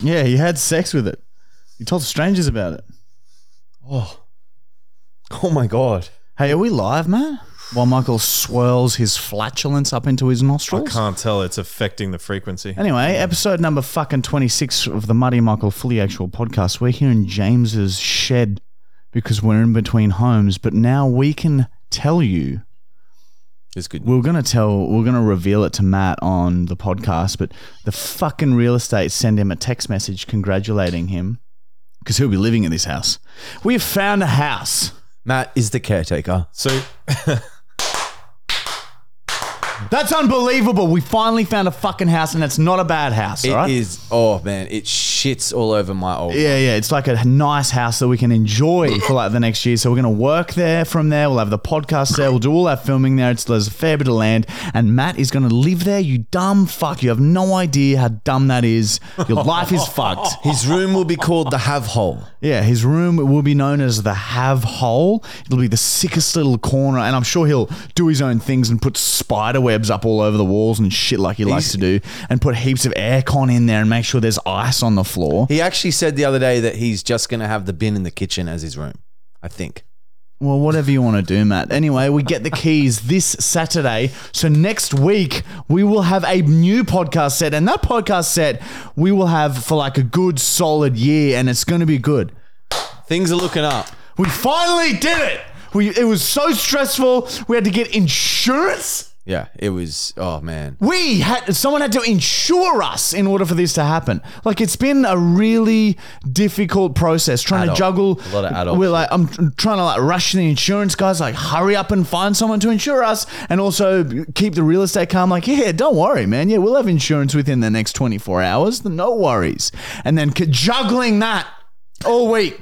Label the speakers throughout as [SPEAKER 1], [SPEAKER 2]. [SPEAKER 1] Yeah, he had sex with it. He told strangers about it.
[SPEAKER 2] Oh my god.
[SPEAKER 1] Hey, are we live, man? While Michael swirls his flatulence up into his
[SPEAKER 2] I
[SPEAKER 1] nostrils.
[SPEAKER 2] can't tell. It's affecting the frequency.
[SPEAKER 1] Anyway, episode number fucking 26 of the Muddy Michael Fully Actual podcast. We're here in James's shed because we're in between homes, but now we can tell you
[SPEAKER 2] It's good.
[SPEAKER 1] we're gonna tell we're gonna reveal it to Matt on the podcast, but the fucking real estate send him a text message congratulating him because he'll be living in this house. We have found a house.
[SPEAKER 3] Matt is the caretaker.
[SPEAKER 2] So,
[SPEAKER 1] That's unbelievable. We finally found a fucking house, and it's not a bad house.
[SPEAKER 3] It is.
[SPEAKER 1] all right?
[SPEAKER 3] Oh man, it shits all over my old.
[SPEAKER 1] Yeah, yeah. It's like a nice house that we can enjoy for like the next year. So we're going to work there from there. We'll have the podcast there. We'll do all our filming there. It's there's a fair bit of land, and Matt is going to live there. You dumb fuck. You have no idea how dumb that is. Your life is fucked.
[SPEAKER 3] His room will be called the Have Hole.
[SPEAKER 1] Yeah, his room will be known as the Have Hole. It'll be the sickest little corner, and I'm sure he'll do his own things and put spider webs up all over the walls and shit like he likes to do, and put heaps of aircon in there and make sure there's ice on the floor.
[SPEAKER 3] He actually said the other day that he's just gonna have the bin in the kitchen as his room. I think.
[SPEAKER 1] Well, whatever you want to do, Matt. Anyway, we get the keys this Saturday. So next week, we will have a new podcast set. And that podcast set, we will have for like a good solid year. And it's going to be good.
[SPEAKER 3] Things are looking up.
[SPEAKER 1] We finally did it. We, it was so stressful. We had to get insurance.
[SPEAKER 3] Yeah, it was. Oh man.
[SPEAKER 1] We had someone had to insure us in order for this to happen. Like it's been a really difficult process trying
[SPEAKER 3] Adult.
[SPEAKER 1] to juggle.
[SPEAKER 3] A lot of adult
[SPEAKER 1] We're
[SPEAKER 3] shit.
[SPEAKER 1] like, I'm tr- trying to like rush the insurance guys, like hurry up and find someone to insure us, and also keep the real estate calm. Like, yeah, don't worry, man. Yeah, we'll have insurance within the next 24 hours. No worries. And then c- juggling that all week.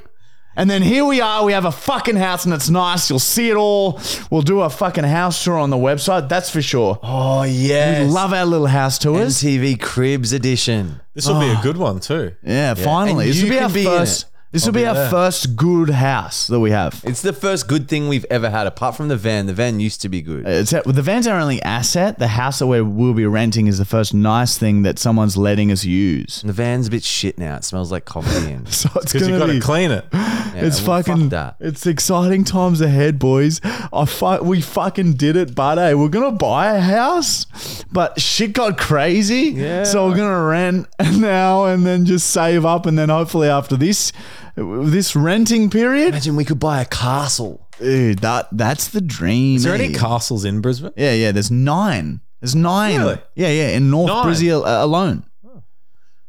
[SPEAKER 1] And then here we are. We have a fucking house, and it's nice. You'll see it all. We'll do a fucking house tour on the website. That's for sure.
[SPEAKER 3] Oh yeah.
[SPEAKER 1] We love our little house tours.
[SPEAKER 3] MTV Cribs edition.
[SPEAKER 2] this will be
[SPEAKER 1] Ah.
[SPEAKER 2] a good one, too.
[SPEAKER 1] yeah, finally.
[SPEAKER 3] And
[SPEAKER 1] This
[SPEAKER 3] you
[SPEAKER 1] will be
[SPEAKER 3] can
[SPEAKER 1] our
[SPEAKER 3] be in
[SPEAKER 1] first.
[SPEAKER 3] it.
[SPEAKER 1] This will be, our first good house that we have.
[SPEAKER 3] It's the first good thing we've ever had, apart from the van. The van used to be good.
[SPEAKER 1] It's the van's our only asset. The house that we will be renting is the first nice thing that someone's letting us use.
[SPEAKER 3] And the van's a bit shit now. It smells like coffee and
[SPEAKER 1] So it's
[SPEAKER 2] Because you've got
[SPEAKER 1] gonna
[SPEAKER 2] to
[SPEAKER 1] be.
[SPEAKER 2] clean it.
[SPEAKER 3] Yeah,
[SPEAKER 1] it's
[SPEAKER 3] well, fuck
[SPEAKER 1] fucking.
[SPEAKER 3] that.
[SPEAKER 1] It's exciting times ahead, boys. I fu- we fucking did it, but hey, we're gonna buy a house, but shit got crazy.
[SPEAKER 3] Yeah.
[SPEAKER 1] So we're gonna rent now and then just save up and then hopefully after this, this renting period,
[SPEAKER 3] Imagine we could buy a castle.
[SPEAKER 1] Dude, that that's the dream.
[SPEAKER 2] Is there
[SPEAKER 1] eh?
[SPEAKER 2] any castles in Brisbane?
[SPEAKER 1] Yeah, yeah. There's nine. There's nine.
[SPEAKER 2] Really?
[SPEAKER 1] Yeah, yeah. In North
[SPEAKER 2] Nine?
[SPEAKER 1] Brazil uh, alone.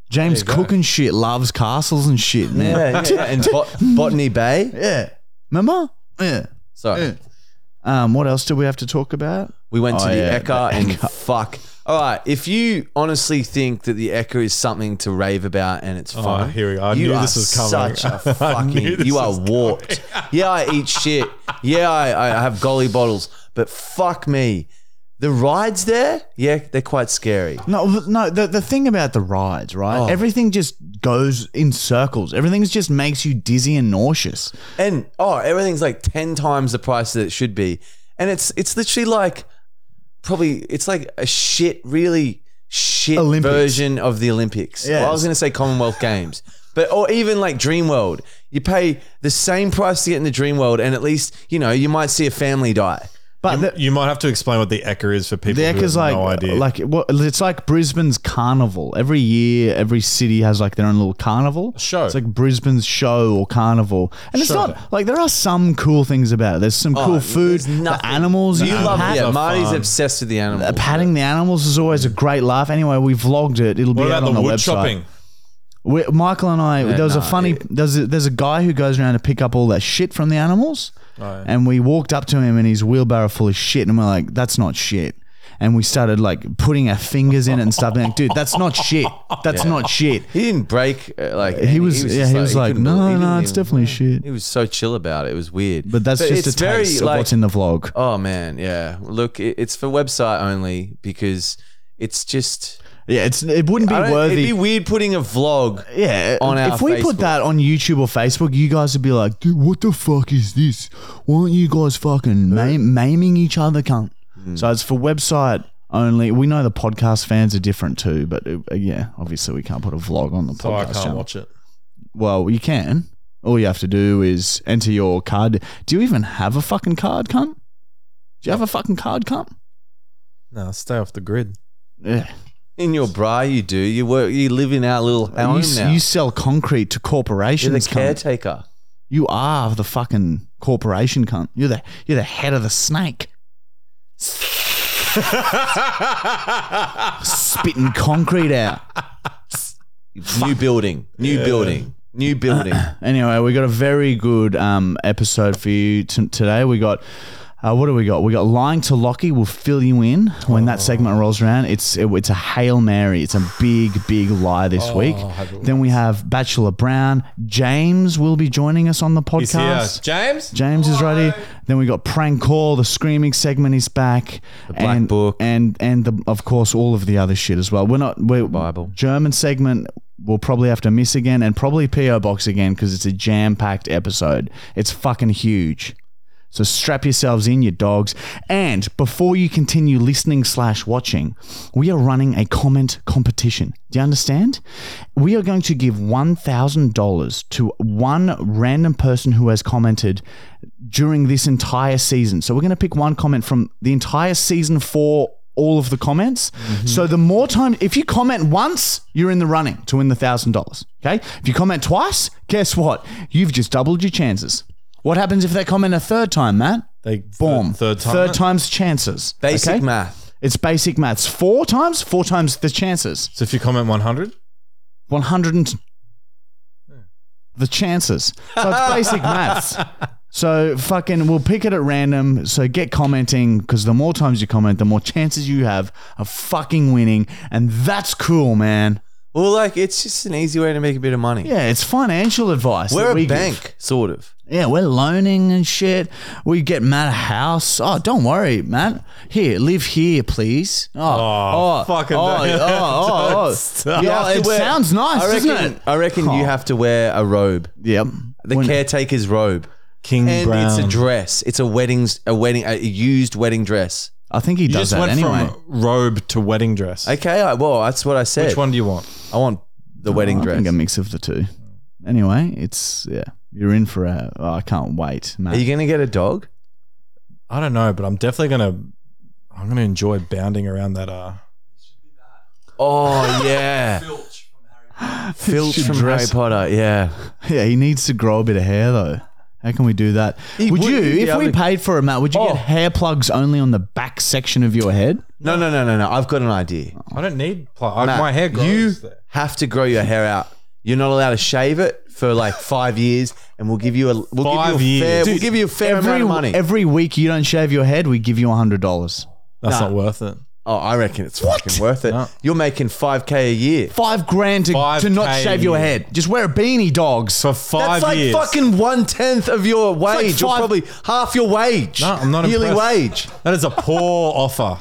[SPEAKER 1] James
[SPEAKER 2] There you
[SPEAKER 1] Cook
[SPEAKER 2] go.
[SPEAKER 1] and shit loves castles and shit, man.
[SPEAKER 3] Yeah, yeah. and Bot- Botany Bay.
[SPEAKER 1] Yeah. Remember? Yeah.
[SPEAKER 3] Sorry.
[SPEAKER 1] Yeah. Um, what else do we have to talk about?
[SPEAKER 3] We went to
[SPEAKER 1] Oh,
[SPEAKER 3] the
[SPEAKER 1] yeah,
[SPEAKER 3] Ekka
[SPEAKER 1] the
[SPEAKER 3] and
[SPEAKER 1] Ekka.
[SPEAKER 3] fuck. All right, if you honestly think that the Ekka is something to rave about and it's
[SPEAKER 2] Oh,
[SPEAKER 3] fun,
[SPEAKER 2] here we go. I
[SPEAKER 3] you
[SPEAKER 2] knew
[SPEAKER 3] are
[SPEAKER 2] this was coming.
[SPEAKER 3] Such a
[SPEAKER 2] I knew
[SPEAKER 3] fucking,
[SPEAKER 2] this
[SPEAKER 3] you are
[SPEAKER 2] was
[SPEAKER 3] warped. Yeah, I eat shit. Yeah, I, I have golly bottles, but fuck me, the rides there, yeah, they're quite scary.
[SPEAKER 1] No, no. The, the thing about the rides, right?
[SPEAKER 2] Oh.
[SPEAKER 1] Everything just goes in circles. Everything just makes you dizzy and nauseous.
[SPEAKER 3] And oh, everything's like ten times the price that it should be, and it's it's literally like probably it's like a shit, really shit
[SPEAKER 1] Olympics.
[SPEAKER 3] version of the Olympics.
[SPEAKER 1] Yeah.
[SPEAKER 3] Well, I was gonna say Commonwealth Games, but or even like Dream World. You pay the same price to get in the Dream World, and at least you know you might see a family die.
[SPEAKER 1] But the,
[SPEAKER 2] You might have to explain what the Ecker is for people
[SPEAKER 1] The
[SPEAKER 2] who have
[SPEAKER 1] Eck is like, uh,
[SPEAKER 2] no idea.
[SPEAKER 1] like well, it's like Brisbane's carnival. Every year, every city has like their own little carnival
[SPEAKER 2] show.
[SPEAKER 1] It's like Brisbane's show or carnival, and it's
[SPEAKER 2] Show. Oh,
[SPEAKER 1] not like there are some cool things about it. There's some cool food,
[SPEAKER 3] Oh, there's
[SPEAKER 1] the
[SPEAKER 3] nothing.
[SPEAKER 1] animals uh,
[SPEAKER 3] You love
[SPEAKER 1] pat-
[SPEAKER 3] yeah.
[SPEAKER 2] are
[SPEAKER 3] Marty's
[SPEAKER 2] fun.
[SPEAKER 3] obsessed with the animals.
[SPEAKER 1] Patting the animals is always a great laugh. Anyway, we vlogged it. It'll
[SPEAKER 2] what
[SPEAKER 1] be out
[SPEAKER 2] about
[SPEAKER 1] on
[SPEAKER 2] the
[SPEAKER 1] the
[SPEAKER 2] wood
[SPEAKER 1] website.
[SPEAKER 2] chopping?
[SPEAKER 1] We, Michael and I, there was a
[SPEAKER 3] nah,
[SPEAKER 1] funny, there's, a, there's a guy who goes around to pick up all that shit from the animals.
[SPEAKER 2] yeah.
[SPEAKER 1] And we walked up to him and his wheelbarrow full of shit. And we're like, that's not shit. And we started like putting our fingers in it and stuff. And like, dude, that's not shit. That's not shit.
[SPEAKER 3] He didn't break. uh, Like
[SPEAKER 1] He was, yeah,
[SPEAKER 3] just
[SPEAKER 1] he was like,
[SPEAKER 3] couldn't
[SPEAKER 1] no,
[SPEAKER 3] believe- he
[SPEAKER 1] no,
[SPEAKER 3] didn't
[SPEAKER 1] it's
[SPEAKER 3] even-
[SPEAKER 1] definitely shit.
[SPEAKER 3] He was so chill about it. It was weird.
[SPEAKER 1] But that's just a
[SPEAKER 3] it's
[SPEAKER 1] taste of what's in the vlog.
[SPEAKER 3] Oh man, yeah. Look, it, it's for website only because it's just
[SPEAKER 1] Yeah, it's it wouldn't be
[SPEAKER 3] I don't-
[SPEAKER 1] worthy.
[SPEAKER 3] It'd be weird putting a vlog.
[SPEAKER 1] yeah,
[SPEAKER 3] on our
[SPEAKER 1] if we put
[SPEAKER 3] Facebook.
[SPEAKER 1] that on YouTube or Facebook, you guys would be like, "Dude, what the fuck is this? Why aren't you guys fucking ma- maiming each other, cunt?"
[SPEAKER 3] Hmm.
[SPEAKER 1] So it's for website only. We know the podcast fans are different too, but uh, yeah, obviously we can't put a vlog on the
[SPEAKER 2] So I
[SPEAKER 1] podcast
[SPEAKER 2] can't
[SPEAKER 1] channel.
[SPEAKER 2] watch it.
[SPEAKER 1] Well, you can. All you have to do is enter your card. Do you even have a fucking card, cunt? Do you have a fucking card, cunt?
[SPEAKER 2] No, stay off the grid.
[SPEAKER 1] Yeah.
[SPEAKER 3] In your bra, you do. You work. You live in our little
[SPEAKER 1] You,
[SPEAKER 3] home
[SPEAKER 1] s-
[SPEAKER 3] now.
[SPEAKER 1] you sell concrete to
[SPEAKER 3] You're the
[SPEAKER 1] corporations, cunt.
[SPEAKER 3] caretaker.
[SPEAKER 1] You are the fucking corporation cunt. You're the you're the head of the snake. Spitting concrete out.
[SPEAKER 3] New building. New building. New building.
[SPEAKER 1] Anyway, we got a very good um, episode for you t- today. We got uh, what do we got? We got lying to Lockie. We'll fill you in when that segment rolls around. It's it, it's a hail mary. It's a big big lie this
[SPEAKER 2] Oh,
[SPEAKER 1] week. Then we have Bachelor Brown. James will be joining us on the podcast.
[SPEAKER 2] He's here. uh, James?
[SPEAKER 1] James is ready. Then we got prank call. The screaming segment is back. The
[SPEAKER 3] Black
[SPEAKER 1] and,
[SPEAKER 3] Book.
[SPEAKER 1] and and the, of course all of the other shit as well. We're not we're,
[SPEAKER 3] Bible.
[SPEAKER 1] German segment. We'll probably have to miss again and probably PO box again because it's a jam packed episode. It's fucking huge. So strap yourselves in, you dogs. And before you continue listening slash watching, we are running a comment competition. Do you understand? We are going to give $1,000 to one random person who has commented during this entire season. So we're going to pick one comment from the entire season for all of the comments. So the more time, if you comment once, you're in the running to win the $1,000. Okay. If you comment twice, guess what? You've just doubled your chances. What happens if they comment a third time, Matt?
[SPEAKER 2] They
[SPEAKER 1] Boom.
[SPEAKER 2] Third, time.
[SPEAKER 1] Third
[SPEAKER 2] it?
[SPEAKER 1] time's chances.
[SPEAKER 3] Basic
[SPEAKER 1] okay?
[SPEAKER 3] math.
[SPEAKER 1] It's basic maths. Four times, four times the chances.
[SPEAKER 2] So if you comment 100,
[SPEAKER 1] 100 and the chances. So it's basic maths. So fucking, we'll pick it at random. So get commenting because the more times you comment, the more chances you have of fucking winning. And that's cool, man.
[SPEAKER 3] Well, like it's just an easy way to make a bit of money.
[SPEAKER 1] Yeah, it's financial advice. that
[SPEAKER 3] We're a
[SPEAKER 1] we give.
[SPEAKER 3] bank, sort of.
[SPEAKER 1] Yeah, we're loaning and shit. We get Matt a house. Oh, don't worry, Matt. Here, live here, please. Oh,
[SPEAKER 2] Oh,
[SPEAKER 1] oh
[SPEAKER 2] fucking
[SPEAKER 1] oh, oh,
[SPEAKER 2] don't-
[SPEAKER 1] oh, oh.
[SPEAKER 2] don't stop.
[SPEAKER 1] Yeah,
[SPEAKER 3] You
[SPEAKER 1] it
[SPEAKER 3] have to wear-
[SPEAKER 1] sounds nice,
[SPEAKER 3] I reckon,
[SPEAKER 1] doesn't it?
[SPEAKER 3] I reckon you have to wear a robe,
[SPEAKER 1] Yep.
[SPEAKER 3] the
[SPEAKER 1] When-
[SPEAKER 3] caretaker's robe,
[SPEAKER 2] King
[SPEAKER 3] and
[SPEAKER 2] Brown.
[SPEAKER 3] it's a dress. It's a wedding's a wedding a used wedding dress.
[SPEAKER 1] I think he
[SPEAKER 2] you
[SPEAKER 1] does
[SPEAKER 2] just
[SPEAKER 1] that
[SPEAKER 2] went
[SPEAKER 1] anyway.
[SPEAKER 2] from robe to wedding dress.
[SPEAKER 3] Okay, I, well that's what I said.
[SPEAKER 2] Which one do you want?
[SPEAKER 3] I want the wedding
[SPEAKER 1] Oh, I
[SPEAKER 3] dress.
[SPEAKER 1] think a mix of the two. Anyway, it's yeah. You're in for a. Oh, I can't wait, Matt.
[SPEAKER 3] Are you gonna get a dog?
[SPEAKER 2] I don't know, but I'm definitely gonna. I'm gonna enjoy bounding around that. Uh,
[SPEAKER 3] Oh yeah. Filch
[SPEAKER 1] Should
[SPEAKER 3] from
[SPEAKER 1] dress-
[SPEAKER 3] Harry Potter, yeah.
[SPEAKER 1] yeah, he needs to grow a bit of hair though. How can we do that?
[SPEAKER 3] He
[SPEAKER 1] would
[SPEAKER 3] would-
[SPEAKER 1] you,
[SPEAKER 3] he'd be
[SPEAKER 1] if
[SPEAKER 3] able
[SPEAKER 1] we
[SPEAKER 3] to-
[SPEAKER 1] paid for it, Matt? Would you
[SPEAKER 3] Oh.
[SPEAKER 1] get hair plugs only on the back section of your head?
[SPEAKER 3] No, no, no, no, no. I've got an idea.
[SPEAKER 2] I don't need pl- I-
[SPEAKER 3] Matt,
[SPEAKER 2] my hair grows.
[SPEAKER 3] you
[SPEAKER 2] there.
[SPEAKER 3] have to grow your hair out. You're not allowed to shave it for like five years, and we'll give you a we'll
[SPEAKER 2] Five
[SPEAKER 3] give you a fair
[SPEAKER 2] years.
[SPEAKER 3] we'll
[SPEAKER 2] Dude,
[SPEAKER 3] give you a fair
[SPEAKER 1] every,
[SPEAKER 3] amount of money.
[SPEAKER 1] Every week you don't shave your head, we give you hundred dollars.
[SPEAKER 2] That's not worth it.
[SPEAKER 3] oh, I reckon it's fucking worth it.
[SPEAKER 2] No.
[SPEAKER 3] You're making five k a year.
[SPEAKER 1] Five grand to,
[SPEAKER 2] Five
[SPEAKER 1] to not
[SPEAKER 2] K
[SPEAKER 1] shave
[SPEAKER 2] a
[SPEAKER 1] your
[SPEAKER 2] year.
[SPEAKER 1] head. Just wear a beanie, dogs.
[SPEAKER 2] For five
[SPEAKER 3] That's like
[SPEAKER 2] years.
[SPEAKER 3] fucking one tenth of your
[SPEAKER 1] like
[SPEAKER 3] wage,
[SPEAKER 1] five-
[SPEAKER 3] or probably half your wage.
[SPEAKER 2] No, I'm not
[SPEAKER 3] yearly
[SPEAKER 2] impressed.
[SPEAKER 3] wage.
[SPEAKER 2] that is a poor offer.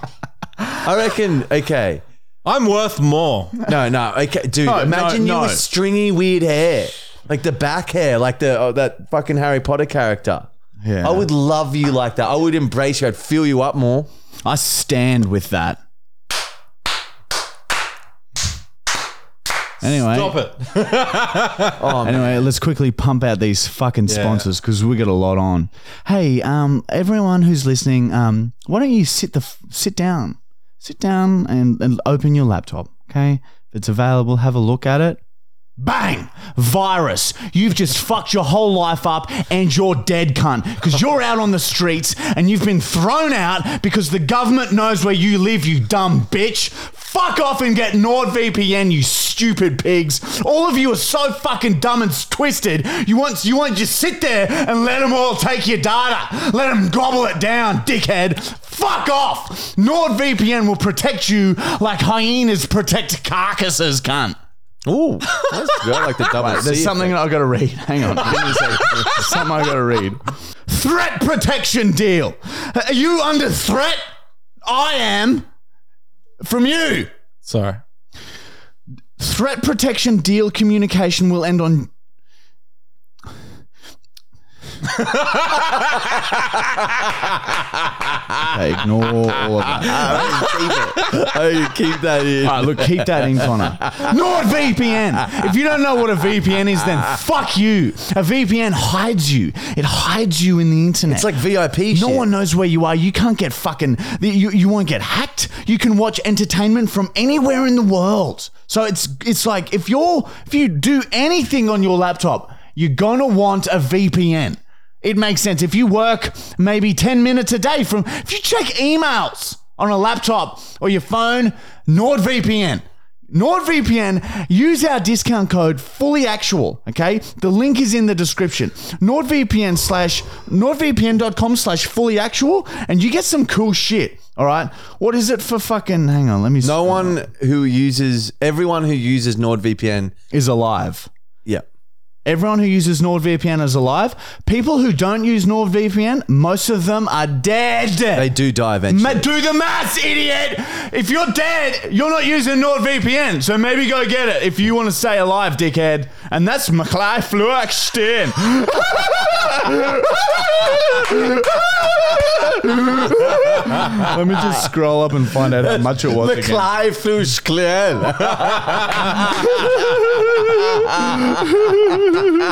[SPEAKER 3] I reckon. Okay,
[SPEAKER 2] I'm worth more.
[SPEAKER 3] no, no, okay, dude.
[SPEAKER 1] No, no,
[SPEAKER 3] imagine you
[SPEAKER 1] no.
[SPEAKER 3] with stringy, weird hair, like the back hair, like the oh, that fucking Harry Potter character.
[SPEAKER 1] Yeah.
[SPEAKER 3] I
[SPEAKER 2] Oh.
[SPEAKER 3] would love you like that. I would embrace you. I'd fill you up more.
[SPEAKER 1] I stand with that. Anyway,
[SPEAKER 2] Stop it.
[SPEAKER 1] anyway, let's quickly pump out these fucking sponsors because we got a lot on. Hey, um, everyone who's listening, um, why don't you sit the f- sit down, sit down and, and open your laptop, okay? If it's available, have a look at it. Bang! Virus. You've just fucked your whole life up and you're dead, cunt. Because you're out on the streets and you've been thrown out because the government knows where you live, you dumb bitch. Fuck off and get NordVPN, you stupid pigs. All of you are so fucking dumb and twisted. You want you want to just sit there and let them all take your data. Let them gobble it down, dickhead. Fuck off. NordVPN will protect you like hyenas protect carcasses, cunt.
[SPEAKER 3] Ooh, that's good. I like the double.
[SPEAKER 1] There's
[SPEAKER 3] C
[SPEAKER 1] something
[SPEAKER 3] effect.
[SPEAKER 1] I've got to read. Hang on. Give me a second. There's something I've got to read. Threat protection deal. Are you under threat? I am. From you.
[SPEAKER 2] Sorry.
[SPEAKER 1] Threat protection deal communication will end on. Okay, ignore all of that.
[SPEAKER 3] Oh, you keep that in.
[SPEAKER 1] All right, look, keep that in, Connor. NordVPN. If you don't know what a VPN is, then fuck you. A VPN hides you. It hides you in the internet.
[SPEAKER 3] It's like VIP.
[SPEAKER 1] no
[SPEAKER 3] shit.
[SPEAKER 1] one knows where you are. You can't get fucking. You, you won't get hacked. You can watch entertainment from anywhere in the world. So it's it's like if you're if you do anything on your laptop, you're gonna want a VPN. It makes sense if you work maybe ten minutes a day from if you check emails on a laptop or your phone. NordVPN. NordVPN, use our discount code fully actual. Okay, the link is in the description. NordVPN slash NordVPN.com slash fully actual, and you get some cool shit. All right, what is it for? Fucking hang on, let me.
[SPEAKER 3] No one who uses everyone who uses NordVPN.
[SPEAKER 1] is alive.
[SPEAKER 3] Yeah.
[SPEAKER 1] Everyone who uses NordVPN is alive. People who don't use NordVPN, most of them are dead.
[SPEAKER 3] They do die eventually.
[SPEAKER 1] Ma- do the maths, idiot! If you're dead, you're not using NordVPN, so maybe go get it if you want to stay alive, dickhead. And that's McLeod Fluorstein. Let me just scroll up and find out how much it was again.
[SPEAKER 3] Clive Flu's clear.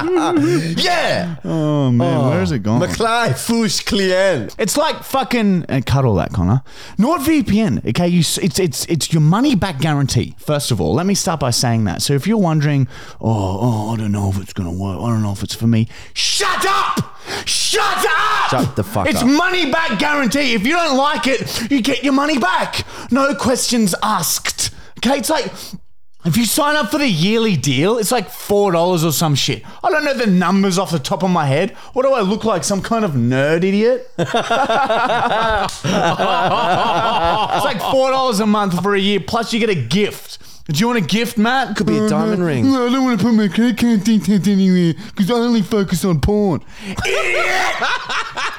[SPEAKER 3] yeah.
[SPEAKER 1] Oh man, where is it gone?
[SPEAKER 3] McClive Flu's clear.
[SPEAKER 1] It's like fucking and cut all that, Connor. NordVPN, okay? You, s- it's it's it's your money back guarantee. First of all, let me start by saying that. So if you're wondering, oh, oh I don't know if it's gonna work, I don't know if it's for me. Shut up! Shut up!
[SPEAKER 3] Shut the fuck
[SPEAKER 1] It's
[SPEAKER 3] up.
[SPEAKER 1] money back guarantee. If you don't like it, you get your money back. No questions asked. Okay, it's like if you sign up for the yearly deal, it's like four dollars or some shit. I don't know the numbers off the top of my head. What do I look like? Some kind of nerd idiot? it's like four dollars a month for a year, plus you get a gift. Do you want a gift, Matt? Could
[SPEAKER 3] be a diamond ring.
[SPEAKER 1] Uh, No, I don't want to put my credit card details anywhere because I only focus on porn. Idiot!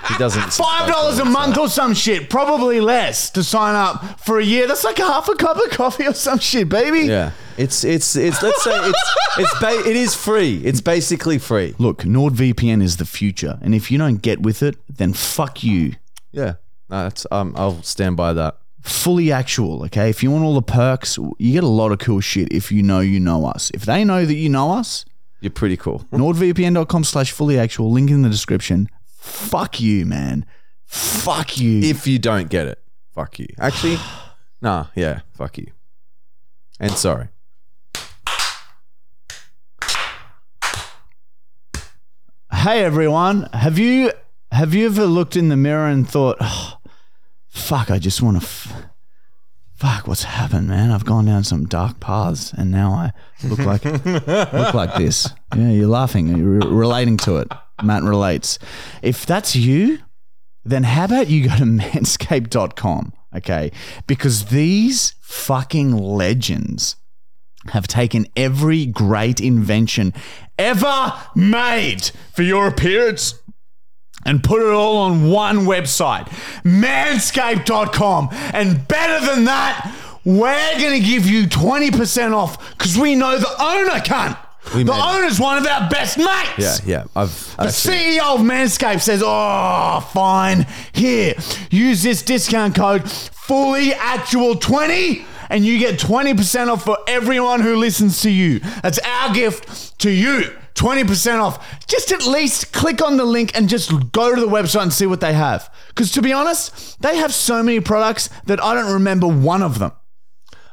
[SPEAKER 3] He doesn't.
[SPEAKER 1] Five dollars a month or some shit, probably less, to sign up for a year. That's like a half a cup of coffee or some shit, baby.
[SPEAKER 3] Yeah. It's it's it's. Let's say it's it's ba- it is free. It's basically free.
[SPEAKER 1] Look, NordVPN is the future, and if you don't get with it, then fuck you.
[SPEAKER 3] Yeah. No, that's um. I'll stand by that.
[SPEAKER 1] fully actual. Okay, if you want all the perks, you get a lot of cool shit. If you know you know us, if they know that you know us,
[SPEAKER 3] You're pretty cool.
[SPEAKER 1] NordVPN.com/slash fully actual. Link in the description. Fuck you, man. Fuck you.
[SPEAKER 3] If you don't get it, fuck you. Actually, nah. Yeah. Fuck you. And sorry.
[SPEAKER 1] hey everyone, have you have you ever looked in the mirror and thought, "Oh, fuck, I just want to. F- Fuck, what's happened, man? I've gone down some dark paths, and now I look like look like this. Yeah, you're laughing. You're re- relating to it. Matt relates. If that's you, then how about you go to manscaped.com, okay? Because these fucking legends have taken every great invention ever made for your appearance and put it all on one website, manscaped.com. And better than that, we're going to give you 20% off because we know the owner, cunt. the
[SPEAKER 3] made it.
[SPEAKER 1] owner's one of our best mates.
[SPEAKER 3] Yeah. Yeah. I've.
[SPEAKER 1] The
[SPEAKER 3] actually-
[SPEAKER 1] CEO of Manscaped says, oh, fine. Here, use this discount code fully actual 20 and you get 20% off for everyone who listens to you. That's our gift to you. 20% off. Just at least click on the link and just go to the website and see what they have. Because to be honest, they have so many products that I don't remember one of them.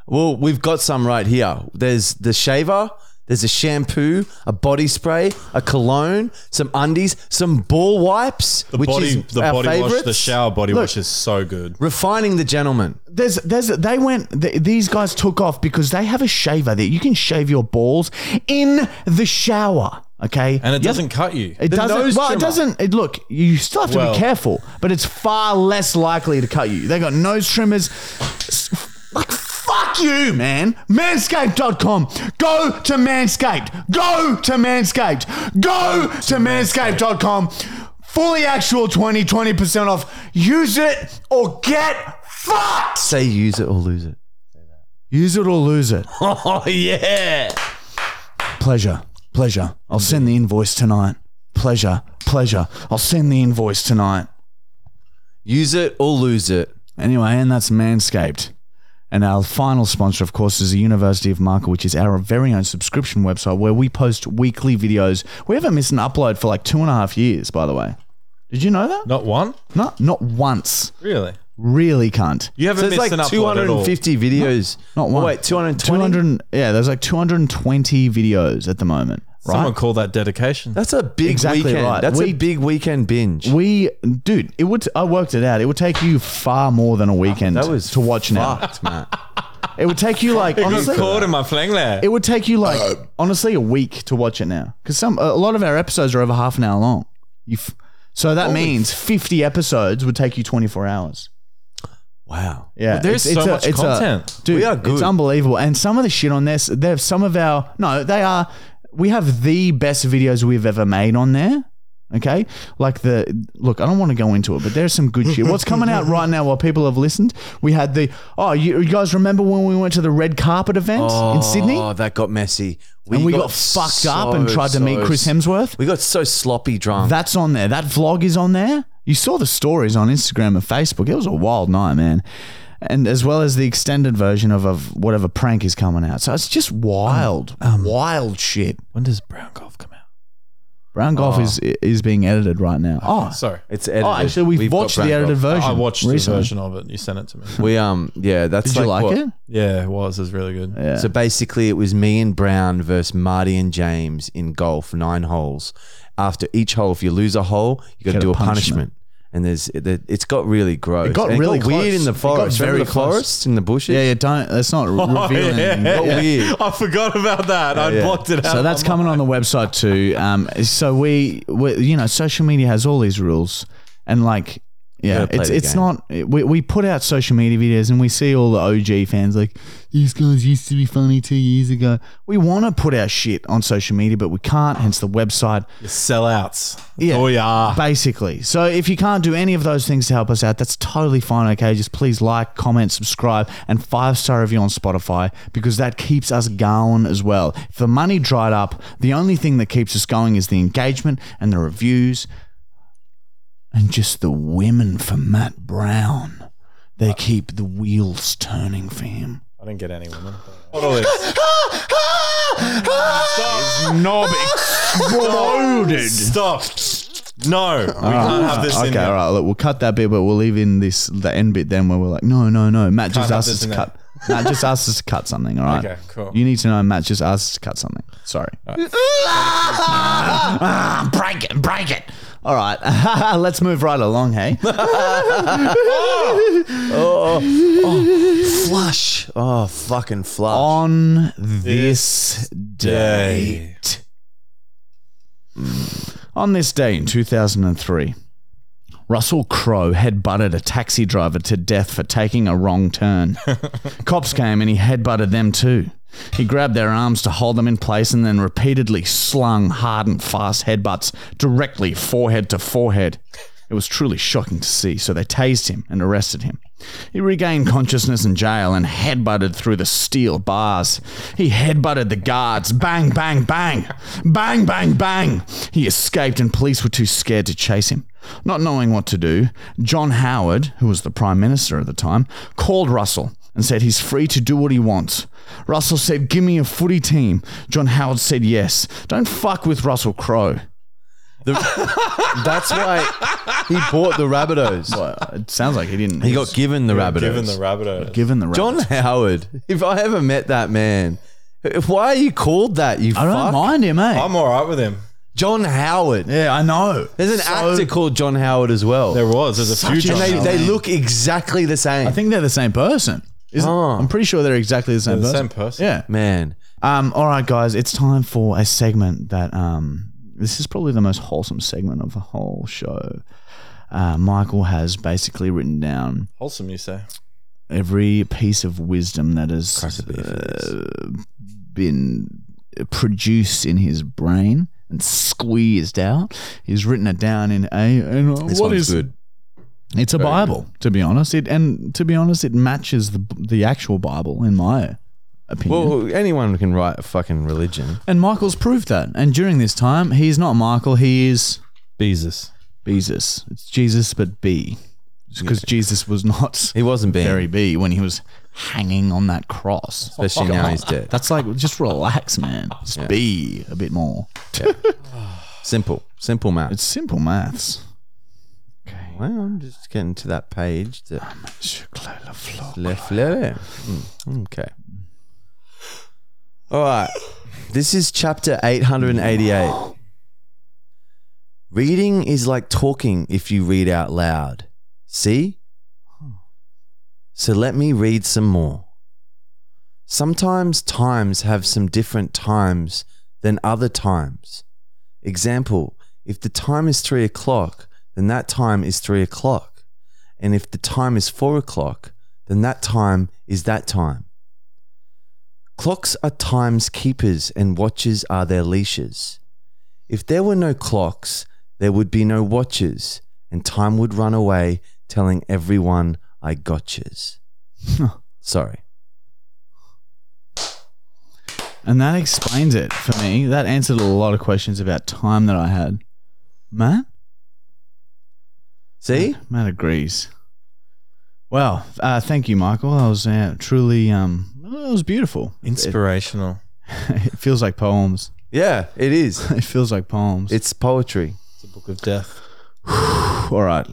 [SPEAKER 3] Well, we've got some right here. There's the shaver. There's a shampoo, a body spray, a cologne, some undies, some ball wipes,
[SPEAKER 2] The
[SPEAKER 3] which
[SPEAKER 2] body,
[SPEAKER 3] is
[SPEAKER 2] the
[SPEAKER 3] our
[SPEAKER 2] body wash, the
[SPEAKER 3] favorites.
[SPEAKER 2] shower body
[SPEAKER 1] Look.
[SPEAKER 2] wash is so good.
[SPEAKER 3] Refining the gentleman.
[SPEAKER 1] There's, there's, they went. Th- these guys took off because they have a shaver that you can shave your balls in the shower. Okay,
[SPEAKER 2] And it
[SPEAKER 1] You have-
[SPEAKER 2] doesn't cut you.
[SPEAKER 1] It
[SPEAKER 3] The
[SPEAKER 1] doesn't.
[SPEAKER 3] nose
[SPEAKER 1] Well, it
[SPEAKER 3] trimmer.
[SPEAKER 1] doesn't. It, look, you still have to
[SPEAKER 2] Well-
[SPEAKER 1] be careful, but it's far less likely to cut you. They got nose trimmers. S- Like fuck you, man. Manscaped.com. Go to Manscaped. Go to Manscaped. Go to Manscaped.com. Fully actual 20, 20% off. Use it or get fucked.
[SPEAKER 3] Say use it or lose it.
[SPEAKER 1] Use it or lose it.
[SPEAKER 3] Oh yeah.
[SPEAKER 1] Pleasure. Pleasure. I'll send the invoice tonight. Pleasure. Pleasure. I'll send the invoice tonight.
[SPEAKER 3] Use it or lose it.
[SPEAKER 1] Anyway, and that's Manscaped. And our final sponsor, of course, is the University of Market, which is our very own subscription website where we post weekly videos. We haven't missed an upload for like two and a half years, by the way. Did you know that?
[SPEAKER 2] Not one?
[SPEAKER 1] No, not once.
[SPEAKER 2] Really?
[SPEAKER 1] Really cunt.
[SPEAKER 2] You haven't
[SPEAKER 3] So it's
[SPEAKER 2] missed an
[SPEAKER 3] like
[SPEAKER 2] upload at all.
[SPEAKER 3] 250 videos.
[SPEAKER 1] Not one.
[SPEAKER 3] Oh, wait, 220.
[SPEAKER 1] 200, and- yeah, there's like 220 videos at the moment, right?
[SPEAKER 2] Someone call that dedication.
[SPEAKER 3] That's a big
[SPEAKER 1] Exactly
[SPEAKER 3] weekend.
[SPEAKER 1] right.
[SPEAKER 3] That's
[SPEAKER 1] We-
[SPEAKER 3] a big weekend binge.
[SPEAKER 1] we, dude, it would. I worked it out. It would take you far more than a weekend
[SPEAKER 3] that was
[SPEAKER 1] to watch now.
[SPEAKER 3] fucked, man.
[SPEAKER 1] It would take you like honestly,
[SPEAKER 2] caught in my fling there.
[SPEAKER 1] It would take you like honestly a week to watch it now because some a lot of our episodes are over half an hour long. You f- so that means fifty episodes would take you twenty four hours.
[SPEAKER 3] Wow.
[SPEAKER 1] Yeah,
[SPEAKER 2] But there's so much content.
[SPEAKER 1] dude,
[SPEAKER 3] We are good.
[SPEAKER 1] It's unbelievable, and some of the shit on this, they have some of our no, they are. We have the best videos we've ever made on there. Okay, like the look. I don't want to go into it, but there's some good shit. What's coming out right now? While people have listened, we had the oh, you, you guys remember when we went to the red carpet event in Sydney?
[SPEAKER 3] Oh, that got messy.
[SPEAKER 1] and we got, fucked up and
[SPEAKER 3] so-
[SPEAKER 1] tried to meet
[SPEAKER 3] so-
[SPEAKER 1] Chris Hemsworth.
[SPEAKER 3] We got so sloppy drunk.
[SPEAKER 1] That's on there. That vlog is on there. You saw the stories on Instagram and Facebook. It was a wild night, man. And as well as the extended version of, of whatever prank is coming out. So it's just wild, wild shit.
[SPEAKER 2] When does Brown Golf come out?
[SPEAKER 1] Brown Golf is is being edited right now. Oh,
[SPEAKER 2] Sorry.
[SPEAKER 3] it's edited.
[SPEAKER 1] oh actually, we've,
[SPEAKER 3] We've got
[SPEAKER 1] watched the
[SPEAKER 3] Brand
[SPEAKER 1] edited
[SPEAKER 3] Golf.
[SPEAKER 1] version.
[SPEAKER 2] I watched
[SPEAKER 1] recently.
[SPEAKER 2] the version of it. You sent it to me.
[SPEAKER 3] We um yeah, that's
[SPEAKER 1] Did you like
[SPEAKER 3] what-
[SPEAKER 1] it?
[SPEAKER 2] Yeah, it was. It was really good.
[SPEAKER 1] Yeah.
[SPEAKER 3] So basically, it was me and Brown versus Marty and James in golf, nine holes. After each hole, if you lose a hole, you got
[SPEAKER 1] Get
[SPEAKER 3] to
[SPEAKER 1] a
[SPEAKER 3] do a
[SPEAKER 1] punishment.
[SPEAKER 3] punishment. And there's it- it's got really gross.
[SPEAKER 1] It got
[SPEAKER 3] And
[SPEAKER 1] really
[SPEAKER 3] weird
[SPEAKER 1] close.
[SPEAKER 3] in
[SPEAKER 1] It
[SPEAKER 3] the
[SPEAKER 1] got
[SPEAKER 3] forest.
[SPEAKER 1] very
[SPEAKER 3] Very
[SPEAKER 1] close.
[SPEAKER 3] forests in the bushes.
[SPEAKER 1] yeah, yeah. Don't. That's not re- revealing. anything.
[SPEAKER 3] Got weird.
[SPEAKER 2] I forgot about that. I
[SPEAKER 3] yeah.
[SPEAKER 2] blocked it out.
[SPEAKER 1] So that's coming on the website too. Um, so we, we, you know, social media has all these rules, and like, yeah,
[SPEAKER 3] gotta play
[SPEAKER 1] it's
[SPEAKER 3] the
[SPEAKER 1] it's
[SPEAKER 3] game.
[SPEAKER 1] not. We, we put out social media videos, and we see all the OG fans like these guys used to be funny two years ago. We want to put our shit on social media, but we can't. Hence the website,
[SPEAKER 2] Your sellouts. That's
[SPEAKER 1] Yeah.
[SPEAKER 2] all you are.
[SPEAKER 1] basically. So if you can't do any of those things to help us out, that's totally fine. Okay, just please like, comment, subscribe, and five star review on Spotify because that keeps us going as well. If the money dried up, the only thing that keeps us going is the engagement and the reviews, and just the women for Matt Brown. They keep the wheels turning for him.
[SPEAKER 2] I didn't get any women. Totally.
[SPEAKER 1] Knob exploded.
[SPEAKER 2] Stop. No, we can't have this
[SPEAKER 1] Ah, okay,
[SPEAKER 2] in
[SPEAKER 1] all
[SPEAKER 2] there.
[SPEAKER 1] right. Look, we'll cut that bit, but we'll leave in this the end bit then where we're like, no, no, no. Matt just
[SPEAKER 2] have
[SPEAKER 1] asked us
[SPEAKER 2] this
[SPEAKER 1] to
[SPEAKER 2] in
[SPEAKER 1] cut. Matt just asked us to cut something. All right.
[SPEAKER 2] Okay, cool.
[SPEAKER 1] You need to know. Matt just asked us to cut something. Sorry. Ah, break it, break it. All right, let's move right along. Hey,
[SPEAKER 3] Flush. Oh, fucking flush.
[SPEAKER 1] Oh. on this
[SPEAKER 2] day.
[SPEAKER 1] date. Mm. On this day in 2003, Russell Crowe headbutted a taxi driver to death for taking a wrong turn. Cops came and he headbutted them too. He grabbed their arms to hold them in place and then repeatedly slung hard and fast headbutts directly forehead to forehead. It was truly shocking to see, so they tased him and arrested him. He regained consciousness in jail and headbutted through the steel bars. He headbutted the guards. Bang, bang, bang. Bang, bang, bang. He escaped, and police were too scared to chase him. Not knowing what to do, John Howard, who was the Prime Minister at the time, called Russell and said he's free to do what he wants. Russell said, Give me a footy team. John Howard said, Yes. Don't fuck with Russell Crowe.
[SPEAKER 3] The- that's why he bought the Rabbitohs.
[SPEAKER 1] Uh, it sounds like he didn't.
[SPEAKER 3] He got given the Rabbitohs.
[SPEAKER 2] Given the rabbit.
[SPEAKER 1] given the
[SPEAKER 3] John Howard. If I ever met that man, Why are you called that? You
[SPEAKER 1] I don't
[SPEAKER 3] fuck?
[SPEAKER 1] mind him, eh?
[SPEAKER 2] I'm all right with him.
[SPEAKER 3] John Howard.
[SPEAKER 1] yeah, I know.
[SPEAKER 3] There's an actor called John Howard as well.
[SPEAKER 2] There was. There's a few.
[SPEAKER 1] Such a
[SPEAKER 2] John
[SPEAKER 3] and
[SPEAKER 1] Oh,
[SPEAKER 3] they,
[SPEAKER 2] Howard.
[SPEAKER 3] they
[SPEAKER 1] man.
[SPEAKER 3] look exactly the same.
[SPEAKER 1] I think they're the same person. Isn't,
[SPEAKER 3] Oh.
[SPEAKER 1] I'm pretty sure Ah. they're exactly the same
[SPEAKER 2] They're the
[SPEAKER 1] person.
[SPEAKER 2] same person.
[SPEAKER 1] Yeah.
[SPEAKER 3] man.
[SPEAKER 1] Um, all right, guys, it's time for a segment that um, this is probably the most wholesome segment of the whole show. Uh, Michael has basically written down
[SPEAKER 2] Wholesome, you say?
[SPEAKER 1] every piece of wisdom that has
[SPEAKER 3] Christ, I'd be for this.
[SPEAKER 1] uh, been produced in his brain and squeezed out. He's written it down in a. And
[SPEAKER 3] This
[SPEAKER 1] what
[SPEAKER 3] one's
[SPEAKER 1] is
[SPEAKER 3] good.
[SPEAKER 1] It's a Bible, to be honest. It and to be honest, it matches the the actual Bible in my opinion.
[SPEAKER 3] Well, anyone can write a fucking religion.
[SPEAKER 1] And Michael's proved that. And during this time, he's not Michael, he is
[SPEAKER 2] Beezus.
[SPEAKER 1] Jesus. It's Jesus, but B. Because Jesus was not
[SPEAKER 3] He wasn't being.
[SPEAKER 1] very B when he was hanging on that cross.
[SPEAKER 3] Especially now he's dead.
[SPEAKER 1] That's like, just relax, man. Just be a bit more.
[SPEAKER 3] Simple. Simple math.
[SPEAKER 1] It's simple maths.
[SPEAKER 3] well, I'm just getting to that page. That
[SPEAKER 1] Chocolat la fleur.
[SPEAKER 3] left letter. Mm, Okay. All right. This is chapter 888. Reading is like talking if you read out loud. See? So let me read some more. Sometimes times have some different times than other times. Example, if the time is three o'clock, then that time is three o'clock. And if the time is four o'clock, then that time is that time. Clocks are time's keepers and watches are their leashes. If there were no clocks, there would be no watches, and time would run away telling everyone I gotchas. Sorry.
[SPEAKER 1] And that explains it for me. That answered a lot of questions about time that I had. Matt?
[SPEAKER 3] See?
[SPEAKER 1] Matt agrees. Well, uh, thank you, Michael. That was uh, truly, um, that was beautiful.
[SPEAKER 2] Inspirational.
[SPEAKER 1] It feels like poems.
[SPEAKER 3] Yeah, it is.
[SPEAKER 1] It feels like poems.
[SPEAKER 3] It's poetry.
[SPEAKER 2] It's a book of death.
[SPEAKER 1] all right.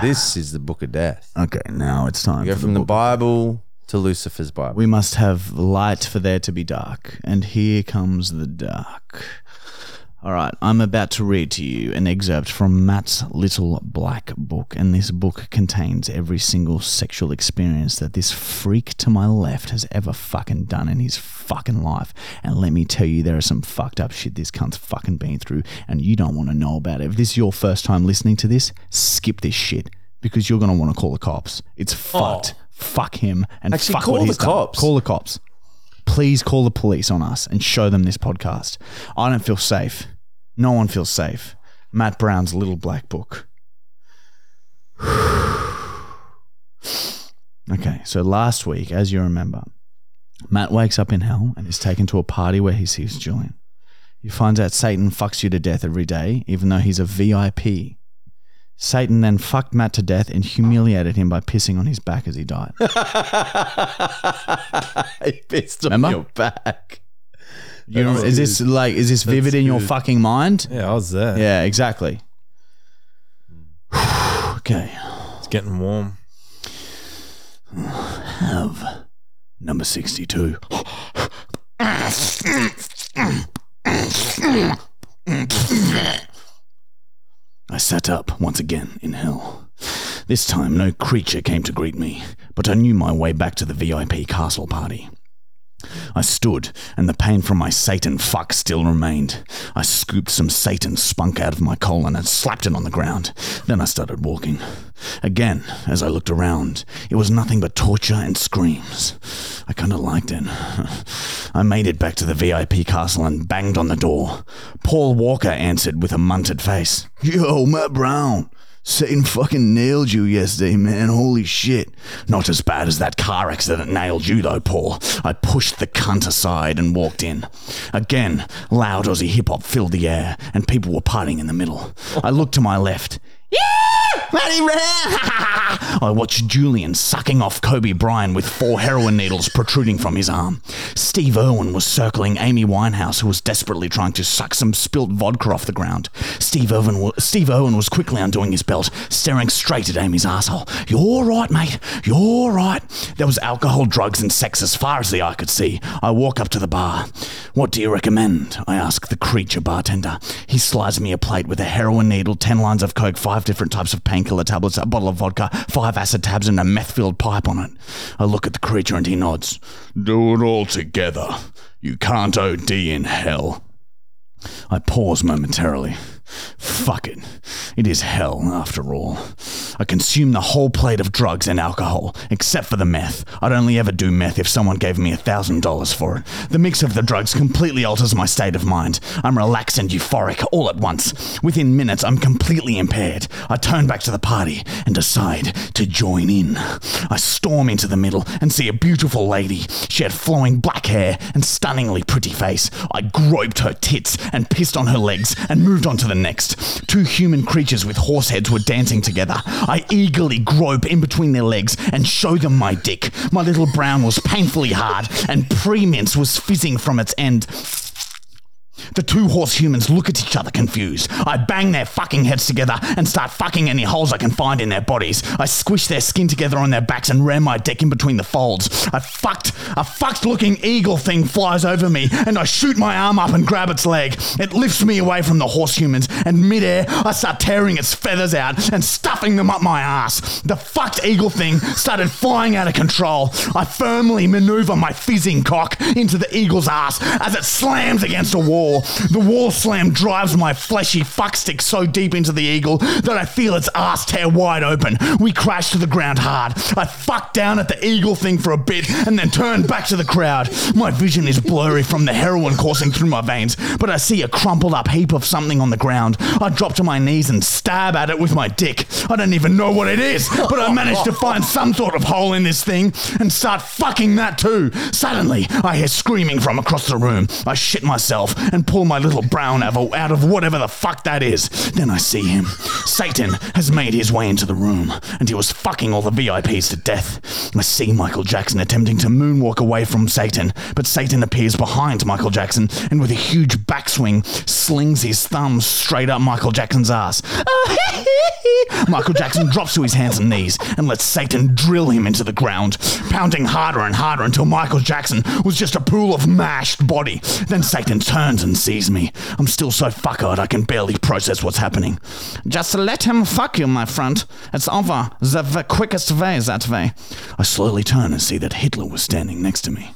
[SPEAKER 3] This is the book of death.
[SPEAKER 1] Okay, now it's time.
[SPEAKER 3] You go
[SPEAKER 1] for
[SPEAKER 3] from the
[SPEAKER 1] book.
[SPEAKER 3] Bible to Lucifer's Bible.
[SPEAKER 1] We must have light for there to be dark, and here comes the dark. All right, I'm about to read to you an excerpt from Matt's Little Black Book, and this book contains every single sexual experience that this freak to my left has ever fucking done in his fucking life. And let me tell you, there is some fucked up shit this cunt's fucking been through, and you don't want to know about it. If this is your first time listening to this, skip this shit because you're going to want to call the cops. It's fucked. Fuck him and
[SPEAKER 3] Actually,
[SPEAKER 1] fuck
[SPEAKER 3] call
[SPEAKER 1] what
[SPEAKER 3] the
[SPEAKER 1] he's done.
[SPEAKER 3] cops.
[SPEAKER 1] Call the cops please call the police on us and show them this podcast. I don't feel safe. No one feels safe. Matt Brown's little black book. okay, so last week, as you remember, Matt wakes up in hell and is taken to a party where he sees Julian. He finds out Satan fucks you to death every day, even though he's a VIP. Satan then fucked Matt to death and humiliated him by pissing on his back as he died.
[SPEAKER 3] he pissed on
[SPEAKER 1] Remember?
[SPEAKER 3] your back.
[SPEAKER 1] You,
[SPEAKER 2] That's
[SPEAKER 1] is this like is this vivid in your
[SPEAKER 2] good.
[SPEAKER 1] fucking mind?
[SPEAKER 2] Yeah, I was there.
[SPEAKER 1] Yeah, exactly. okay.
[SPEAKER 2] It's getting warm.
[SPEAKER 1] Have number 62. I sat up once again in hell. This time no creature came to greet me, but I knew my way back to the VIP castle party. I stood, and the pain from my Satan fuck still remained. I scooped some Satan spunk out of my colon and slapped it on the ground. Then I started walking. Again, as I looked around, it was nothing but torture and screams. I kinda liked it. I made it back to the VIP castle and banged on the door. Paul Walker answered with a munted face. Yo, Matt Brown. Satan fucking nailed you yesterday, man. Holy shit. Not as bad as that car accident nailed you, though, Paul. I pushed the cunt aside and walked in. Again, loud Aussie hip hop filled the air, and people were partying in the middle. I looked to my left. Yeah! Matty Rare! I watched Julian sucking off Kobe Bryant with four heroin needles protruding from his arm. Steve Irwin was circling Amy Winehouse, who was desperately trying to suck some spilt vodka off the ground. Steve Irwin, wa- Steve Irwin was quickly undoing his belt, staring straight at Amy's asshole. You're right, mate. You're right. There was alcohol, drugs, and sex as far as the eye could see. I walk up to the bar. What do you recommend? I ask the creature bartender. He slides me a plate with a heroin needle, 10 lines of coke, 5 different types of painkiller tablets, a bottle of vodka, 5 acid tabs, and a meth filled pipe on it. I look at the creature and he nods. Do it all together. You can't OD in hell. I pause momentarily. Fuck it. It is hell, after all. I consume the whole plate of drugs and alcohol, except for the meth. I'd only ever do meth if someone gave me a thousand dollars for it. The mix of the drugs completely alters my state of mind. I'm relaxed and euphoric all at once. Within minutes, I'm completely impaired. I turn back to the party and decide to join in. I storm into the middle and see a beautiful lady. She had flowing black hair and stunningly pretty face. I groped her tits and pissed on her legs and moved on to the next. Two human creatures with horse heads were dancing together. I eagerly grope in between their legs and show them my dick. My little brown was painfully hard and pre mince was fizzing from its end. The two horse humans look at each other confused. I bang their fucking heads together and start fucking any holes I can find in their bodies. I squish their skin together on their backs and ram my dick in between the folds. I fucked, a fucked looking eagle thing flies over me and I shoot my arm up and grab its leg. It lifts me away from the horse humans and midair I start tearing its feathers out and stuffing them up my ass. The fucked eagle thing started flying out of control. I firmly maneuver my fizzing cock into the eagle's ass as it slams against a wall. The wall slam drives my fleshy fuck stick so deep into the eagle that I feel its ass tear wide open. We crash to the ground hard. I fuck down at the eagle thing for a bit and then turn back to the crowd. My vision is blurry from the heroin coursing through my veins, but I see a crumpled up heap of something on the ground. I drop to my knees and stab at it with my dick. I don't even know what it is, but I manage to find some sort of hole in this thing and start fucking that too. Suddenly, I hear screaming from across the room. I shit myself and pull my little brown apple out of whatever the fuck that is. Then I see him. Satan has made his way into the room, and he was fucking all the VIPs to death. I see Michael Jackson attempting to moonwalk away from Satan, but Satan appears behind Michael Jackson and with a huge backswing slings his thumb straight up Michael Jackson's Oh, ass. Michael Jackson drops to his hands and knees and lets Satan drill him into the ground, pounding harder and harder until Michael Jackson was just a pool of mashed body. Then Satan turns and sees me. I'm still so fuckered I can barely process what's happening. Just let him fuck you, my friend. It's over. The, the quickest way that way. I slowly turn and see that Hitler was standing next to me.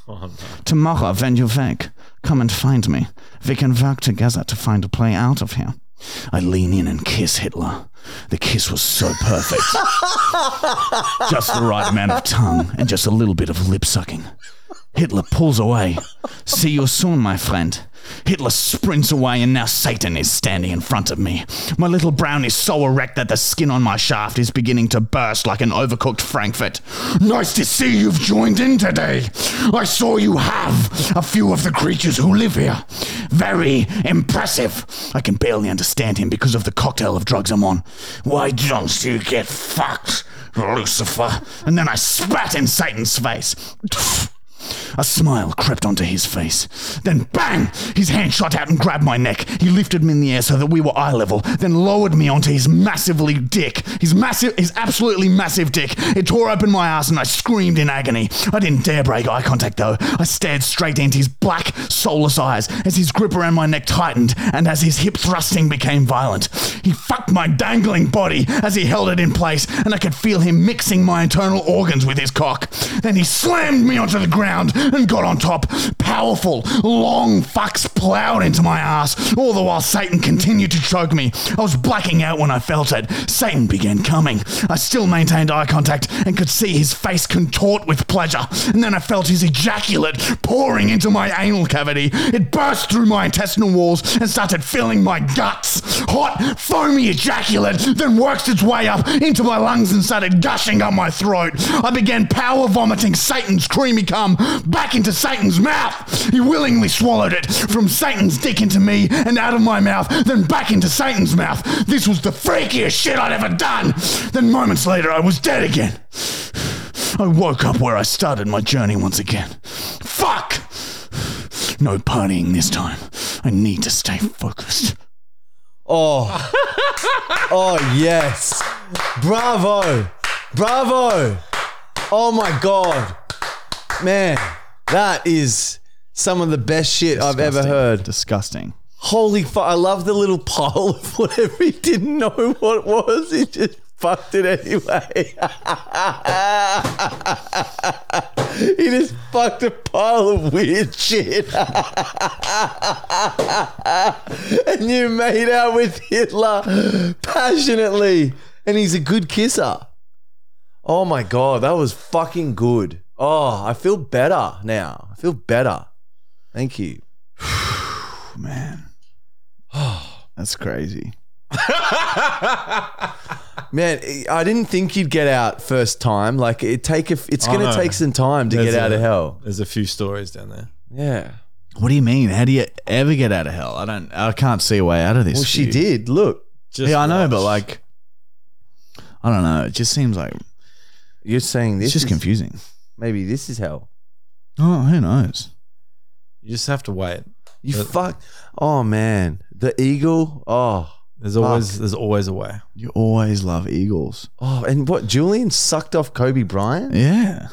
[SPEAKER 1] Tomorrow, when you wake, come and find me. We can work together to find a play out of here. I lean in and kiss Hitler. The kiss was so perfect. just the right amount of tongue and just a little bit of lip sucking. Hitler pulls away. See you soon, my friend. Hitler sprints away, and now Satan is standing in front of me. My little brown is so erect that the skin on my shaft is beginning to burst like an overcooked Frankfurt. Nice to see you've joined in today. I saw you have a few of the creatures who live here. Very impressive. I can barely understand him because of the cocktail of drugs I'm on. Why don't you get fucked, Lucifer? And then I spat in Satan's face. A smile crept onto his face. Then bang! His hand shot out and grabbed my neck. He lifted me in the air so that we were eye level, then lowered me onto his massively dick. His massive his absolutely massive dick. It tore open my ass and I screamed in agony. I didn't dare break eye contact though. I stared straight into his black, soulless eyes as his grip around my neck tightened and as his hip thrusting became violent. He fucked my dangling body as he held it in place, and I could feel him mixing my internal organs with his cock. Then he slammed me onto the ground and got on top. Powerful, long fucks plowed into my ass, all the while Satan continued to choke me. I was blacking out when I felt it. Satan began coming. I still maintained eye contact and could see his face contort with pleasure, and then I felt his ejaculate pouring into my anal cavity. It burst through my intestinal walls and started filling my guts. Hot, foamy ejaculate then worked its way up into my lungs and started gushing up my throat. I began power vomiting Satan's creamy cum back into Satan's mouth. He willingly swallowed it from Satan's dick into me and out of my mouth, then back into Satan's mouth. This was the freakiest shit I'd ever done. Then moments later, I was dead again. I woke up where I started my journey once again. Fuck! No partying this time. I need to stay focused.
[SPEAKER 3] Oh. oh, yes. Bravo. Bravo. Oh, my God. Man, that is some of the best shit I've ever heard.
[SPEAKER 1] Disgusting.
[SPEAKER 3] Holy fuck. I love the little pile of whatever he didn't know what it was. He just fucked it anyway. he just fucked a pile of weird shit. and you made out with Hitler passionately. And he's a good kisser. Oh my God. That was fucking good. Oh, I feel better now. I feel better. Thank you.
[SPEAKER 1] Man. That's crazy.
[SPEAKER 3] Man, eh, I didn't think you'd get out first time. Like it take a, it's
[SPEAKER 2] Oh,
[SPEAKER 3] gonna
[SPEAKER 2] no.
[SPEAKER 3] take some time to
[SPEAKER 2] There's
[SPEAKER 3] get out
[SPEAKER 2] a-
[SPEAKER 3] of hell.
[SPEAKER 2] There's a few stories down there.
[SPEAKER 3] Yeah.
[SPEAKER 1] What do you mean? How do you ever get out of hell? I don't. I can't see a way out of this.
[SPEAKER 3] Well, she
[SPEAKER 1] feud.
[SPEAKER 3] did. Look,
[SPEAKER 2] Just
[SPEAKER 1] yeah, I know,
[SPEAKER 2] watch.
[SPEAKER 1] but like, I don't know. It just seems like
[SPEAKER 3] you're saying this.
[SPEAKER 1] it's just
[SPEAKER 3] is-
[SPEAKER 1] confusing.
[SPEAKER 3] Maybe this is hell.
[SPEAKER 1] Oh, who knows?
[SPEAKER 2] you just have to wait.
[SPEAKER 3] You
[SPEAKER 2] But-
[SPEAKER 3] fuck. Oh man, the eagle. Oh,
[SPEAKER 2] There's always there's always a way.
[SPEAKER 1] You always love eagles.
[SPEAKER 3] oh, and what? Julian sucked off Kobe Bryant.
[SPEAKER 1] Yeah,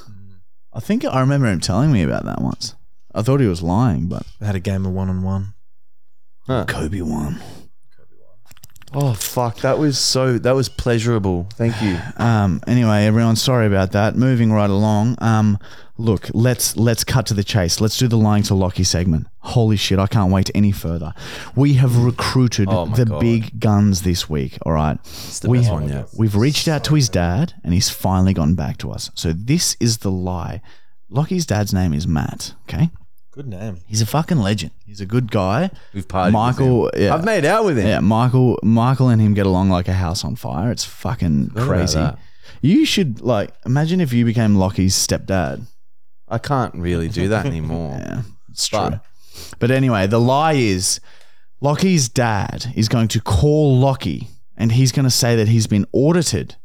[SPEAKER 1] I think I remember him telling me about that once. I thought he was lying, but
[SPEAKER 2] They had a game of one on one.
[SPEAKER 3] Huh.
[SPEAKER 1] Kobe won.
[SPEAKER 3] Oh fuck, that was so. That was pleasurable. Thank you.
[SPEAKER 1] Um, anyway, everyone, sorry about that. Moving right along. Um, look, let's let's cut to the chase. Let's do the lying to Lockie segment. Holy shit, I can't wait any further. We have recruited
[SPEAKER 3] Oh my
[SPEAKER 1] the
[SPEAKER 3] God.
[SPEAKER 1] big guns this week. All right,
[SPEAKER 3] the best one yet.
[SPEAKER 1] we've reached out to his dad, and he's finally gone back to us. So this is the lie. Lockie's dad's name is Matt. Okay,
[SPEAKER 2] Good name.
[SPEAKER 1] he's a fucking legend. He's a good guy.
[SPEAKER 3] We've partied with
[SPEAKER 1] Michael.
[SPEAKER 3] him.
[SPEAKER 1] Yeah.
[SPEAKER 3] I've made out with him.
[SPEAKER 1] Yeah, Michael, Michael and him get along like a house on fire. It's fucking
[SPEAKER 3] about
[SPEAKER 1] crazy.
[SPEAKER 3] that.
[SPEAKER 1] You should like imagine if you became Lockie's stepdad.
[SPEAKER 3] I can't really do that anymore.
[SPEAKER 1] Yeah, it's true.
[SPEAKER 3] But-
[SPEAKER 1] But, anyway, the lie is Lockie's dad is going to call Lockie and he's going to say that he's been audited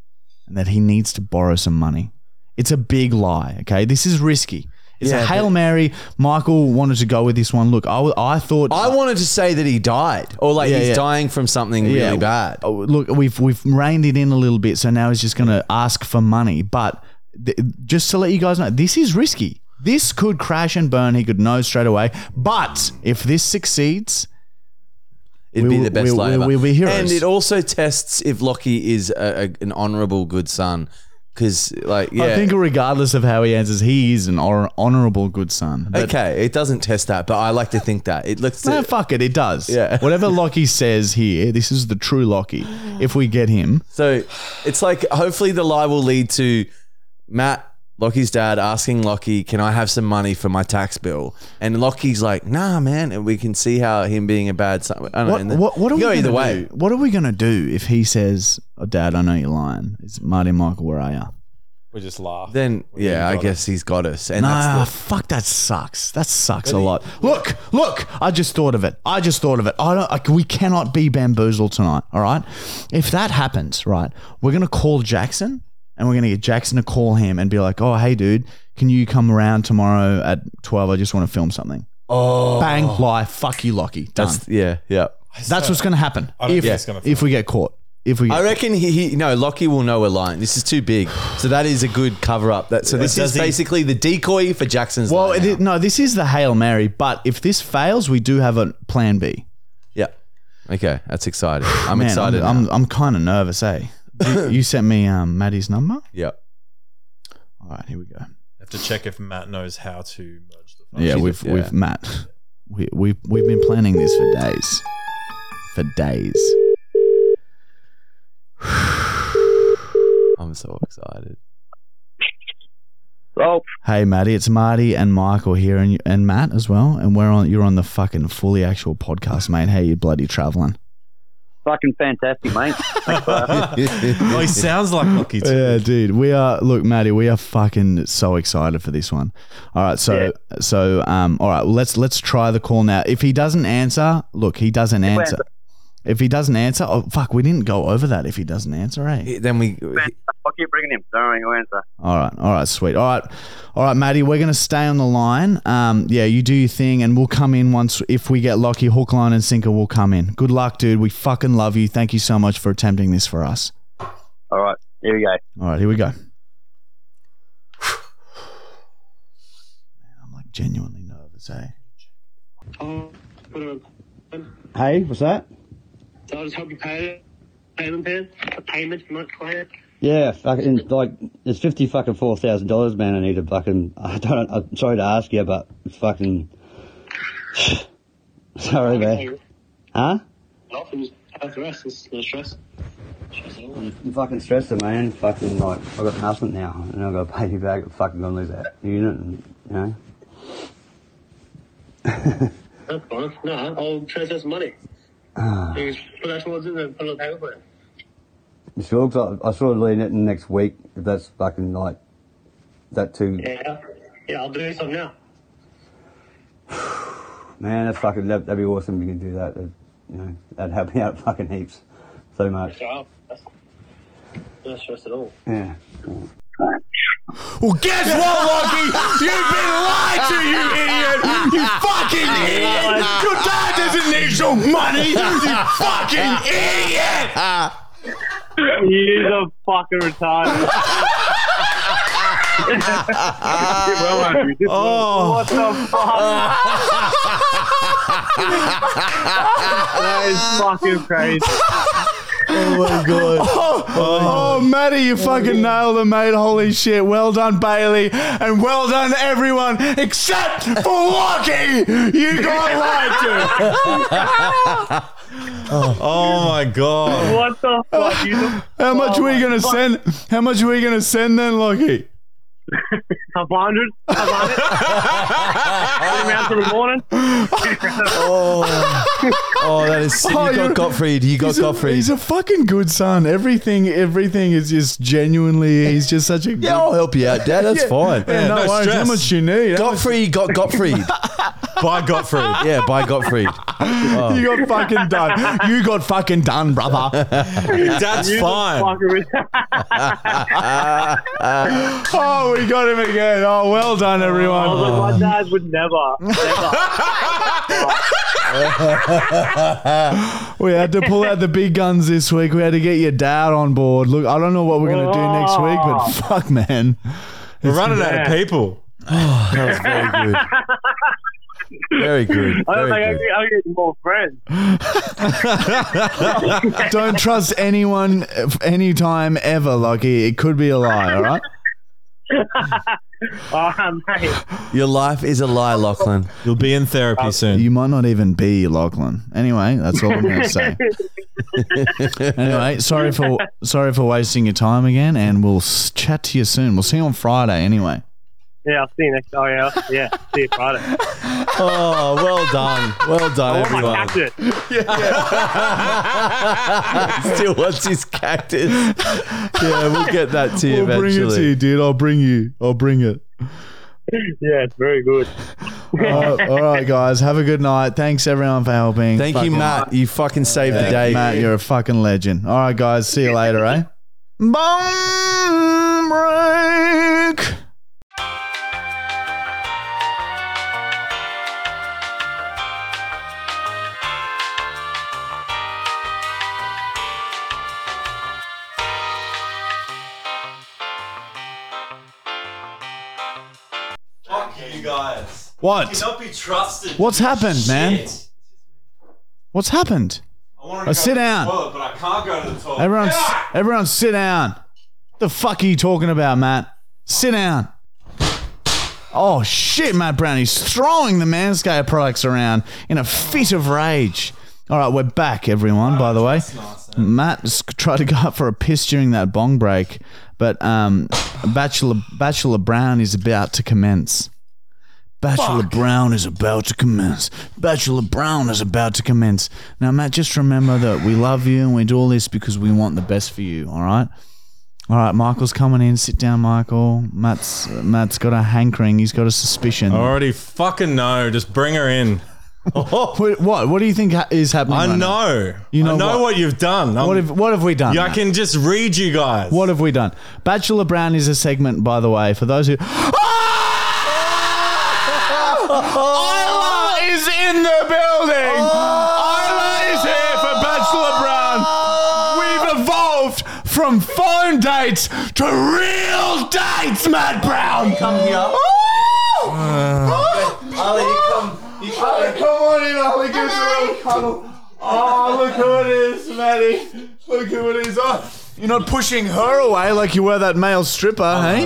[SPEAKER 1] and that he needs to borrow some money. It's a big lie. Okay, this is risky. It's
[SPEAKER 3] Yeah,
[SPEAKER 1] a
[SPEAKER 3] but-
[SPEAKER 1] hail mary. Michael wanted to go with this one. Look, I, w- I thought
[SPEAKER 3] I wanted to say that he died, or like
[SPEAKER 1] Yeah,
[SPEAKER 3] he's
[SPEAKER 1] yeah.
[SPEAKER 3] dying from something really bad.
[SPEAKER 1] Oh, look, we've we've reined it in a little bit, so now he's just going to ask for money. But th- just to let you guys know, this is risky. This could crash and burn. He could know straight away. But if this succeeds,
[SPEAKER 3] It'd
[SPEAKER 1] We
[SPEAKER 3] be
[SPEAKER 1] will-
[SPEAKER 3] the best
[SPEAKER 1] we-
[SPEAKER 3] lie
[SPEAKER 1] we-
[SPEAKER 3] ever.
[SPEAKER 1] we'll be heroes.
[SPEAKER 3] And it also tests if Lockie is a, a, an honourable good son, because like yeah,
[SPEAKER 1] I think regardless of how he answers, he is an hor- honorable good son. But
[SPEAKER 3] okay, it doesn't test that, but I like to think that it looks.
[SPEAKER 1] no, fuck it, it does.
[SPEAKER 3] Yeah.
[SPEAKER 1] Whatever Lockie says here, this is the true Lockie. If we get him,
[SPEAKER 3] so it's like hopefully the lie will lead to Matt. Lockie's dad asking Lockie, "Can I have some money for my tax bill?" And Lockie's like, "Nah, man." And we can see how him being a bad son. I don't know,
[SPEAKER 1] what
[SPEAKER 3] and then-
[SPEAKER 1] what, what are
[SPEAKER 3] you
[SPEAKER 1] we
[SPEAKER 3] go
[SPEAKER 1] gonna
[SPEAKER 3] either way?
[SPEAKER 1] do? What are we gonna do if he says, oh, "Dad, I know you're lying. It's Marty and Michael. Where are you?"
[SPEAKER 2] We just laugh.
[SPEAKER 3] Then yeah, I guess he's got us, and that's the
[SPEAKER 1] Nah, fuck that sucks. That sucks a lot. Look, look, I just thought of it. I just thought of it. I don't. I, we cannot be bamboozled tonight. All right. If that happens, right, we're gonna call Jackson and we're gonna get Jackson to call him and be like, "Oh, hey, dude, can you come around tomorrow at twelve? I just want to film something." Oh, bang, lie, fuck you, Lockie. Done. That's,
[SPEAKER 3] That's yeah, yeah.
[SPEAKER 1] what's gonna happen
[SPEAKER 2] don't
[SPEAKER 1] if
[SPEAKER 2] think it's gonna
[SPEAKER 1] if we get caught. If we get
[SPEAKER 3] I reckon he, he no Lockie will know a line. This is too big, so that is a good cover up. That so this
[SPEAKER 2] Does
[SPEAKER 3] is
[SPEAKER 2] he-
[SPEAKER 3] basically the decoy for Jackson's.
[SPEAKER 1] well,
[SPEAKER 3] line
[SPEAKER 1] it,
[SPEAKER 3] now.
[SPEAKER 1] is- no, this is the hail mary. But if this fails, we do have a plan B.
[SPEAKER 3] yeah. Okay, that's exciting. I'm
[SPEAKER 1] Man,
[SPEAKER 3] excited.
[SPEAKER 1] I'm,
[SPEAKER 3] now.
[SPEAKER 1] I'm, I'm kind of nervous, eh? You, you sent me um, Maddie's number.
[SPEAKER 3] yeah.
[SPEAKER 1] All right, here we go.
[SPEAKER 3] Oh,
[SPEAKER 2] have to check if Matt knows how to merge the.
[SPEAKER 1] yeah,
[SPEAKER 3] she
[SPEAKER 1] we've
[SPEAKER 3] did- yeah.
[SPEAKER 1] we've Matt. We we we've been planning this for days, for days.
[SPEAKER 3] I'm so excited.
[SPEAKER 4] Oh,
[SPEAKER 1] Hey, Maddie, it's Marty and Michael here, and you- and Matt as well. And we're on. You're on the fucking fully actual podcast, mate. How you bloody traveling?
[SPEAKER 4] Fucking fantastic, mate. Thanks, bro.
[SPEAKER 2] Oh, he sounds like Lucky too.
[SPEAKER 1] Yeah, dude. We are look, Maddie. We are fucking so excited for this one. All right, so so um, all right. Let's let's try the call now. If he doesn't answer, look, he doesn't answer. If he doesn't answer, oh fuck, we didn't go over that. If he doesn't answer, eh?
[SPEAKER 3] Then we
[SPEAKER 4] I'll keep bringing him. Don't worry, he'll answer.
[SPEAKER 1] All right, all right, sweet. All right, all right, Maddie. We're gonna stay on the line. Um, yeah, you do your thing, and we'll come in once if we get lucky. Hook, line, and sinker. We'll come in. Good luck, dude. We fucking love you. Thank you so much for attempting this for us.
[SPEAKER 4] All right, here we go.
[SPEAKER 1] All right, here we go. Man, I'm like genuinely nervous, eh?
[SPEAKER 5] Hey, what's that?
[SPEAKER 6] I'll just help you pay it. Payment plan. A payment from my client.
[SPEAKER 5] Yeah, fucking like it's fifty fucking four thousand dollars, man. I need to fucking. I don't. I'm sorry to ask you, but fucking. Sorry, man. Huh?
[SPEAKER 6] Nothing. That's the rest. It's no stress. Stress at all.
[SPEAKER 5] I'm fucking stressing, man. Fucking like I've got nothing now, and I've got to pay you back. I'm fucking gonna lose that unit, and, you know.
[SPEAKER 6] That's fine. No, I'll transfer some money. You just put that towards it and put it on the payment plan.
[SPEAKER 5] It's yours. I, I sort of lean it in next week. If that's fucking like that too,
[SPEAKER 6] Yeah. Yeah, I'll do something now.
[SPEAKER 5] man. That's fucking. That, that'd be awesome if you could do that. That'd, you know, that'd help me out fucking heaps. So much.
[SPEAKER 6] Yeah. That's no stress at all.
[SPEAKER 5] Yeah.
[SPEAKER 1] Well, guess what, Lockie? You've been lied to, you idiot! You fucking idiot! Your dad doesn't need your money! You fucking idiot!
[SPEAKER 6] He's a fucking retard.
[SPEAKER 1] Oh,
[SPEAKER 6] That is fucking crazy.
[SPEAKER 1] oh, oh, Matty, you fucking nailed it, mate. Holy shit. Well done, Bailey. And well done, everyone, except for Lockie! You got lied to!
[SPEAKER 2] Oh my god.
[SPEAKER 6] What the fuck? You the
[SPEAKER 1] How much are we gonna send? How much are we gonna send then, Lockie?
[SPEAKER 6] top 100? Top 100? Put him out till the morning?
[SPEAKER 3] Oh, oh, that is.
[SPEAKER 1] Oh,
[SPEAKER 3] you
[SPEAKER 1] you're-
[SPEAKER 3] got Gottfried. You got
[SPEAKER 1] He's a,
[SPEAKER 3] Gottfried.
[SPEAKER 1] he's a fucking good son. Everything, everything is just genuinely. He's just such a.
[SPEAKER 3] yeah, oh, I'll help you out, Dad. That's fine.
[SPEAKER 1] Yeah, no,
[SPEAKER 2] no
[SPEAKER 1] worries. How
[SPEAKER 2] stress.
[SPEAKER 1] much you need? How much-
[SPEAKER 3] Gottfried got Gottfried.
[SPEAKER 2] By Gottfried.
[SPEAKER 3] yeah, by Gottfried.
[SPEAKER 1] You got fucking done. You got fucking done, brother.
[SPEAKER 2] That's fine.
[SPEAKER 6] Fucking retard.
[SPEAKER 1] Oh, we got him again. Oh, well done, everyone.
[SPEAKER 6] I was like, my dad would never, never.
[SPEAKER 1] We had to pull out the big guns this week. We had to get your dad on board. Look, I don't know what we're gonna do next week, but fuck, man.
[SPEAKER 2] We're running out of people.
[SPEAKER 3] That was very good. Very good.
[SPEAKER 6] I don't think
[SPEAKER 3] Very
[SPEAKER 6] I'll
[SPEAKER 3] good.
[SPEAKER 6] get, I'll get more friends.
[SPEAKER 1] Don't trust anyone, uh, anytime ever, Lockie. It could be a lie. All right.
[SPEAKER 6] Oh, mate.
[SPEAKER 3] Your life is a lie, Lachlan.
[SPEAKER 2] You'll be in therapy soon.
[SPEAKER 1] You might not even be Lachlan. Anyway, that's all I'm going to say. anyway, sorry for sorry for wasting your time again, and we'll s- chat to you soon. We'll see you on Friday. Anyway,
[SPEAKER 6] Yeah, I'll see you next. Oh yeah, yeah. See you Friday.
[SPEAKER 3] Oh, well done. Well done,
[SPEAKER 6] Oh my
[SPEAKER 3] everyone.
[SPEAKER 6] cactus.
[SPEAKER 3] Still wants his cactus. Yeah, we'll get that to you
[SPEAKER 1] we'll bring it to
[SPEAKER 3] eventually.
[SPEAKER 1] you, dude. I'll bring you. I'll bring it.
[SPEAKER 6] Yeah, it's very good.
[SPEAKER 1] Uh, all right, guys. Have a good night. Thanks everyone for helping.
[SPEAKER 3] Thank you,
[SPEAKER 1] Fucking-
[SPEAKER 3] Matt. You fucking saved the day.
[SPEAKER 1] Matt, you're a fucking legend. All right, guys. See you later, eh? Bone break.
[SPEAKER 2] Fuck you guys.
[SPEAKER 1] What?
[SPEAKER 2] be trusted.
[SPEAKER 1] What's happened, man? What's happened?
[SPEAKER 2] I want
[SPEAKER 1] to Uh, go sit to the down.
[SPEAKER 2] but I can't go to the toilet.
[SPEAKER 1] Everyone, everyone, sit down. The fuck are you talking about, Matt? Sit down. Oh shit, Matt Brownie's throwing the Manscaped products around in a fit of rage. All right, we're back, everyone. by the way, Matt s- tried to go out for a piss during that bong break, but um, Bachelor Bachelor Brown is about to commence. Bachelor Brown is about to commence. Bachelor Brown is about to commence. Now, Matt, just remember that we love you and we do all this because we want the best for you, all right? All right, Michael's coming in. Sit down, Michael. Matt's Matt's got a hankering. He's got a suspicion.
[SPEAKER 2] I already fucking know. Just bring her in.
[SPEAKER 1] Wait, what? What do you think ha- is happening?
[SPEAKER 2] I
[SPEAKER 1] right now?
[SPEAKER 2] know.
[SPEAKER 1] Oh, You know
[SPEAKER 2] I know
[SPEAKER 1] what?
[SPEAKER 2] what, you've done. I'm-
[SPEAKER 1] What have What have we done?
[SPEAKER 2] yeah, I
[SPEAKER 1] Matt?
[SPEAKER 2] can just read you guys.
[SPEAKER 1] What have we done? Bachelor Brown is a segment, by the way, for those who. Isla is in the building. Isla is here for Bachelor Brown. We've evolved from phone dates to real dates, Matt Brown. Come here. Ah. you come. come on in, Ollie. Give us a little cuddle. Oh, look who it is, Maddie. Look who it is. Oh, you're not pushing her away like you were that male stripper, hey?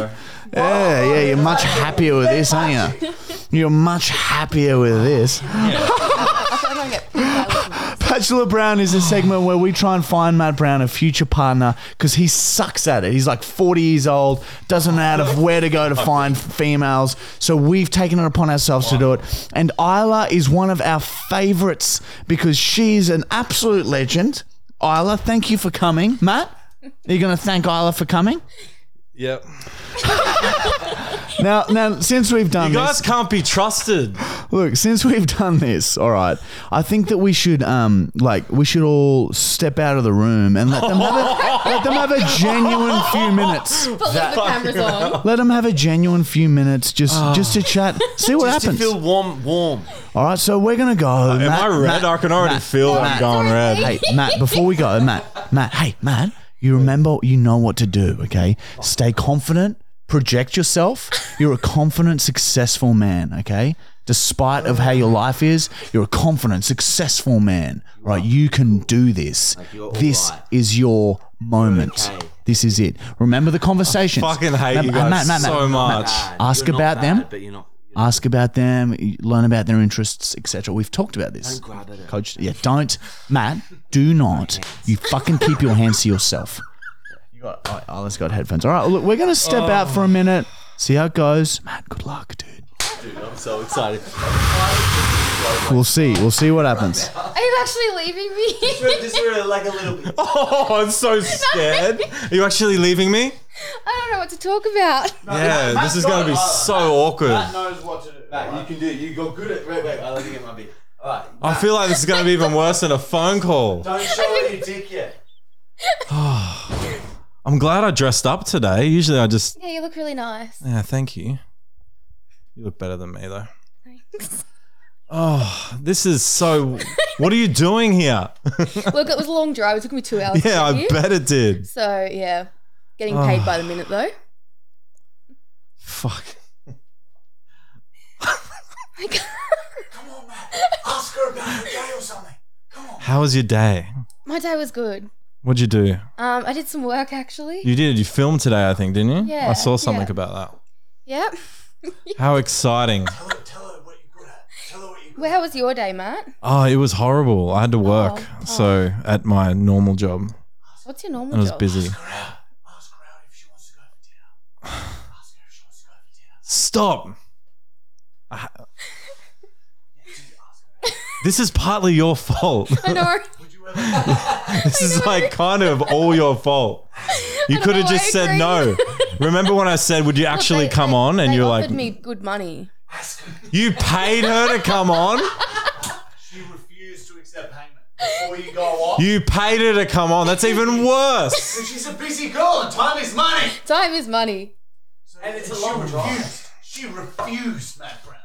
[SPEAKER 1] Yeah, yeah, you're much happier with this, aren't you? You're much happier with this. Bachelor Brown is a segment where we try and find Matt Brown a future partner because he sucks at it. He's like 40 years old, doesn't know how to where to go to find females. So we've taken it upon ourselves to do it. And Isla is one of our favorites because she's an absolute legend. Isla, thank you for coming. Matt, are you going to thank Isla for coming?
[SPEAKER 2] Yep.
[SPEAKER 1] Now, now, since we've done
[SPEAKER 2] You
[SPEAKER 1] this,
[SPEAKER 2] guys can't be trusted.
[SPEAKER 1] Look, since we've done this, all right, I think that we should, um, like, we should all step out of the room and let them have a, let them have a genuine few minutes.
[SPEAKER 7] But leave the cameras on.
[SPEAKER 1] Let them have a genuine few minutes just, just to chat, see what
[SPEAKER 3] Just to
[SPEAKER 1] happens.
[SPEAKER 3] feel warm, warm.
[SPEAKER 1] all right, so we're gonna go.
[SPEAKER 2] Am I red? I can already feel I'm going red.
[SPEAKER 1] Hey, Matt, before we go, Matt, Matt, hey, Matt, you remember, you know what to do, okay? Stay confident, project yourself. You're a confident, successful man, okay? Despite of how your life is, you're a confident, successful man, right? You can do this. This is your moment. This is it. Remember the conversations.
[SPEAKER 2] Fucking hate you
[SPEAKER 1] Remember-
[SPEAKER 2] guys
[SPEAKER 1] Matt, Matt, Matt,
[SPEAKER 2] so
[SPEAKER 1] Matt,
[SPEAKER 2] much.
[SPEAKER 1] ask
[SPEAKER 3] You're not
[SPEAKER 1] about
[SPEAKER 3] bad,
[SPEAKER 1] them.
[SPEAKER 3] but you're not.
[SPEAKER 1] Ask about them, learn about their interests, etc. We've talked about this.
[SPEAKER 3] grab at it.
[SPEAKER 1] Coach, yeah, don't, Matt, do not. You fucking keep your hands to yourself. You got, oh, oh, let's got headphones. All right, look, we're gonna step out for a minute, see how it goes. Matt, good luck, dude.
[SPEAKER 3] I'm so excited.
[SPEAKER 1] We'll see. We'll see what happens.
[SPEAKER 7] Are you actually leaving me?
[SPEAKER 3] Just for like a little.
[SPEAKER 2] Oh, I'm so scared. Are you actually leaving me?
[SPEAKER 7] I don't know what to talk about.
[SPEAKER 2] Yeah, this is going to be so awkward.
[SPEAKER 3] knows what to do. Matt, you can do it. You got good at. Wait, wait. I let me get my beer. All right.
[SPEAKER 2] I feel like this is going to be even worse than a phone call.
[SPEAKER 3] Don't show your dick yet.
[SPEAKER 2] I'm glad I dressed up today. Usually I just.
[SPEAKER 7] Yeah, you look really nice.
[SPEAKER 2] Yeah, thank you. You look better than me, though.
[SPEAKER 7] Thanks.
[SPEAKER 2] Oh, this is so. What are you doing here?
[SPEAKER 7] Look, it was a long drive. It took me two hours. to
[SPEAKER 2] Yeah,
[SPEAKER 7] get
[SPEAKER 2] I
[SPEAKER 7] here.
[SPEAKER 2] bet it did. Oh,
[SPEAKER 7] So yeah, getting paid by the minute though.
[SPEAKER 2] Fuck.
[SPEAKER 7] Like,
[SPEAKER 1] Ask her about the day or something.
[SPEAKER 2] How was your day?
[SPEAKER 7] my day was good.
[SPEAKER 2] What'd you do?
[SPEAKER 7] Um, I did some work actually.
[SPEAKER 2] You did. You filmed today, I think, didn't you?
[SPEAKER 7] Yeah,
[SPEAKER 2] I saw something
[SPEAKER 7] yeah.
[SPEAKER 2] about
[SPEAKER 7] yep.
[SPEAKER 2] that. How exciting!
[SPEAKER 7] Well, how was your day, Matt?
[SPEAKER 2] Oh, it was horrible. I had to work,
[SPEAKER 7] Oh, oh.
[SPEAKER 2] so at my normal job,
[SPEAKER 7] What's your normal
[SPEAKER 2] and I was
[SPEAKER 7] job?
[SPEAKER 2] busy. Stop. I ha- This is partly your fault.
[SPEAKER 7] I know.
[SPEAKER 2] This is like kind of all your fault. You
[SPEAKER 7] I
[SPEAKER 2] could have
[SPEAKER 7] know, I
[SPEAKER 2] just said
[SPEAKER 7] agree.
[SPEAKER 2] no. Remember when I said, "Would you actually
[SPEAKER 7] They-
[SPEAKER 2] come
[SPEAKER 7] they-
[SPEAKER 2] on?" And
[SPEAKER 7] they
[SPEAKER 2] you're
[SPEAKER 7] offered
[SPEAKER 2] like,
[SPEAKER 7] me good money.
[SPEAKER 2] "You paid her to come on.
[SPEAKER 1] She refused to accept payment before you go off.
[SPEAKER 2] You paid her to come on. That's even worse."
[SPEAKER 1] She's a busy girl, and time is money.
[SPEAKER 7] Time is money.
[SPEAKER 1] And it's a long refused. She refused, Matt Brown.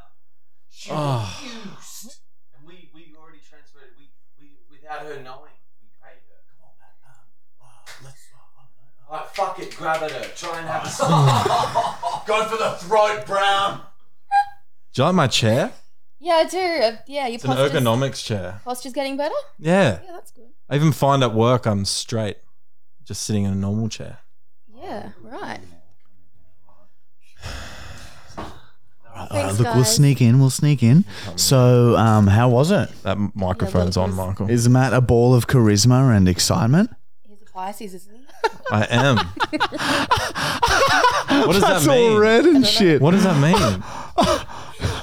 [SPEAKER 1] She
[SPEAKER 2] Oh.
[SPEAKER 1] refused.
[SPEAKER 3] And we we already transferred. We we without her knowing, we paid her. Come on, Matt. All right, fuck it. Grab at her. Try and have a. Go for the throat, Brown.
[SPEAKER 2] Do you like my chair?
[SPEAKER 7] Yeah, I do. Uh, yeah, your
[SPEAKER 2] It's an
[SPEAKER 7] posture's,
[SPEAKER 2] ergonomics chair.
[SPEAKER 7] posture's getting better.
[SPEAKER 2] Yeah.
[SPEAKER 7] Yeah, that's good.
[SPEAKER 2] I even find at work I'm straight, just sitting in a normal chair.
[SPEAKER 7] Yeah, right.
[SPEAKER 1] All right,
[SPEAKER 7] Thanks,
[SPEAKER 1] look, we'll
[SPEAKER 7] guys.
[SPEAKER 1] sneak in. We'll sneak in. So, um, how was it?
[SPEAKER 2] That m- microphone's on, Michael.
[SPEAKER 1] Is Matt a ball of charisma and excitement?
[SPEAKER 7] He's a Pisces, isn't he?
[SPEAKER 2] I am. what does that
[SPEAKER 1] That's
[SPEAKER 2] mean?
[SPEAKER 1] all red and shit.
[SPEAKER 2] What does that mean?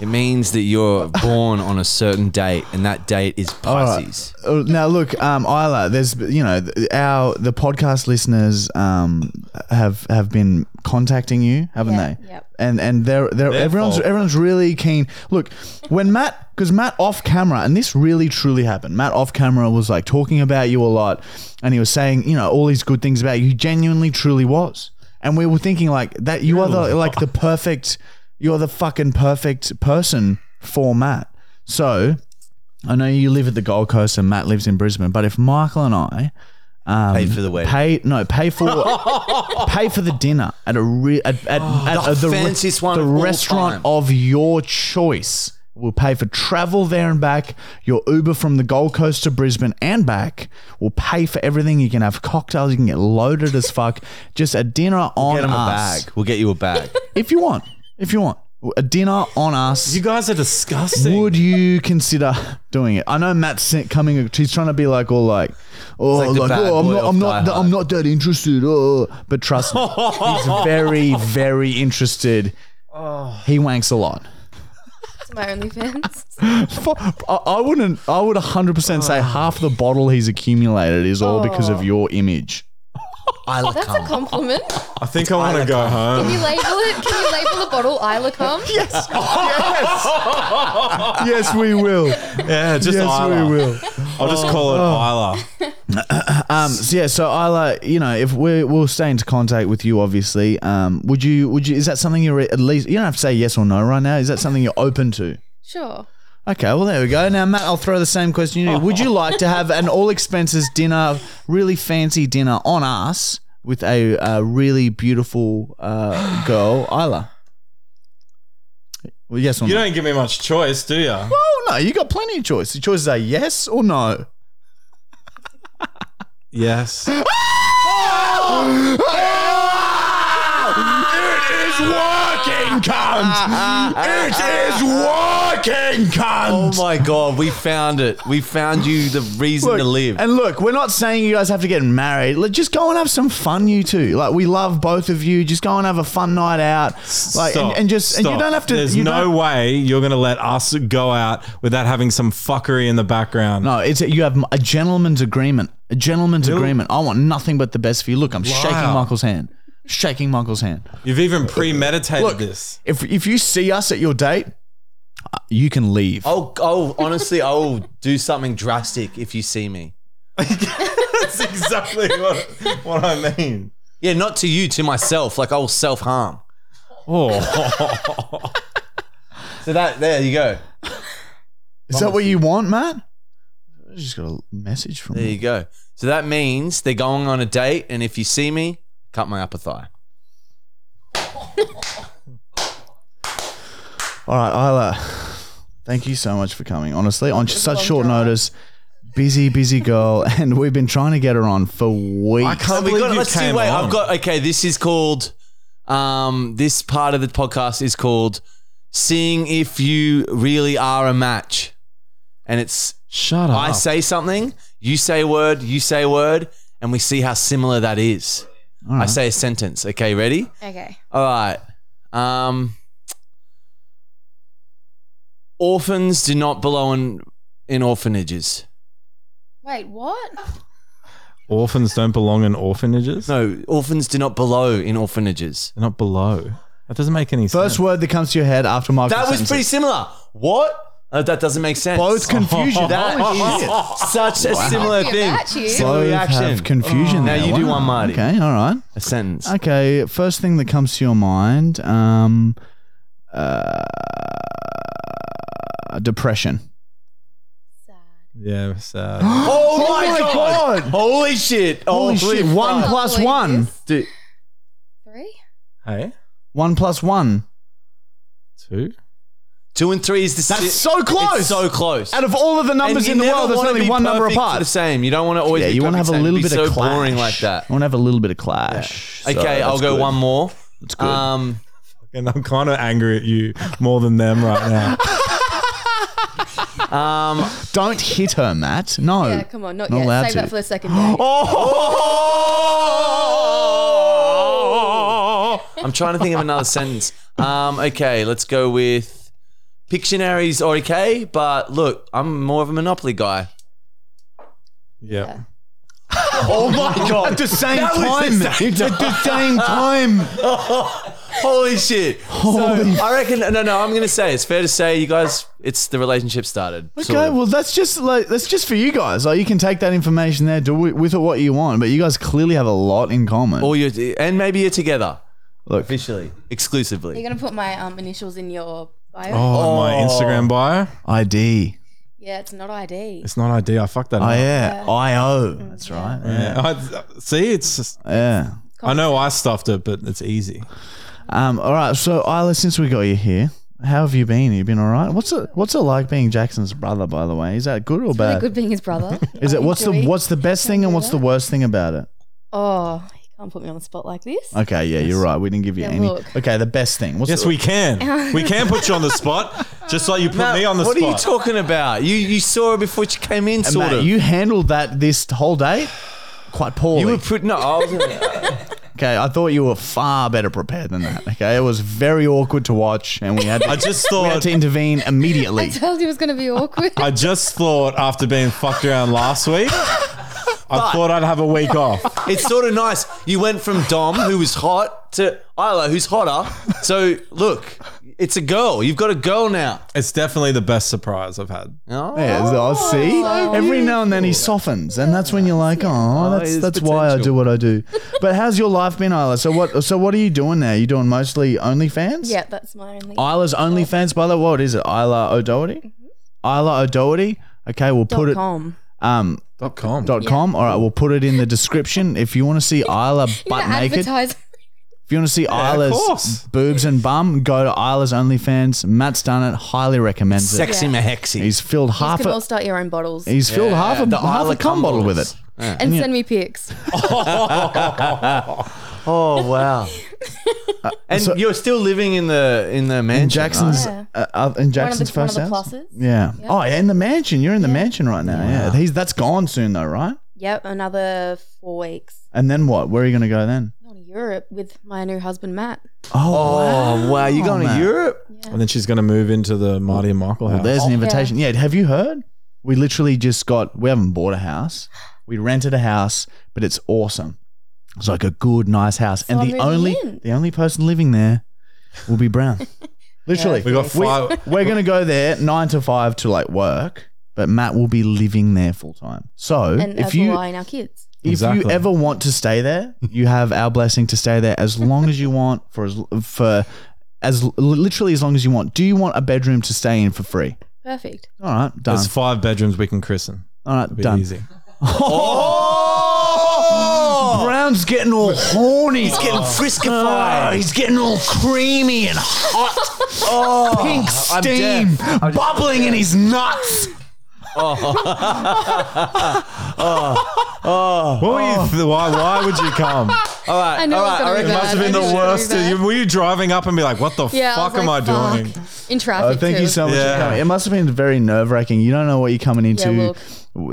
[SPEAKER 3] It means that you're born on a certain date, and that date is Pisces.
[SPEAKER 1] Uh, Now look, um, Isla. There's you know th- our the podcast listeners um, have have been contacting you, haven't
[SPEAKER 7] Yeah,
[SPEAKER 1] they?
[SPEAKER 7] yep.
[SPEAKER 1] And and they're they're
[SPEAKER 2] Their
[SPEAKER 1] everyone's
[SPEAKER 2] fault.
[SPEAKER 1] everyone's really keen. Look, when Matt because Matt off camera and this really truly happened. Matt off camera was like talking about you a lot, and he was saying you know all these good things about you. He genuinely truly was, and we were thinking like that. You are the like the perfect. You're the fucking perfect person for Matt. So I know you live at the Gold Coast and Matt lives in Brisbane, but if Michael and I um,
[SPEAKER 3] Paid for the wedding.
[SPEAKER 1] pay no pay for pay for the dinner at a re, at, at, at,
[SPEAKER 3] Oh, the
[SPEAKER 1] at the, re-
[SPEAKER 3] fanciest one
[SPEAKER 1] the
[SPEAKER 3] of all time.
[SPEAKER 1] restaurant of your choice. We'll pay for travel there and back, your Uber from the Gold Coast to Brisbane and back. We'll pay for everything. You can have cocktails. You can get loaded as fuck. Just a dinner on
[SPEAKER 3] Get him a
[SPEAKER 1] us,
[SPEAKER 3] bag. We'll get you a bag.
[SPEAKER 1] if you want. If you want, a dinner on us.
[SPEAKER 2] You guys are disgusting.
[SPEAKER 1] Would you consider doing it? I know Matt's sent- coming. He's trying to be like all like, oh,
[SPEAKER 3] like the
[SPEAKER 1] like,
[SPEAKER 3] bad
[SPEAKER 1] oh, I'm
[SPEAKER 3] boy
[SPEAKER 1] not,
[SPEAKER 3] of
[SPEAKER 1] I'm
[SPEAKER 3] Die
[SPEAKER 1] not,
[SPEAKER 3] Hard.
[SPEAKER 1] I'm not that interested. Oh, but trust me, he's very, very interested.
[SPEAKER 3] Oh.
[SPEAKER 1] He wanks a lot.
[SPEAKER 7] It's my OnlyFans.
[SPEAKER 1] For- I I wouldn't. I would 100 percent
[SPEAKER 3] Oh.
[SPEAKER 1] say half the bottle he's accumulated is all because
[SPEAKER 7] Oh.
[SPEAKER 1] of your image.
[SPEAKER 3] Isla
[SPEAKER 7] That's a
[SPEAKER 3] cum.
[SPEAKER 7] compliment.
[SPEAKER 2] I think I want to go
[SPEAKER 7] Can
[SPEAKER 2] home.
[SPEAKER 7] you label it? Can you label the bottle Ilacom?
[SPEAKER 1] Yes, yes, yes. We will.
[SPEAKER 2] Yeah, just
[SPEAKER 1] yes,
[SPEAKER 2] Isla.
[SPEAKER 1] we will.
[SPEAKER 2] I'll just call it
[SPEAKER 1] Oh,
[SPEAKER 2] Isla.
[SPEAKER 1] Um, so yeah, so Isla, you know, if we we'll stay into contact with you, obviously. Um, would you? Would you? Is that something you're at least? You don't have to say yes or no right now. Is that something you're open to?
[SPEAKER 7] Sure.
[SPEAKER 1] Okay, well there we go. Now Matt, I'll throw the same question. to you. Would you like to have an all expenses dinner, really fancy dinner on us with a, uh really beautiful uh, girl, Isla? Well, yes or
[SPEAKER 2] You
[SPEAKER 1] no?
[SPEAKER 2] don't give me much choice, do you?
[SPEAKER 1] Oh no, you got plenty of choice. The choices are yes or no.
[SPEAKER 2] Yes.
[SPEAKER 1] It is working, cunt! It is working,
[SPEAKER 3] Oh
[SPEAKER 1] cunt!
[SPEAKER 3] my god, we found it. We found you the reason to live.
[SPEAKER 1] And look, we're not saying you guys have to get married. Let- Just go and have some fun, you two. Like we love both of you. Just go and have a fun night out. Like
[SPEAKER 2] Stop.
[SPEAKER 1] and, and just and
[SPEAKER 2] Stop.
[SPEAKER 1] you don't have to.
[SPEAKER 2] There's
[SPEAKER 1] you
[SPEAKER 2] no
[SPEAKER 1] don't-
[SPEAKER 2] way you're going to let us go out without having some fuckery in the background.
[SPEAKER 1] No, it's you have a gentleman's agreement. A gentleman's agreement. I want nothing but the best for you. Look, I'm shaking
[SPEAKER 2] Liar.
[SPEAKER 1] Michael's hand. Shaking Michael's hand.
[SPEAKER 2] You've even premeditated
[SPEAKER 1] Look,
[SPEAKER 2] this.
[SPEAKER 1] if if you see us at your date, uh, you can leave.
[SPEAKER 3] Oh, oh, honestly, I will do something drastic if you see me.
[SPEAKER 2] That's exactly what, what I mean.
[SPEAKER 3] Yeah, not to you, to myself. Like I will self harm.
[SPEAKER 2] Oh,
[SPEAKER 3] So that there you go.
[SPEAKER 1] Is that what you want, Matt? I just got a message from
[SPEAKER 3] There you
[SPEAKER 1] you.
[SPEAKER 3] go. So that means they're going on a date, and if you see me, cut my upper thigh.
[SPEAKER 1] All right, Isla. Thank you so much for coming. Honestly, on such
[SPEAKER 7] long
[SPEAKER 1] short
[SPEAKER 7] drive.
[SPEAKER 1] notice, busy, busy girl, and we've been trying to get her on for weeks.
[SPEAKER 2] I can't
[SPEAKER 3] we
[SPEAKER 2] believe
[SPEAKER 3] got,
[SPEAKER 2] you
[SPEAKER 3] let's
[SPEAKER 2] came
[SPEAKER 3] do. Wait,
[SPEAKER 2] on.
[SPEAKER 3] I've got. Okay, this is called. Um, this part of the podcast is called "Seeing if you really are a match," and it's
[SPEAKER 2] Shut up.
[SPEAKER 1] Uh-huh.
[SPEAKER 3] I say something, you say a word, you say a word, and we see how similar that is.
[SPEAKER 1] Uh-huh.
[SPEAKER 3] I say a sentence. Okay, ready?
[SPEAKER 7] Okay.
[SPEAKER 3] All right. Um, orphans do not belong in, in orphanages.
[SPEAKER 7] Wait, what?
[SPEAKER 2] Orphans don't belong in orphanages?
[SPEAKER 3] No, orphans do not belong in orphanages.
[SPEAKER 2] They're not below. That doesn't make any sense.
[SPEAKER 1] First word that comes to your head after Michael.
[SPEAKER 3] That was pretty similar. What? Uh, that doesn't make sense.
[SPEAKER 1] Both confusion.
[SPEAKER 3] That
[SPEAKER 1] Holy shit.
[SPEAKER 3] is such a similar
[SPEAKER 7] Happy
[SPEAKER 3] thing.
[SPEAKER 7] about you.
[SPEAKER 3] Similar
[SPEAKER 1] Both
[SPEAKER 3] reaction. Oh.
[SPEAKER 1] have confusion.
[SPEAKER 3] Now
[SPEAKER 1] there.
[SPEAKER 3] you do
[SPEAKER 1] Wow.
[SPEAKER 3] one, Marty.
[SPEAKER 1] Okay, all right.
[SPEAKER 3] A sentence.
[SPEAKER 1] Okay, first thing that comes to your mind, um, uh, depression.
[SPEAKER 2] Yeah, sad.
[SPEAKER 3] Oh,
[SPEAKER 1] my God.
[SPEAKER 3] Holy shit! Oh,
[SPEAKER 1] Holy shit!
[SPEAKER 3] fuck.
[SPEAKER 1] One plus
[SPEAKER 7] Believe
[SPEAKER 1] one.
[SPEAKER 7] this.
[SPEAKER 3] Dude,
[SPEAKER 7] Three?
[SPEAKER 2] hey,
[SPEAKER 1] One plus one.
[SPEAKER 2] two.
[SPEAKER 3] Two and three is the
[SPEAKER 1] That's
[SPEAKER 3] si-
[SPEAKER 1] so close.
[SPEAKER 3] It's so close.
[SPEAKER 1] Out of all of the numbers
[SPEAKER 3] And
[SPEAKER 1] in
[SPEAKER 3] you
[SPEAKER 1] the
[SPEAKER 3] never
[SPEAKER 1] world, there's
[SPEAKER 3] wanna
[SPEAKER 1] only
[SPEAKER 3] be
[SPEAKER 1] one number
[SPEAKER 3] perfect
[SPEAKER 1] apart.
[SPEAKER 3] The same. You don't want to always.
[SPEAKER 1] yeah,
[SPEAKER 3] be
[SPEAKER 1] you want to have
[SPEAKER 3] perfect
[SPEAKER 1] a
[SPEAKER 3] same. It'd
[SPEAKER 1] little
[SPEAKER 3] be
[SPEAKER 1] bit
[SPEAKER 3] so
[SPEAKER 1] of clash.
[SPEAKER 3] boring like that.
[SPEAKER 1] You want to have a little bit of clash. So
[SPEAKER 3] okay, I'll
[SPEAKER 1] that's
[SPEAKER 3] go
[SPEAKER 1] good.
[SPEAKER 3] one more.
[SPEAKER 1] That's good.
[SPEAKER 3] Um,
[SPEAKER 2] And I'm kind of angry at you more than them right now.
[SPEAKER 3] um,
[SPEAKER 1] Don't hit her, Matt. No.
[SPEAKER 7] Yeah, come on, not,
[SPEAKER 1] Not allowed
[SPEAKER 7] yet. Save
[SPEAKER 1] to. Oh!
[SPEAKER 7] that for the second day.
[SPEAKER 3] I'm trying to think of another sentence. Um, okay, let's go with Pictionary's okay, but look, I'm more of a Monopoly guy.
[SPEAKER 2] Yeah.
[SPEAKER 1] Oh my god! At the same time, at the same time.
[SPEAKER 3] Holy shit!
[SPEAKER 1] Holy
[SPEAKER 3] I reckon. No, no, I'm gonna say it's fair to say you guys. It's the relationship started.
[SPEAKER 1] Okay,
[SPEAKER 3] sort of.
[SPEAKER 1] well that's just like that's just for you guys. Like you can take that information there, do wi- with it what you want, but you guys clearly have a lot in common.
[SPEAKER 3] or you and maybe you're together
[SPEAKER 1] Look,
[SPEAKER 3] officially,
[SPEAKER 7] You're
[SPEAKER 3] exclusively.
[SPEAKER 7] gonna put my um initials in your bio.
[SPEAKER 2] Oh, my Instagram bio.
[SPEAKER 1] ID.
[SPEAKER 7] Yeah, it's not ID.
[SPEAKER 2] It's not ID. I fucked that
[SPEAKER 1] Oh
[SPEAKER 2] up.
[SPEAKER 1] yeah, IO. That's right. Yeah.
[SPEAKER 2] Yeah. I- see, it's. Just,
[SPEAKER 1] yeah.
[SPEAKER 2] I know I stuffed it, but it's easy.
[SPEAKER 1] Um. All right. So Isla, since we got you here, how have you been? You been all right? What's it What's it like being Jackson's brother? By the way, is that good or
[SPEAKER 7] Really
[SPEAKER 1] bad?
[SPEAKER 7] good being his brother.
[SPEAKER 1] Is it what's the
[SPEAKER 7] Doing-
[SPEAKER 1] what's the best thing and what's the worst thing about it?
[SPEAKER 7] Oh, you can't put me on the spot like this.
[SPEAKER 1] Okay, yeah, you're right. We didn't give you
[SPEAKER 7] Yeah,
[SPEAKER 1] any.
[SPEAKER 7] look.
[SPEAKER 1] Okay, the best thing. What's
[SPEAKER 2] Yes,
[SPEAKER 1] the,
[SPEAKER 2] we can. We can put you on the spot, just like you put me on the
[SPEAKER 3] what
[SPEAKER 2] spot.
[SPEAKER 3] are you talking about? You you saw her before she came in,
[SPEAKER 1] And
[SPEAKER 3] sort
[SPEAKER 1] Uh, Matt,
[SPEAKER 3] of.
[SPEAKER 1] you handled that this whole day quite poorly.
[SPEAKER 3] You were pretty. No, I was,
[SPEAKER 1] okay, I thought you were far better prepared than that. Okay, it was very awkward to watch, and we had to,
[SPEAKER 2] I just
[SPEAKER 1] we had
[SPEAKER 2] thought.
[SPEAKER 1] to intervene
[SPEAKER 7] I
[SPEAKER 1] immediately.
[SPEAKER 7] told you it was gonna be awkward.
[SPEAKER 2] I just thought after being fucked around last week, I thought I'd have a week off.
[SPEAKER 3] it's sort of nice. You went from Dom, who was hot, to Isla, who's hotter. So look, it's a girl. You've got a girl now.
[SPEAKER 2] It's definitely the best surprise I've had.
[SPEAKER 3] Oh.
[SPEAKER 1] Yeah, so- see, every now and then he softens, and that's when you're like, oh, that's
[SPEAKER 3] there's
[SPEAKER 1] that's why I do
[SPEAKER 3] potential."
[SPEAKER 1] what I do. But how's your life been, Isla? So what? So what are you doing now? You doing mostly OnlyFans?
[SPEAKER 7] yeah, that's my only.
[SPEAKER 1] Isla's OnlyFans, by the way, what is it? Isla O'Doherty? Isla O'Doherty. Okay, we'll put
[SPEAKER 7] Mm-hmm. dot
[SPEAKER 1] it
[SPEAKER 7] com.
[SPEAKER 1] um
[SPEAKER 2] Dot com.
[SPEAKER 1] dot com. All right, we'll put it in the description if you want to see Isla
[SPEAKER 7] You're
[SPEAKER 1] butt
[SPEAKER 7] gonna
[SPEAKER 1] naked.
[SPEAKER 7] advertise.
[SPEAKER 1] If you want to see
[SPEAKER 2] course.
[SPEAKER 1] Isla's boobs and bum, go to Isla's OnlyFans. Matt's done it. Highly recommends it.
[SPEAKER 3] Sexy Mahexy.
[SPEAKER 1] He's filled
[SPEAKER 7] You
[SPEAKER 1] half
[SPEAKER 7] can all
[SPEAKER 1] a
[SPEAKER 7] start your own bottles
[SPEAKER 1] he's filled half a
[SPEAKER 3] the
[SPEAKER 1] half
[SPEAKER 3] Isla
[SPEAKER 1] a cum bottle with it.
[SPEAKER 7] and send me pics.
[SPEAKER 3] Oh wow! and
[SPEAKER 1] so-
[SPEAKER 3] you're still living in the in the mansion.
[SPEAKER 1] In Jackson's,
[SPEAKER 7] Oh, Yeah.
[SPEAKER 1] uh, uh, in Jackson's
[SPEAKER 7] one of
[SPEAKER 1] first
[SPEAKER 7] the
[SPEAKER 1] house.
[SPEAKER 7] pluses.
[SPEAKER 1] Yeah. Oh, yeah, in the mansion. You're in the mansion right now. Yeah. He's that's gone soon though, right?
[SPEAKER 7] Yep, another four weeks.
[SPEAKER 1] And then what? Where are you gonna go then?
[SPEAKER 7] I'm going to Europe with my new husband Matt.
[SPEAKER 3] Oh wow! You're going to Europe?
[SPEAKER 2] And then she's going to move into the Marty and Michael house.
[SPEAKER 1] There's an invitation. Yeah. have you heard? We literally just got. We haven't bought a house. We rented a house, but it's awesome. It's like a good, nice house, and
[SPEAKER 7] I'm
[SPEAKER 1] the
[SPEAKER 7] moving
[SPEAKER 1] only
[SPEAKER 7] in.
[SPEAKER 1] the only person living there will be Brown. literally,
[SPEAKER 2] we got five.
[SPEAKER 1] we're gonna go there nine to five to like work, but Matt will be living there full time. So
[SPEAKER 7] And
[SPEAKER 1] if
[SPEAKER 7] as
[SPEAKER 1] you
[SPEAKER 7] will I and our kids.
[SPEAKER 1] if you
[SPEAKER 2] Exactly.
[SPEAKER 1] ever want to stay there, you have our blessing to stay there as long as you want for as for as literally as long as you want. Do you want a bedroom to stay in for free?
[SPEAKER 7] Perfect.
[SPEAKER 1] All right, done.
[SPEAKER 2] there's five bedrooms we can christen.
[SPEAKER 1] All right,
[SPEAKER 2] Be
[SPEAKER 1] done.
[SPEAKER 2] easy.
[SPEAKER 3] Oh!
[SPEAKER 1] Brown's getting all horny. He's
[SPEAKER 3] getting
[SPEAKER 2] Oh.
[SPEAKER 3] friskified.
[SPEAKER 1] he's getting all creamy and hot. oh, pink
[SPEAKER 3] I'm
[SPEAKER 1] steam bubbling in his nuts.
[SPEAKER 2] What were
[SPEAKER 7] Oh.
[SPEAKER 2] you th- why, why would you come?
[SPEAKER 3] All right,
[SPEAKER 7] I know
[SPEAKER 3] all
[SPEAKER 7] it's
[SPEAKER 3] right.
[SPEAKER 7] gonna
[SPEAKER 3] I
[SPEAKER 7] be bad.
[SPEAKER 3] reckon it must have been
[SPEAKER 7] I
[SPEAKER 3] the
[SPEAKER 7] know.
[SPEAKER 3] worst.
[SPEAKER 2] First, you- were you driving up and be like, what the
[SPEAKER 7] Yeah, I was
[SPEAKER 2] fuck am I
[SPEAKER 7] like, fuck.
[SPEAKER 2] doing?
[SPEAKER 7] In traffic
[SPEAKER 1] thank
[SPEAKER 7] too.
[SPEAKER 1] you so much.
[SPEAKER 2] Yeah.
[SPEAKER 1] for coming. It must have been very nerve wracking. You don't know what you're coming into.
[SPEAKER 7] Yeah,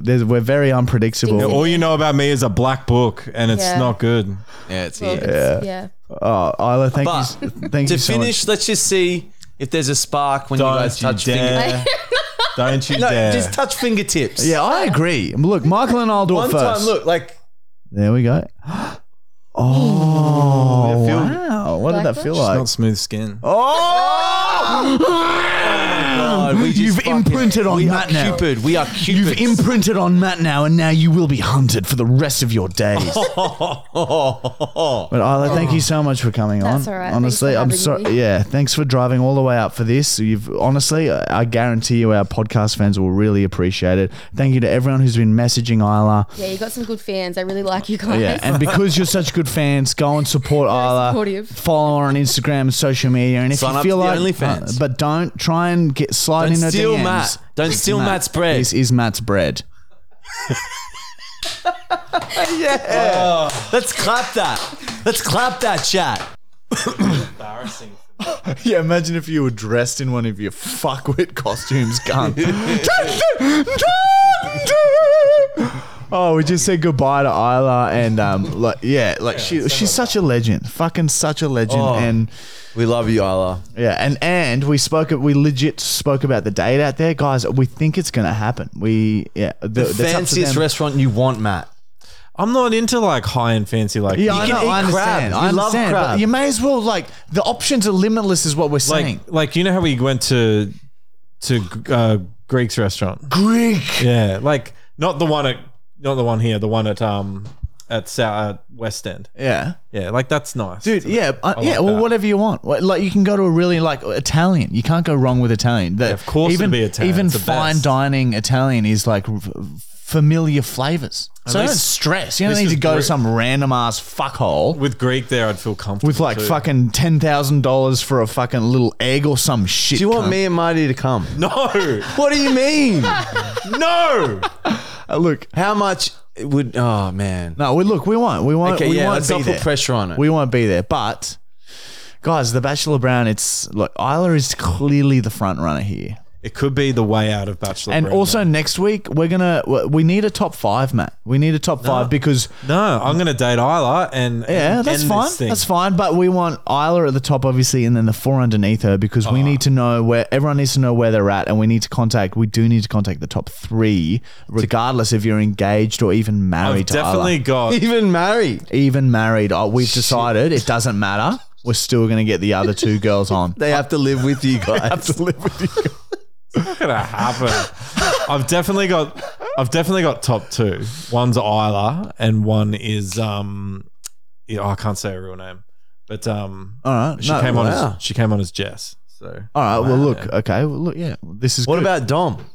[SPEAKER 1] There's, we're very unpredictable.
[SPEAKER 7] Stinks.
[SPEAKER 2] All you know about me is a black book, and it's
[SPEAKER 7] Yeah.
[SPEAKER 2] not good.
[SPEAKER 3] Yeah, it's
[SPEAKER 7] Well,
[SPEAKER 3] here.
[SPEAKER 7] it's- yeah.
[SPEAKER 1] Oh, Isla, thank
[SPEAKER 3] But
[SPEAKER 1] you. s- Thank
[SPEAKER 3] To
[SPEAKER 1] you so
[SPEAKER 3] finish,
[SPEAKER 1] much.
[SPEAKER 3] let's just see if there's a spark when you
[SPEAKER 2] Don't
[SPEAKER 3] guys
[SPEAKER 2] you,
[SPEAKER 3] touch fingertips.
[SPEAKER 2] dare. Don't you
[SPEAKER 3] No,
[SPEAKER 2] dare.
[SPEAKER 3] just touch fingertips.
[SPEAKER 1] Yeah, I agree. Look, Michael and I'll do
[SPEAKER 3] One
[SPEAKER 1] it first.
[SPEAKER 3] time, look, like
[SPEAKER 1] There we go. Oh, wow. What did that
[SPEAKER 7] Blackberry?
[SPEAKER 1] feel
[SPEAKER 2] It's
[SPEAKER 1] like?
[SPEAKER 2] not smooth skin.
[SPEAKER 3] Oh!
[SPEAKER 1] Oh!
[SPEAKER 3] God, we just
[SPEAKER 1] You've
[SPEAKER 3] fucking-
[SPEAKER 1] imprinted on
[SPEAKER 3] we
[SPEAKER 1] Matt
[SPEAKER 3] are
[SPEAKER 1] now.
[SPEAKER 3] Cupid. We are
[SPEAKER 1] You've
[SPEAKER 3] Cupid.
[SPEAKER 1] imprinted on Matt now, and now you will be hunted for the rest of your days. But Isla, thank you so much for coming
[SPEAKER 7] Oh. That's
[SPEAKER 1] on.
[SPEAKER 7] all right.
[SPEAKER 1] Honestly, I'm
[SPEAKER 7] Thanks for
[SPEAKER 1] sorry.
[SPEAKER 7] having me.
[SPEAKER 1] Yeah, thanks for driving all the way up for this. You've honestly, I I guarantee you, our podcast fans will really appreciate it. Thank you to everyone who's been messaging Isla.
[SPEAKER 7] Yeah, you got some good fans. I really like you guys.
[SPEAKER 1] Yeah, and because you're such good fans, go and support Isla.
[SPEAKER 7] supportive.
[SPEAKER 1] Follow her on Instagram and social media, and if
[SPEAKER 3] Sign
[SPEAKER 1] you
[SPEAKER 3] up
[SPEAKER 1] feel
[SPEAKER 3] to the
[SPEAKER 1] like, uh,
[SPEAKER 3] OnlyFans.
[SPEAKER 1] but don't try and get slide
[SPEAKER 3] Don't
[SPEAKER 1] in her
[SPEAKER 3] steal
[SPEAKER 1] DMs.
[SPEAKER 3] Matt. Don't steal Matt's bread.
[SPEAKER 1] This is Matt's bread.
[SPEAKER 3] Let's clap that. Let's clap that chat.
[SPEAKER 1] Yeah, imagine if you were dressed in one of your fuckwit costumes, cunt. Oh, we just said goodbye to Isla, and um, like yeah, like she she's such a legend, fucking such a legend,
[SPEAKER 3] Oh.
[SPEAKER 1] and
[SPEAKER 3] We love you, Isla.
[SPEAKER 1] yeah, and and we spoke, we legit spoke about the date out there, guys. We think it's gonna happen. We yeah, the,
[SPEAKER 3] The
[SPEAKER 1] that's up to
[SPEAKER 3] fanciest
[SPEAKER 1] them.
[SPEAKER 3] restaurant you want, Matt.
[SPEAKER 2] I'm not into like high and fancy like
[SPEAKER 1] Yeah, I,
[SPEAKER 3] can
[SPEAKER 1] know,
[SPEAKER 3] eat
[SPEAKER 1] I understand.
[SPEAKER 3] crab.
[SPEAKER 1] I
[SPEAKER 3] You love
[SPEAKER 1] understand, but
[SPEAKER 3] crab.
[SPEAKER 1] You may as well like the options are limitless, is what we're
[SPEAKER 2] like
[SPEAKER 1] saying.
[SPEAKER 2] like you know how we went to to uh, Greek's restaurant.
[SPEAKER 1] Greek.
[SPEAKER 2] Yeah, like not the one at not the one here, the one at um at South uh, West End.
[SPEAKER 1] Yeah.
[SPEAKER 2] Yeah, like that's nice,
[SPEAKER 1] Dude, yeah, uh,
[SPEAKER 2] I
[SPEAKER 1] yeah.
[SPEAKER 2] like
[SPEAKER 1] Well,
[SPEAKER 2] that.
[SPEAKER 1] whatever you want. Wha- Like you can go to a really like Italian. You can't go wrong with Italian. That
[SPEAKER 2] Yeah, of course it'd
[SPEAKER 1] even
[SPEAKER 2] be Italian.
[SPEAKER 1] even
[SPEAKER 2] It's the
[SPEAKER 1] fine
[SPEAKER 2] best.
[SPEAKER 1] dining Italian is like f- familiar flavors. So
[SPEAKER 2] least-
[SPEAKER 1] don't stress. You
[SPEAKER 2] at
[SPEAKER 1] don't need
[SPEAKER 2] least
[SPEAKER 1] to
[SPEAKER 2] with
[SPEAKER 1] go to
[SPEAKER 2] Greek-
[SPEAKER 1] some random ass fuckhole
[SPEAKER 2] With Greek there, I'd feel comfortable
[SPEAKER 1] with like
[SPEAKER 2] too.
[SPEAKER 1] fucking ten thousand dollars for a fucking little egg or some shit.
[SPEAKER 3] Do you want
[SPEAKER 1] cunt.
[SPEAKER 3] me and Marty to come?
[SPEAKER 2] No,
[SPEAKER 3] What do you mean?
[SPEAKER 2] no.
[SPEAKER 1] Uh, look,
[SPEAKER 3] How much it would? Oh man.
[SPEAKER 1] no. We look. We want. We want.
[SPEAKER 3] Okay,
[SPEAKER 1] we
[SPEAKER 3] yeah.
[SPEAKER 1] want
[SPEAKER 3] Let's
[SPEAKER 1] be
[SPEAKER 3] not
[SPEAKER 1] there.
[SPEAKER 3] put pressure on it.
[SPEAKER 1] We won't be there, but guys, the Bachelor Brown. It's look, Isla is clearly the front runner here,
[SPEAKER 2] It could be the way out of Bachelor.
[SPEAKER 1] and
[SPEAKER 2] Brown,
[SPEAKER 1] also
[SPEAKER 2] though.
[SPEAKER 1] next week we're gonna w- we need a top five, Matt. We need a top five because
[SPEAKER 2] no, I'm gonna date Isla and
[SPEAKER 1] yeah, that's fine, that's fine. But we want Isla at the top, obviously, and then the four underneath her because we need to know where everyone needs to know where they're at, and we need to contact. We do need to contact the top three, regardless if you're engaged or even married. to
[SPEAKER 2] I've
[SPEAKER 1] Isla.
[SPEAKER 2] definitely got.
[SPEAKER 3] Even marry.
[SPEAKER 1] even married. Oh, we've decided it doesn't matter. We're still gonna get the other two girls on.
[SPEAKER 3] They have to live with you guys.
[SPEAKER 2] It's gonna happen. I've definitely got. I've definitely got top two. One's Isla, and one is um. yeah, I can't say her real name, but um.
[SPEAKER 1] All right.
[SPEAKER 2] She
[SPEAKER 1] no,
[SPEAKER 2] came on.
[SPEAKER 3] wow.
[SPEAKER 2] As, she came on as Jess. So
[SPEAKER 1] All right. Well, look. Okay. Well, look. Yeah. This is.
[SPEAKER 3] What
[SPEAKER 1] good.
[SPEAKER 3] about Dom?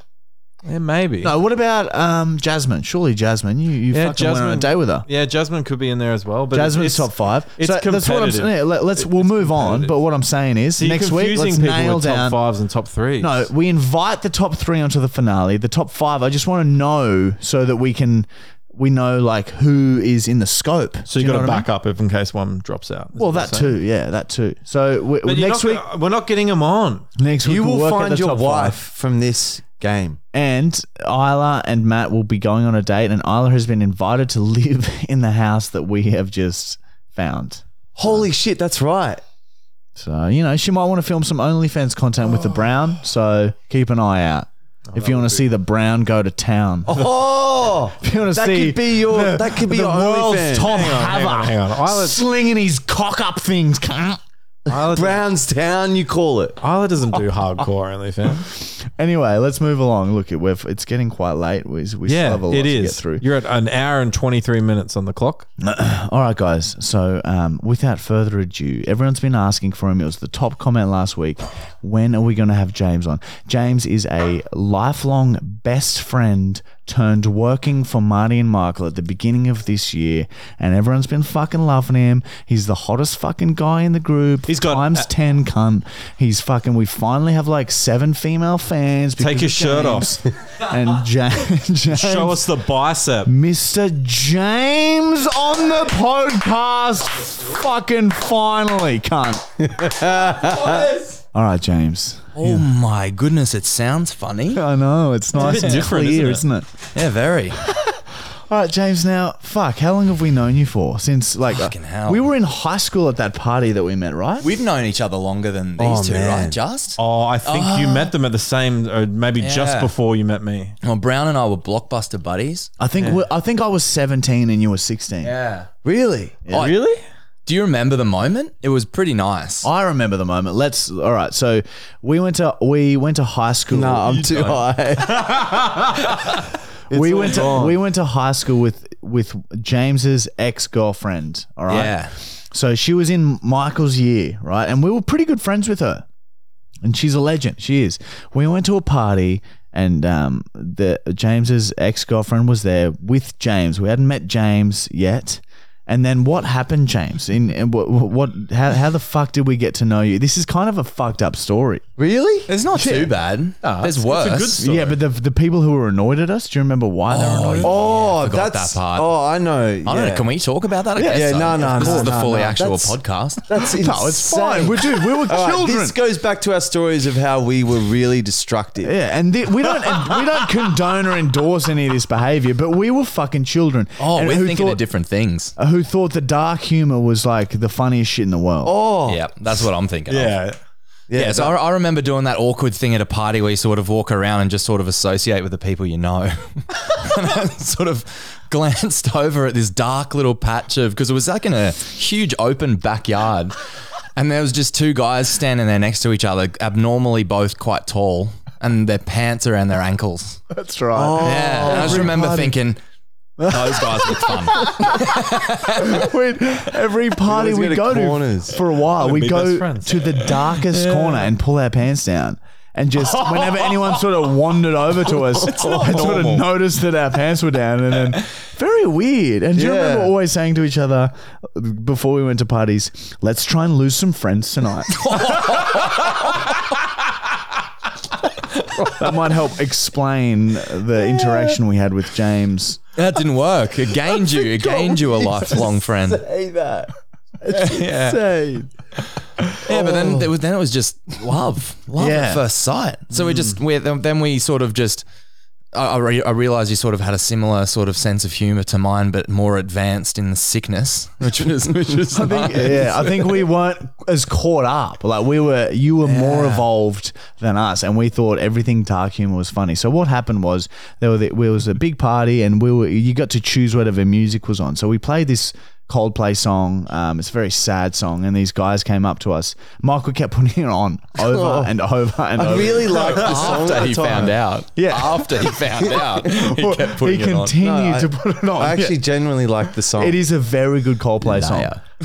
[SPEAKER 2] yeah, maybe.
[SPEAKER 1] No. What about um Jasmine? Surely Jasmine. You you
[SPEAKER 2] Yeah,
[SPEAKER 1] fucking went on
[SPEAKER 2] Jasmine-
[SPEAKER 1] a day with her.
[SPEAKER 2] Yeah, Jasmine could be in there as well. But
[SPEAKER 1] Jasmine's
[SPEAKER 2] it's-
[SPEAKER 1] top five.
[SPEAKER 2] it's
[SPEAKER 1] that's what I'm
[SPEAKER 2] competitive.
[SPEAKER 1] saying. Yeah, let, us
[SPEAKER 2] It-
[SPEAKER 1] we'll
[SPEAKER 2] it's
[SPEAKER 1] move on.
[SPEAKER 2] competitive.
[SPEAKER 1] But what I'm saying is,
[SPEAKER 2] So you're
[SPEAKER 1] next week
[SPEAKER 2] confusing
[SPEAKER 1] let's
[SPEAKER 2] people
[SPEAKER 1] nail
[SPEAKER 2] with
[SPEAKER 1] down.
[SPEAKER 2] top fives and top threes.
[SPEAKER 1] No, we invite the top three onto the finale. The top five. I just want to know so that we can we know like who is in the scope.
[SPEAKER 2] so
[SPEAKER 1] Do
[SPEAKER 2] you got
[SPEAKER 1] know
[SPEAKER 2] to
[SPEAKER 1] what I mean?
[SPEAKER 2] back up if in case one drops out. is
[SPEAKER 1] Well,
[SPEAKER 2] what I'm
[SPEAKER 1] that
[SPEAKER 2] saying.
[SPEAKER 1] too. Yeah, that too. So we,
[SPEAKER 2] But you're
[SPEAKER 1] next
[SPEAKER 2] not
[SPEAKER 1] week,
[SPEAKER 2] gonna- we're not getting them on.
[SPEAKER 1] next week
[SPEAKER 3] You
[SPEAKER 1] we'll
[SPEAKER 3] will
[SPEAKER 1] work out
[SPEAKER 3] find
[SPEAKER 1] the
[SPEAKER 3] your
[SPEAKER 1] top five.
[SPEAKER 3] wife from this game.
[SPEAKER 1] and Isla and Matt will be going on a date, and Isla has been invited to live in the house that we have just found.
[SPEAKER 3] Holy shit, that's right.
[SPEAKER 1] So you know, she might want to film some OnlyFans content with the Brown. So keep an eye out.
[SPEAKER 2] Oh,
[SPEAKER 1] If you want to see the brown go to town,
[SPEAKER 3] Oh,
[SPEAKER 1] if you want to
[SPEAKER 3] that
[SPEAKER 1] see
[SPEAKER 3] could be your. that could be
[SPEAKER 1] the
[SPEAKER 3] your
[SPEAKER 1] world's
[SPEAKER 3] OnlyFans.
[SPEAKER 1] Tom
[SPEAKER 2] Hang on, hang on,
[SPEAKER 1] Haver
[SPEAKER 2] hang on. Isla,
[SPEAKER 1] slinging his cock up things. cunt.
[SPEAKER 2] Isla,
[SPEAKER 3] Brownstown, you call it.
[SPEAKER 2] Isla doesn't do hardcore OnlyFans.
[SPEAKER 1] Anyway, let's move along. Look, it, we're, it's getting quite late. We, we still
[SPEAKER 2] Yeah,
[SPEAKER 1] have a lot
[SPEAKER 2] it
[SPEAKER 1] to
[SPEAKER 2] is.
[SPEAKER 1] get through.
[SPEAKER 2] You're at an hour and twenty three minutes on the clock.
[SPEAKER 1] All right, guys. So, um, without further ado, everyone's been asking for him. It was the top comment last week. When are we going to have James on? James is a lifelong best friend turned working for Marty and Michael at the beginning of this year, and everyone's been fucking loving him. He's the hottest fucking guy in the group.
[SPEAKER 2] He's got-
[SPEAKER 1] times ten, cunt. He's fucking. We finally have like seven female fans. because
[SPEAKER 2] Take
[SPEAKER 1] of
[SPEAKER 2] your shirt off.
[SPEAKER 1] James. and James, James
[SPEAKER 2] Show us the bicep.
[SPEAKER 1] Mr. James on the podcast. Fucking finally, cunt. All right, James.
[SPEAKER 8] Oh my goodness, it sounds funny.
[SPEAKER 1] I know it's nice
[SPEAKER 2] bit
[SPEAKER 1] and
[SPEAKER 2] different,
[SPEAKER 1] clear, isn't
[SPEAKER 2] isn't
[SPEAKER 1] it?
[SPEAKER 8] Yeah, very.
[SPEAKER 1] All right, James. Now, fuck. How long have we known you for? Since like
[SPEAKER 8] Fucking hell.
[SPEAKER 1] we were in high school at that party that we met, right?
[SPEAKER 8] We've known each other longer than these
[SPEAKER 3] Oh,
[SPEAKER 8] two,
[SPEAKER 3] man.
[SPEAKER 8] right? Just?
[SPEAKER 2] Oh, I think you
[SPEAKER 1] Ah.
[SPEAKER 2] met them at the same, or maybe just
[SPEAKER 8] Yeah.
[SPEAKER 2] before you met me.
[SPEAKER 8] Well, Brown and I were blockbuster buddies.
[SPEAKER 1] I think we I think I was seventeen and you were sixteen.
[SPEAKER 8] Yeah.
[SPEAKER 3] Really? Oh,
[SPEAKER 8] Oh,
[SPEAKER 2] Really?
[SPEAKER 8] Do you remember the moment? It was pretty nice.
[SPEAKER 1] I remember the moment. Let's. All right. So we went to we went to high school.
[SPEAKER 3] No, I'm too high.
[SPEAKER 1] we went to we went to high school with with James's ex girlfriend. All right.
[SPEAKER 8] Yeah.
[SPEAKER 1] So she was in Michael's year, right? And we were pretty good friends with her. And she's a legend. She is. We went to a party and um, the James's ex-girlfriend was there with James. We hadn't met James yet. And then what happened, James? In, in what, what how, how the fuck did we get to know you? This is kind of a fucked up story. Really?
[SPEAKER 8] It's not too bad. There's worse.
[SPEAKER 2] It's a good story.
[SPEAKER 1] Yeah, but the the people who were annoyed at us. Do you remember why they were annoyed? at us?
[SPEAKER 3] Oh,
[SPEAKER 8] forgot that
[SPEAKER 3] that's
[SPEAKER 8] part.
[SPEAKER 3] Oh, I know.
[SPEAKER 8] I don't know. Can we talk about that? I guess
[SPEAKER 3] yeah,
[SPEAKER 8] so.
[SPEAKER 3] no, no,
[SPEAKER 8] This
[SPEAKER 3] no,
[SPEAKER 8] is the
[SPEAKER 3] no,
[SPEAKER 8] fully
[SPEAKER 3] no.
[SPEAKER 8] actual
[SPEAKER 3] That's-
[SPEAKER 8] podcast.
[SPEAKER 3] That's insane.
[SPEAKER 1] No, it's fine. We dude, we were
[SPEAKER 3] All right,
[SPEAKER 1] children.
[SPEAKER 3] this goes back to our stories of how we were really destructive.
[SPEAKER 1] Yeah, and the, we don't and we don't condone or endorse any of this behavior, but we were fucking children.
[SPEAKER 8] Oh,
[SPEAKER 1] and
[SPEAKER 8] we're
[SPEAKER 1] who
[SPEAKER 8] thinking
[SPEAKER 1] thought,
[SPEAKER 8] of different things.
[SPEAKER 1] Who thought the dark humor was like the funniest shit in the world?
[SPEAKER 3] Oh,
[SPEAKER 8] Yeah, that's what I'm thinking. of.
[SPEAKER 2] yeah.
[SPEAKER 8] Yeah, so I, I remember doing that awkward thing at a party where you sort of walk around and just sort of associate with the people you know. and I sort of glanced over at this dark little patch of, because it was like in a huge open backyard. And there was just two guys standing there next to each other, abnormally both quite tall, and their pants around their ankles.
[SPEAKER 1] That's
[SPEAKER 8] oh,
[SPEAKER 1] right.
[SPEAKER 8] yeah, and I just remember thinking, those guys look fun.
[SPEAKER 1] We'd- every party
[SPEAKER 3] always
[SPEAKER 1] we
[SPEAKER 3] go to
[SPEAKER 1] go
[SPEAKER 3] corners.
[SPEAKER 1] to for a while, we
[SPEAKER 2] be
[SPEAKER 1] go
[SPEAKER 2] best friends.
[SPEAKER 1] to the darkest corner and pull our pants down. And just whenever anyone sort of wandered over to us, and sort of noticed that our pants were down, and then very weird. And do you
[SPEAKER 3] Yeah.
[SPEAKER 1] remember always saying to each other before we went to parties, "Let's try and lose some friends tonight." that might help explain the interaction we had with James.
[SPEAKER 8] That didn't work. It gained you. It gained you a lifelong friend.
[SPEAKER 3] Say that.
[SPEAKER 1] Say,
[SPEAKER 8] Yeah, but then it was then it was just love, love
[SPEAKER 1] Oh. Yeah.
[SPEAKER 8] at first sight. So we just we then then we sort of just I, I, re- I realized you sort of had a similar sort of sense of humor to mine, but more advanced in the sickness, which was which was
[SPEAKER 1] I think, yeah, I think we weren't as caught up. Like we were, you were more evolved than us, and we thought everything dark humor was funny. So what happened was there were the, there was a big party, and we were you got to choose whatever music was on. So we played this Coldplay song. Um, it's a very sad song, and these guys came up to us. Michael kept putting it on over and over and
[SPEAKER 3] I
[SPEAKER 1] over.
[SPEAKER 3] really like the song
[SPEAKER 8] after
[SPEAKER 3] at
[SPEAKER 8] he
[SPEAKER 3] the time.
[SPEAKER 8] found out.
[SPEAKER 1] Yeah.
[SPEAKER 8] after he found out, he kept
[SPEAKER 1] he
[SPEAKER 8] putting it on.
[SPEAKER 1] continued
[SPEAKER 3] No, I-
[SPEAKER 1] to put it on.
[SPEAKER 3] I
[SPEAKER 1] Yeah.
[SPEAKER 3] actually genuinely like the song.
[SPEAKER 1] It is a very good Coldplay song,
[SPEAKER 8] Liar.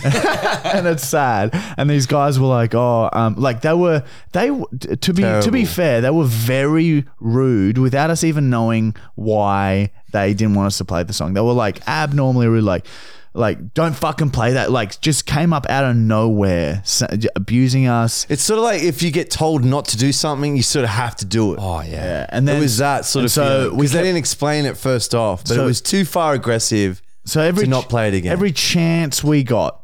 [SPEAKER 1] and it's sad. And these guys were like, "Oh, um, like they were they w- t- to be to be
[SPEAKER 3] Terrible.
[SPEAKER 1] fair, they were very rude without us even knowing why they didn't want us to play the song. They were like abnormally rude, like." Like, don't fucking play that. Like, just came up out of nowhere, s- abusing us.
[SPEAKER 3] It's sort of like if you get told not to do something, you sort of have to do it.
[SPEAKER 8] Oh yeah.
[SPEAKER 1] Yeah, and then
[SPEAKER 3] it was that sort
[SPEAKER 1] and
[SPEAKER 3] of
[SPEAKER 1] So we
[SPEAKER 3] because they
[SPEAKER 1] kept-
[SPEAKER 3] didn't explain it first off, but
[SPEAKER 1] So-
[SPEAKER 3] it was too far aggressive.
[SPEAKER 1] So every
[SPEAKER 3] to not play it again.
[SPEAKER 1] Every chance we got,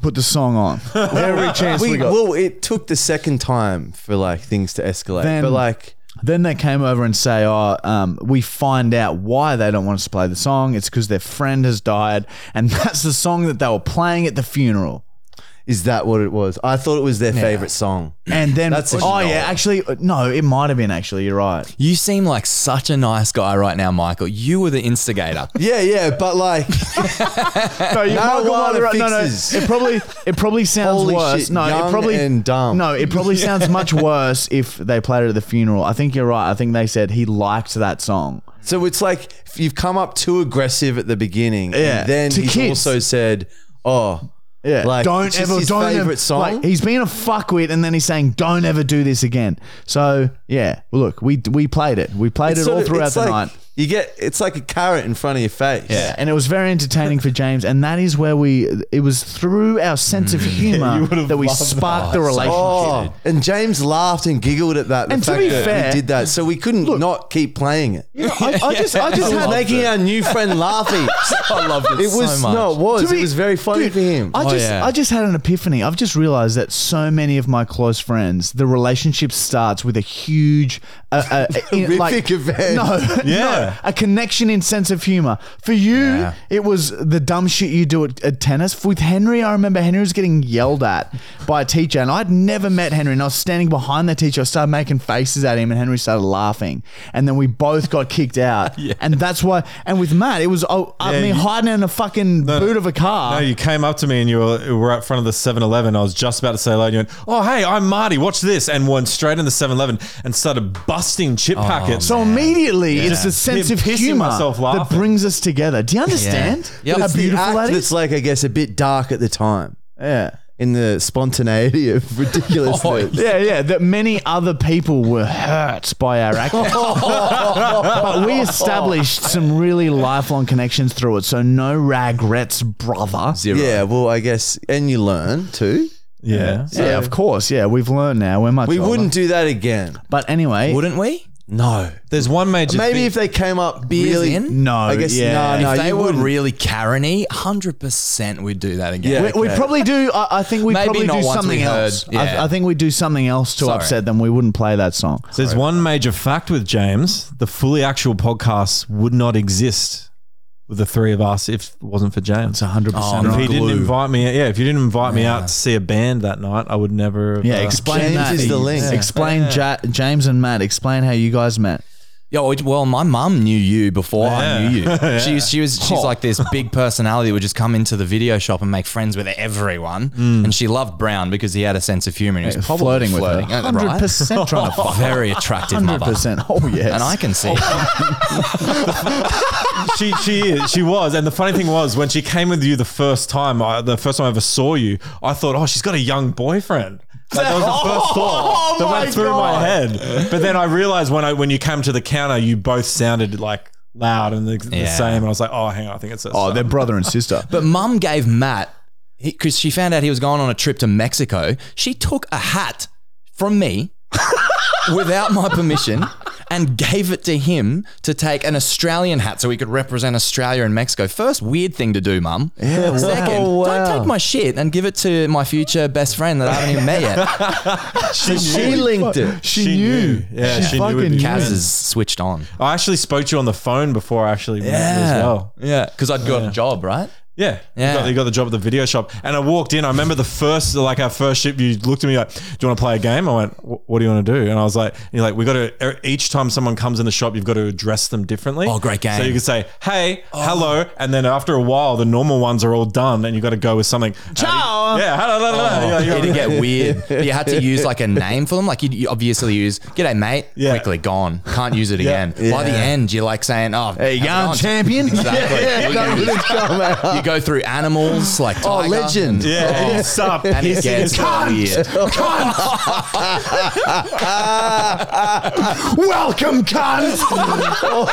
[SPEAKER 1] put the song on. every chance we,
[SPEAKER 3] We,
[SPEAKER 1] got.
[SPEAKER 3] well, it took the second time for like things to escalate,
[SPEAKER 1] Then-
[SPEAKER 3] but like
[SPEAKER 1] Then they came over and say, "Oh, um, we find out why they don't want us to play the song. It's because their friend has died, and that's the song that they were playing at the funeral."
[SPEAKER 3] is that what it was? I thought it was their favorite song.
[SPEAKER 1] And then,
[SPEAKER 3] That's a
[SPEAKER 1] oh
[SPEAKER 3] no.
[SPEAKER 1] yeah, actually, uh, no, it might have been. Actually, you're right.
[SPEAKER 8] You seem like such a nice guy right now, Michael. You were the instigator.
[SPEAKER 3] Yeah, yeah, but like
[SPEAKER 1] No, you
[SPEAKER 3] Michael might be right.
[SPEAKER 1] No, no,
[SPEAKER 3] No, no.
[SPEAKER 1] it probably it probably sounds
[SPEAKER 3] Holy
[SPEAKER 1] worse.
[SPEAKER 3] shit,
[SPEAKER 1] no, it
[SPEAKER 3] young
[SPEAKER 1] probably
[SPEAKER 3] and dumb.
[SPEAKER 1] No, it probably sounds much worse if they played it at the funeral. I think you're right. I think they said he liked that song.
[SPEAKER 3] so it's like if you've come up too aggressive at the beginning,
[SPEAKER 1] Yeah,
[SPEAKER 3] and then
[SPEAKER 1] to
[SPEAKER 3] he's
[SPEAKER 1] kids.
[SPEAKER 3] also said, "Oh,
[SPEAKER 1] Yeah,
[SPEAKER 3] Like,
[SPEAKER 1] don't
[SPEAKER 3] it's just
[SPEAKER 1] ever
[SPEAKER 3] his
[SPEAKER 1] don't
[SPEAKER 3] favourite
[SPEAKER 1] ever,
[SPEAKER 3] song.
[SPEAKER 1] Like, he's being a fuckwit, and then he's saying, "Don't ever do this again." So yeah, well, look, we we played it, we played it
[SPEAKER 3] sort
[SPEAKER 1] all
[SPEAKER 3] of-
[SPEAKER 1] throughout
[SPEAKER 3] it's
[SPEAKER 1] the
[SPEAKER 3] like-
[SPEAKER 1] night,
[SPEAKER 3] You get it's like a carrot in front of your face.
[SPEAKER 1] yeah, and it was very entertaining for James, and that is where we. It was through our sense of humor that we sparked the relationship.
[SPEAKER 3] Oh, and James laughed and giggled at that. The
[SPEAKER 1] And to
[SPEAKER 3] fact
[SPEAKER 1] be
[SPEAKER 3] that
[SPEAKER 1] fair-
[SPEAKER 3] we did that, so we couldn't not keep playing it.
[SPEAKER 1] You know, I, I just, I just
[SPEAKER 3] It was
[SPEAKER 1] had
[SPEAKER 3] making our new friend laugh heaps.
[SPEAKER 8] I loved it,
[SPEAKER 3] It was
[SPEAKER 8] so much.
[SPEAKER 3] no, it was.
[SPEAKER 1] To be-
[SPEAKER 3] it was very funny
[SPEAKER 1] Dude,
[SPEAKER 3] for him.
[SPEAKER 1] I
[SPEAKER 8] Oh,
[SPEAKER 1] just,
[SPEAKER 8] yeah.
[SPEAKER 1] I just had an epiphany. I've just realized that so many of my close friends, the relationship starts with a huge, uh, uh, in- like,
[SPEAKER 3] Horrific event.
[SPEAKER 1] No, no,
[SPEAKER 2] Yeah.
[SPEAKER 1] a connection in sense of humor. For you, it was the dumb shit you do at, at tennis. With Henry, I remember Henry was getting yelled at by a teacher, and I'd never met Henry. And I was standing behind the teacher. I started making faces at him, and Henry started laughing. And then we both got kicked out. And that's why. And with Matt, it was oh, uh, me hiding in a fucking boot of a car.
[SPEAKER 2] No, you came up to me and you were, you were out front of the 7-Eleven. I was just about to say hello, and you went, "Oh, hey, I'm Marty. Watch this!" And went straight in the 7-Eleven and started busting chip
[SPEAKER 1] Oh,
[SPEAKER 2] packets.
[SPEAKER 1] So immediately, it's the sense
[SPEAKER 2] Me
[SPEAKER 1] of
[SPEAKER 2] pissing
[SPEAKER 1] humor
[SPEAKER 2] myself
[SPEAKER 1] that
[SPEAKER 2] laughing.
[SPEAKER 1] brings us together. Do you understand?
[SPEAKER 8] Yeah. Yep.
[SPEAKER 1] How
[SPEAKER 8] It's the
[SPEAKER 1] beautiful that
[SPEAKER 3] It's
[SPEAKER 1] is.
[SPEAKER 3] like I guess a bit dark at the time
[SPEAKER 1] Yeah.
[SPEAKER 3] in the spontaneity of ridiculousness.
[SPEAKER 1] Oh, Yeah, yeah. That many other people were hurt by our actions, but we established some really lifelong connections through it. So no regrets, brother.
[SPEAKER 3] Yeah, well, I guess, and you learn too.
[SPEAKER 2] Yeah.
[SPEAKER 1] yeah, of course. Yeah, we've learned now. We're much.
[SPEAKER 3] We
[SPEAKER 1] older.
[SPEAKER 3] wouldn't do that again.
[SPEAKER 1] But anyway,
[SPEAKER 8] Wouldn't we?
[SPEAKER 3] No.
[SPEAKER 2] There's one major
[SPEAKER 3] Maybe
[SPEAKER 2] thing-
[SPEAKER 3] if they came up really,
[SPEAKER 8] Really?
[SPEAKER 1] No,
[SPEAKER 3] I guess
[SPEAKER 1] yeah.
[SPEAKER 3] no, no.
[SPEAKER 8] if they
[SPEAKER 3] you
[SPEAKER 8] were
[SPEAKER 3] wouldn't.
[SPEAKER 8] really Kareny, 100% we'd do that again.
[SPEAKER 3] Yeah.
[SPEAKER 1] we, we
[SPEAKER 3] okay.
[SPEAKER 1] probably do. I, I think we
[SPEAKER 8] Maybe
[SPEAKER 1] probably
[SPEAKER 8] not
[SPEAKER 1] do
[SPEAKER 8] once
[SPEAKER 1] something
[SPEAKER 8] we heard,
[SPEAKER 1] else.
[SPEAKER 8] yeah.
[SPEAKER 1] I, I think we do something else to
[SPEAKER 8] Sorry.
[SPEAKER 1] upset them. We wouldn't play that song.
[SPEAKER 2] There's one major fact with James. The fully actual podcast would not exist with the three of us if it wasn't for James.
[SPEAKER 1] It's 100 percent
[SPEAKER 8] Oh,
[SPEAKER 2] if
[SPEAKER 1] right.
[SPEAKER 2] he didn't
[SPEAKER 8] Glue.
[SPEAKER 2] invite me, yeah, if you didn't invite me out to see a band that night, I would never. have,
[SPEAKER 1] Yeah,
[SPEAKER 2] uh,
[SPEAKER 1] explain
[SPEAKER 3] James
[SPEAKER 1] that.
[SPEAKER 3] is the link.
[SPEAKER 1] Explain Ja- James and Matt. Explain how you guys met.
[SPEAKER 8] Yo, it- well, my mum knew you before I
[SPEAKER 2] Yeah.
[SPEAKER 8] knew you.
[SPEAKER 2] Yeah.
[SPEAKER 8] She was, she was, she's like this big personality that would just come into the video shop and make friends with everyone. And she loved Brown because he had a sense of humor. And he was
[SPEAKER 1] Mm.
[SPEAKER 8] probably
[SPEAKER 1] Flirting,
[SPEAKER 8] flirting,
[SPEAKER 1] with her.
[SPEAKER 8] at the
[SPEAKER 1] 100
[SPEAKER 8] right?
[SPEAKER 1] percent trying to fuck.
[SPEAKER 8] Very attractive
[SPEAKER 1] 100
[SPEAKER 8] mother.
[SPEAKER 1] percent. Oh yes.
[SPEAKER 8] And I can see. it.
[SPEAKER 2] she she is, she was, and the funny thing was when she came with you the first time, I, the first time I ever saw you, I thought, oh, she's got a young boyfriend. Like, that was the first thought that went through my head. But then I realized when I when you came to the counter, you both sounded like loud and the, the
[SPEAKER 8] Yeah.
[SPEAKER 2] same, and I was like, oh, hang on, I think it's.
[SPEAKER 1] Oh, they're brother and sister.
[SPEAKER 8] But mum gave Matt, because she found out he was going on a trip to Mexico, she took a hat from me without my permission and gave it to him to take an Australian hat so he could represent Australia and Mexico. First, weird thing to do, mum. Second, don't take my shit and give it to my future best friend that I haven't even met yet.
[SPEAKER 2] she,
[SPEAKER 3] She linked it.
[SPEAKER 1] she,
[SPEAKER 2] She
[SPEAKER 1] knew.
[SPEAKER 2] knew. Yeah,
[SPEAKER 1] she,
[SPEAKER 2] she knew
[SPEAKER 1] fucking
[SPEAKER 2] it'd
[SPEAKER 1] knew.
[SPEAKER 2] be
[SPEAKER 8] Kaz is switched on.
[SPEAKER 2] I actually spoke to you on the phone before I actually met you as well.
[SPEAKER 8] Yeah. Because I'd got a job, right?
[SPEAKER 2] Yeah.
[SPEAKER 8] Yeah.
[SPEAKER 2] You, got, you got the job at the video shop. And I walked in. I remember the first, like our first ship, you looked at me like, do you want to play a game? I went, "Wh- what do you want to do? And I was like, and you're like, we got to, each time someone comes in the shop, you've got to address them differently.
[SPEAKER 8] Oh, great game. Oh.
[SPEAKER 2] So you can say, hey, hello. And then after a while, the normal ones are all done and you got to go with something. Ciao. yeah. hello, hello,
[SPEAKER 8] Oh.
[SPEAKER 2] hello. You gotta-
[SPEAKER 8] It'd get weird. But you had to use like a name for them. Like you'd, you obviously use "G'day, mate."
[SPEAKER 2] Yeah.
[SPEAKER 8] Quickly gone. Can't use it again. By the end, you're like saying, "Oh,
[SPEAKER 1] Hey,
[SPEAKER 8] how's it
[SPEAKER 1] young
[SPEAKER 8] going?"
[SPEAKER 1] champion.
[SPEAKER 8] Exactly. We're gonna do this. you go through animals like tiger,
[SPEAKER 3] Oh,
[SPEAKER 8] Oh,
[SPEAKER 3] legend.
[SPEAKER 2] yeah. And it's up.
[SPEAKER 8] and it gets weird.
[SPEAKER 1] Welcome, cunt.
[SPEAKER 3] Oh,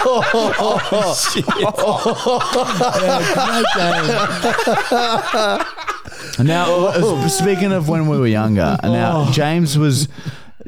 [SPEAKER 1] now, uh, speaking of when we were younger,
[SPEAKER 8] Oh.
[SPEAKER 1] now James was.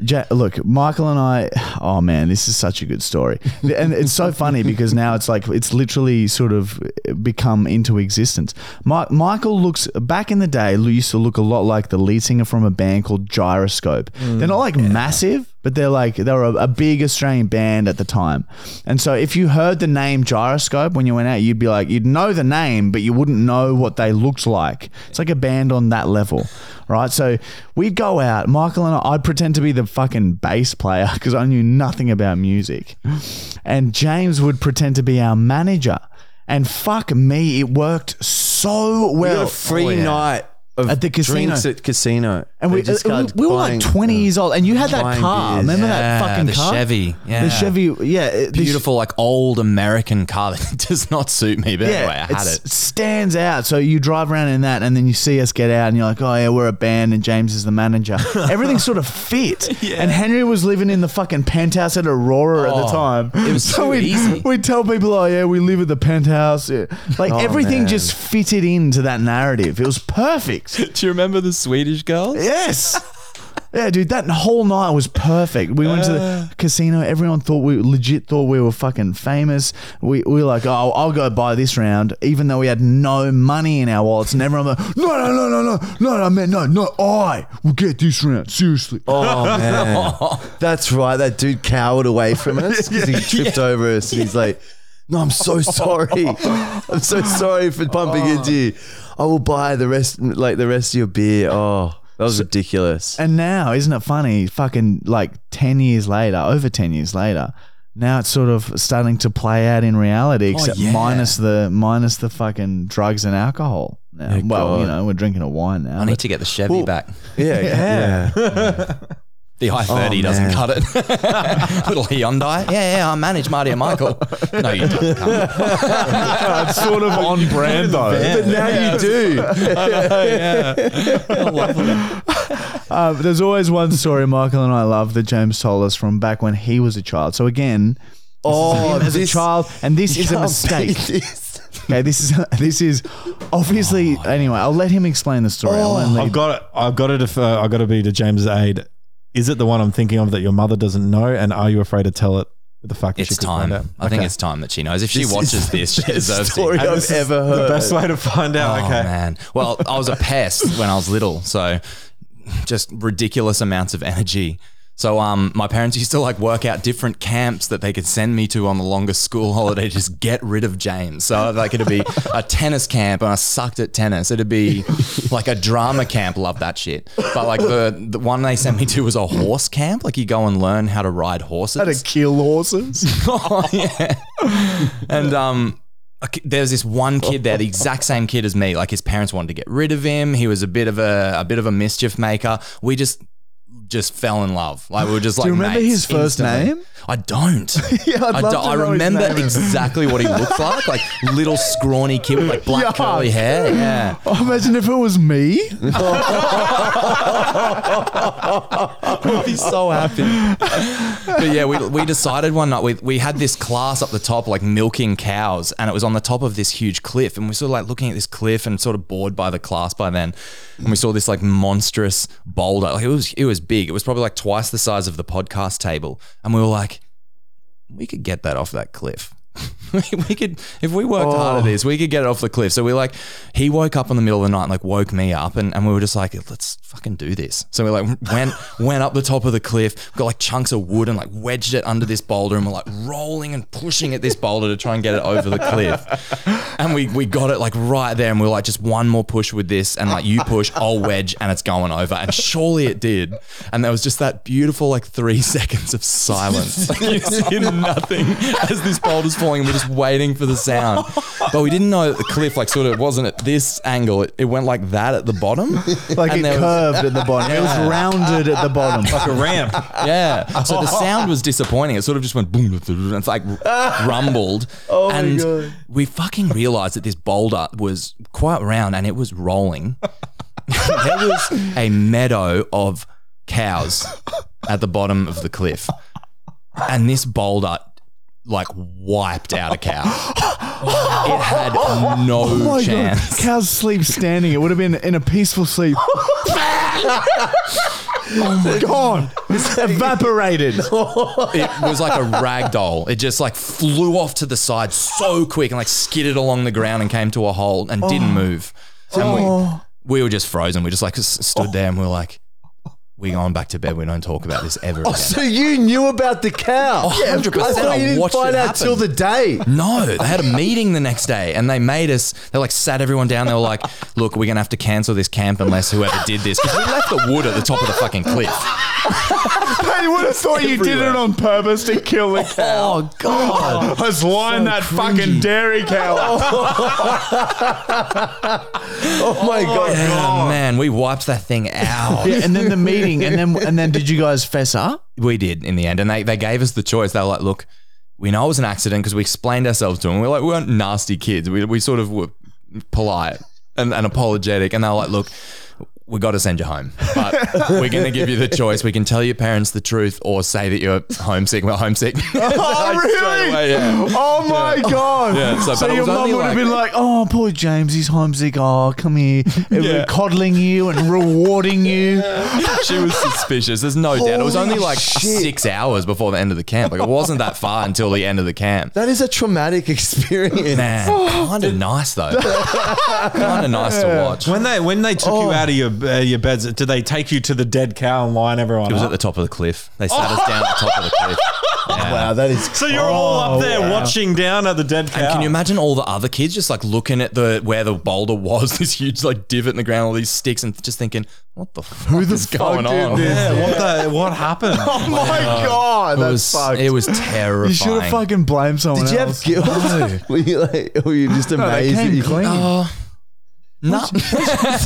[SPEAKER 1] Ja- look, Michael and I. Oh man, this is such a good story, and it's so funny because now it's like it's literally sort of become into existence. Mi- Michael looks back in the day used to look a lot like the lead singer from a band called Gyroscope.
[SPEAKER 8] Mm.
[SPEAKER 1] They're not like massive, but they're like they were a, a big Australian band at the time. And so if you heard the name Gyroscope when you went out, you'd be like you'd know the name, but you wouldn't know what they looked like. It's like a band on that level. Right, so we'd go out. Michael and I, I'd pretend to be the fucking bass player because I knew nothing about music, and James would pretend to be our manager. And fuck me, it worked so
[SPEAKER 3] We
[SPEAKER 1] well. Oh,
[SPEAKER 3] got a
[SPEAKER 8] oh,
[SPEAKER 3] free night of
[SPEAKER 1] At the casino.
[SPEAKER 3] drinks at casino,
[SPEAKER 1] And we,
[SPEAKER 3] They just
[SPEAKER 1] uh, we,
[SPEAKER 3] started
[SPEAKER 1] we were
[SPEAKER 3] buying-
[SPEAKER 1] like 20 years old. And you had that
[SPEAKER 3] Buying
[SPEAKER 1] car.
[SPEAKER 3] beers.
[SPEAKER 1] Remember that
[SPEAKER 8] Yeah,
[SPEAKER 1] fucking
[SPEAKER 8] the
[SPEAKER 1] car?
[SPEAKER 8] Chevy. Yeah.
[SPEAKER 1] The Chevy. Yeah. it- the Ch-
[SPEAKER 8] Beautiful, like old American car that does not suit me. But anyway, I had
[SPEAKER 1] it's-
[SPEAKER 8] it.
[SPEAKER 1] stands out. So you drive around in that, and then you see us get out, and you're like, "Oh yeah, we're a band, and James is the manager." Everything sort of fit. And Henry was living in the fucking penthouse at Aurora at the
[SPEAKER 8] Oh,
[SPEAKER 1] time.
[SPEAKER 8] it was too
[SPEAKER 1] we'd,
[SPEAKER 8] easy.
[SPEAKER 1] We'd tell people, "Oh yeah, we live at the penthouse." Yeah. Like
[SPEAKER 8] Oh,
[SPEAKER 1] everything
[SPEAKER 3] man.
[SPEAKER 1] just fitted into that narrative. It was perfect.
[SPEAKER 8] Do you remember the Swedish girl?
[SPEAKER 1] Yes. Yeah, dude, that whole night was perfect. We went to
[SPEAKER 3] Uh.
[SPEAKER 1] the casino. Everyone thought we legit thought we were fucking famous. We, we were like, oh, I'll go buy this round, even though we had no money in our wallets. And everyone was like, no, no, no, no, no, no, no, man, no, no, I will get this round. Seriously.
[SPEAKER 3] Oh man, that's right. That dude cowered away from us because he tripped over us, and he's like, "No, I'm so sorry. I'm so sorry for bumping
[SPEAKER 1] Oh.
[SPEAKER 3] into you. I will buy the rest, like the rest of your beer." Oh, that was ridiculous.
[SPEAKER 1] And now, isn't it funny? Fucking like 10 years later, over 10 years later, now it's sort of starting to play out in reality,
[SPEAKER 3] Oh,
[SPEAKER 1] except
[SPEAKER 8] yeah.
[SPEAKER 1] minus the minus the fucking drugs and alcohol. Now. well, you
[SPEAKER 3] God.
[SPEAKER 1] know, we're drinking a wine now.
[SPEAKER 8] I
[SPEAKER 1] but-
[SPEAKER 8] need to get the Chevy back.
[SPEAKER 3] Yeah, yeah.
[SPEAKER 5] 예.
[SPEAKER 8] The i thirty
[SPEAKER 3] Oh,
[SPEAKER 8] doesn't
[SPEAKER 3] man.
[SPEAKER 8] cut it. Little Hyundai. Yeah, yeah. I manage Marty and Michael. No, you don't. cunt.
[SPEAKER 1] It's sort of on brand though.
[SPEAKER 3] But now you do.
[SPEAKER 1] Uh, but there's always one story Michael and I love that James told us from back when he was a child. So again,
[SPEAKER 3] Oh,
[SPEAKER 1] him as a
[SPEAKER 3] this-
[SPEAKER 1] child, and this
[SPEAKER 3] you
[SPEAKER 1] is a
[SPEAKER 3] can't
[SPEAKER 1] mistake.
[SPEAKER 3] beat this.
[SPEAKER 1] Okay, this is this is obviously anyway. I'll let him explain the story. I'll only-
[SPEAKER 2] I've got it. I've got to defer. I've got to be to James's aid. Is it the one I'm thinking of that your mother doesn't know? And are you afraid to tell it with the fact that
[SPEAKER 8] It's
[SPEAKER 2] she could find
[SPEAKER 8] time. I
[SPEAKER 2] out?
[SPEAKER 8] think
[SPEAKER 2] Okay.
[SPEAKER 8] it's time that she knows. If she
[SPEAKER 3] This is
[SPEAKER 8] watches
[SPEAKER 3] the
[SPEAKER 8] this, she
[SPEAKER 3] best
[SPEAKER 8] deserves
[SPEAKER 3] story
[SPEAKER 8] it.
[SPEAKER 2] And
[SPEAKER 3] I've
[SPEAKER 2] this is
[SPEAKER 3] ever heard.
[SPEAKER 2] The best way to find out.
[SPEAKER 8] Oh
[SPEAKER 2] okay.
[SPEAKER 8] man. Well, I was a pest when I was little, so just ridiculous amounts of energy. So um, my parents used to like work out different camps that they could send me to on the longest school holiday, to just get rid of James. So like it'd be a tennis camp, and I sucked at tennis. It'd be like a drama camp, love that shit. But like the, the one they sent me to was a horse camp. Like you go and learn how to ride horses.
[SPEAKER 1] how to kill horses.
[SPEAKER 8] Oh, yeah. and um, a ki- there was this one kid there, the exact same kid as me. Like his parents wanted to get rid of him. He was a bit of a a bit of a mischief maker. We just just fell in love. Like we were just like.
[SPEAKER 1] you remember
[SPEAKER 8] mates
[SPEAKER 1] his first
[SPEAKER 8] instantly.
[SPEAKER 1] name?
[SPEAKER 8] I don't.
[SPEAKER 1] Yeah, I'd
[SPEAKER 8] I,
[SPEAKER 1] love
[SPEAKER 8] do-
[SPEAKER 1] to
[SPEAKER 8] I
[SPEAKER 1] know his
[SPEAKER 8] remember
[SPEAKER 1] name.
[SPEAKER 8] exactly what he looked like. Like little scrawny kid with like black
[SPEAKER 1] Yuck.
[SPEAKER 8] curly hair. Yeah.
[SPEAKER 1] Oh, imagine if it was me.
[SPEAKER 8] I'd be so happy. but yeah, we, we decided one night we, we had this class up the top, like milking cows, and it was on the top of this huge cliff. And we sort of like looking at this cliff and sort of bored by the class by then. And we saw this like monstrous boulder. Like, it was it was big. It was probably like twice the size of the podcast table. And we were like, we could get that off that cliff. we could, if we worked hard at this, we could get it off the cliff. So we like, he woke up in the middle of the night and like woke me up, and, and we were just like, let's fucking do this. So we like went went up the top of the cliff, got like chunks of wood and like wedged it under this boulder, and we're like rolling and pushing at this boulder to try and get it over the cliff. And we we got it like right there, and we were like, just one more push with this, and like you push, I'll wedge, and it's going over. And surely it did. And there was just that beautiful like three seconds of silence. Like, you see nothing as this boulder's falling, and we're just waiting for the sound. But we didn't know that the cliff like sort of wasn't at this angle. It, it went like that at the bottom.
[SPEAKER 1] Like
[SPEAKER 8] And
[SPEAKER 1] it
[SPEAKER 8] there was-
[SPEAKER 1] curved at the bottom. It was rounded at the bottom.
[SPEAKER 2] Like a ramp.
[SPEAKER 8] Yeah. So the sound was disappointing. It sort of just went boom, and it's like rumbled. Oh
[SPEAKER 1] my
[SPEAKER 8] and
[SPEAKER 1] God.
[SPEAKER 8] we fucking realized that this boulder was quite round and it was rolling. there was a meadow of cows at the bottom of the cliff. And this boulder like wiped out a cow. It had no
[SPEAKER 1] Oh my
[SPEAKER 8] chance.
[SPEAKER 1] God. Cows sleep standing. It would have been in a peaceful sleep. oh my God. It's evaporated.
[SPEAKER 8] it was like a rag doll. It just like flew off to the side so quick and like skidded along the ground and came to a halt and didn't
[SPEAKER 3] Oh.
[SPEAKER 8] move. And we, we were just frozen. We just like s- stood
[SPEAKER 3] Oh.
[SPEAKER 8] there and we were like, we're going back to bed. We don't talk about this ever
[SPEAKER 3] Oh,
[SPEAKER 8] again.
[SPEAKER 3] you knew about the cow?
[SPEAKER 8] Oh, Yeah, 100%. I thought you didn't I watched find it out happen. till the
[SPEAKER 3] day.
[SPEAKER 8] No, they had a meeting the next day and they made us, they like sat everyone down. They were like, look, we're going to have to cancel this camp unless whoever did this. Because we left the wood at the top of the fucking cliff.
[SPEAKER 1] They would have thought you did it on purpose to kill the cow.
[SPEAKER 8] Oh, God.
[SPEAKER 1] Let's line that fucking dairy cow up.
[SPEAKER 3] Oh my god.
[SPEAKER 8] Yeah, man, we wiped that thing out.
[SPEAKER 1] Yeah, and then the meeting, and then and then did you guys fess up?
[SPEAKER 8] we did in the end. And they, they gave us the choice. They were like, look, we know it was an accident because we explained ourselves to them. We are like, we weren't nasty kids. We, we sort of were polite and, and apologetic. And they were like, look, we got to send you home, but we're going to give you the choice. We can tell your parents the truth or say that you're homesick. We're homesick.
[SPEAKER 1] Oh,
[SPEAKER 8] Like, straight
[SPEAKER 1] really?
[SPEAKER 8] away, yeah.
[SPEAKER 1] Oh my god!
[SPEAKER 8] Yeah, so-
[SPEAKER 1] so
[SPEAKER 8] but it
[SPEAKER 1] your
[SPEAKER 8] was
[SPEAKER 1] mum
[SPEAKER 8] only
[SPEAKER 1] would have
[SPEAKER 8] like-
[SPEAKER 1] been like, "Oh, poor James, he's homesick. Oh, come here, And we're coddling you and rewarding you."
[SPEAKER 8] She was suspicious. There's no doubt. It was
[SPEAKER 3] Holy
[SPEAKER 8] only like
[SPEAKER 3] shit.
[SPEAKER 8] six hours before the end of the camp. Like it wasn't that far until the end of the camp.
[SPEAKER 3] That is a traumatic experience.
[SPEAKER 8] Man, kind of nice though. kind of nice to watch.
[SPEAKER 2] When they when they took
[SPEAKER 3] Oh.
[SPEAKER 2] you out of your uh, your beds, did they take you to the dead cow and line everyone
[SPEAKER 8] It was
[SPEAKER 2] up?
[SPEAKER 8] at the top of the cliff. They sat us down at the top of the cliff. Yeah.
[SPEAKER 3] Wow, that is Oh,
[SPEAKER 2] so you're all up there watching down at the dead cow.
[SPEAKER 8] And can you imagine all the other kids just like looking at the where the boulder was, this huge like divot in the ground, all these sticks, and just thinking, what the fuck is going on?
[SPEAKER 2] Yeah, what the what happened?
[SPEAKER 1] Oh my god,
[SPEAKER 8] It
[SPEAKER 1] that's
[SPEAKER 8] was
[SPEAKER 1] fucked.
[SPEAKER 8] it was terrifying.
[SPEAKER 1] you should have fucking blamed someone
[SPEAKER 3] Did you have
[SPEAKER 1] else.
[SPEAKER 3] guilt? were you like, were you just
[SPEAKER 1] No, they
[SPEAKER 3] amazed? that
[SPEAKER 1] came
[SPEAKER 3] you-
[SPEAKER 1] clean.
[SPEAKER 8] Oh, no.
[SPEAKER 3] See,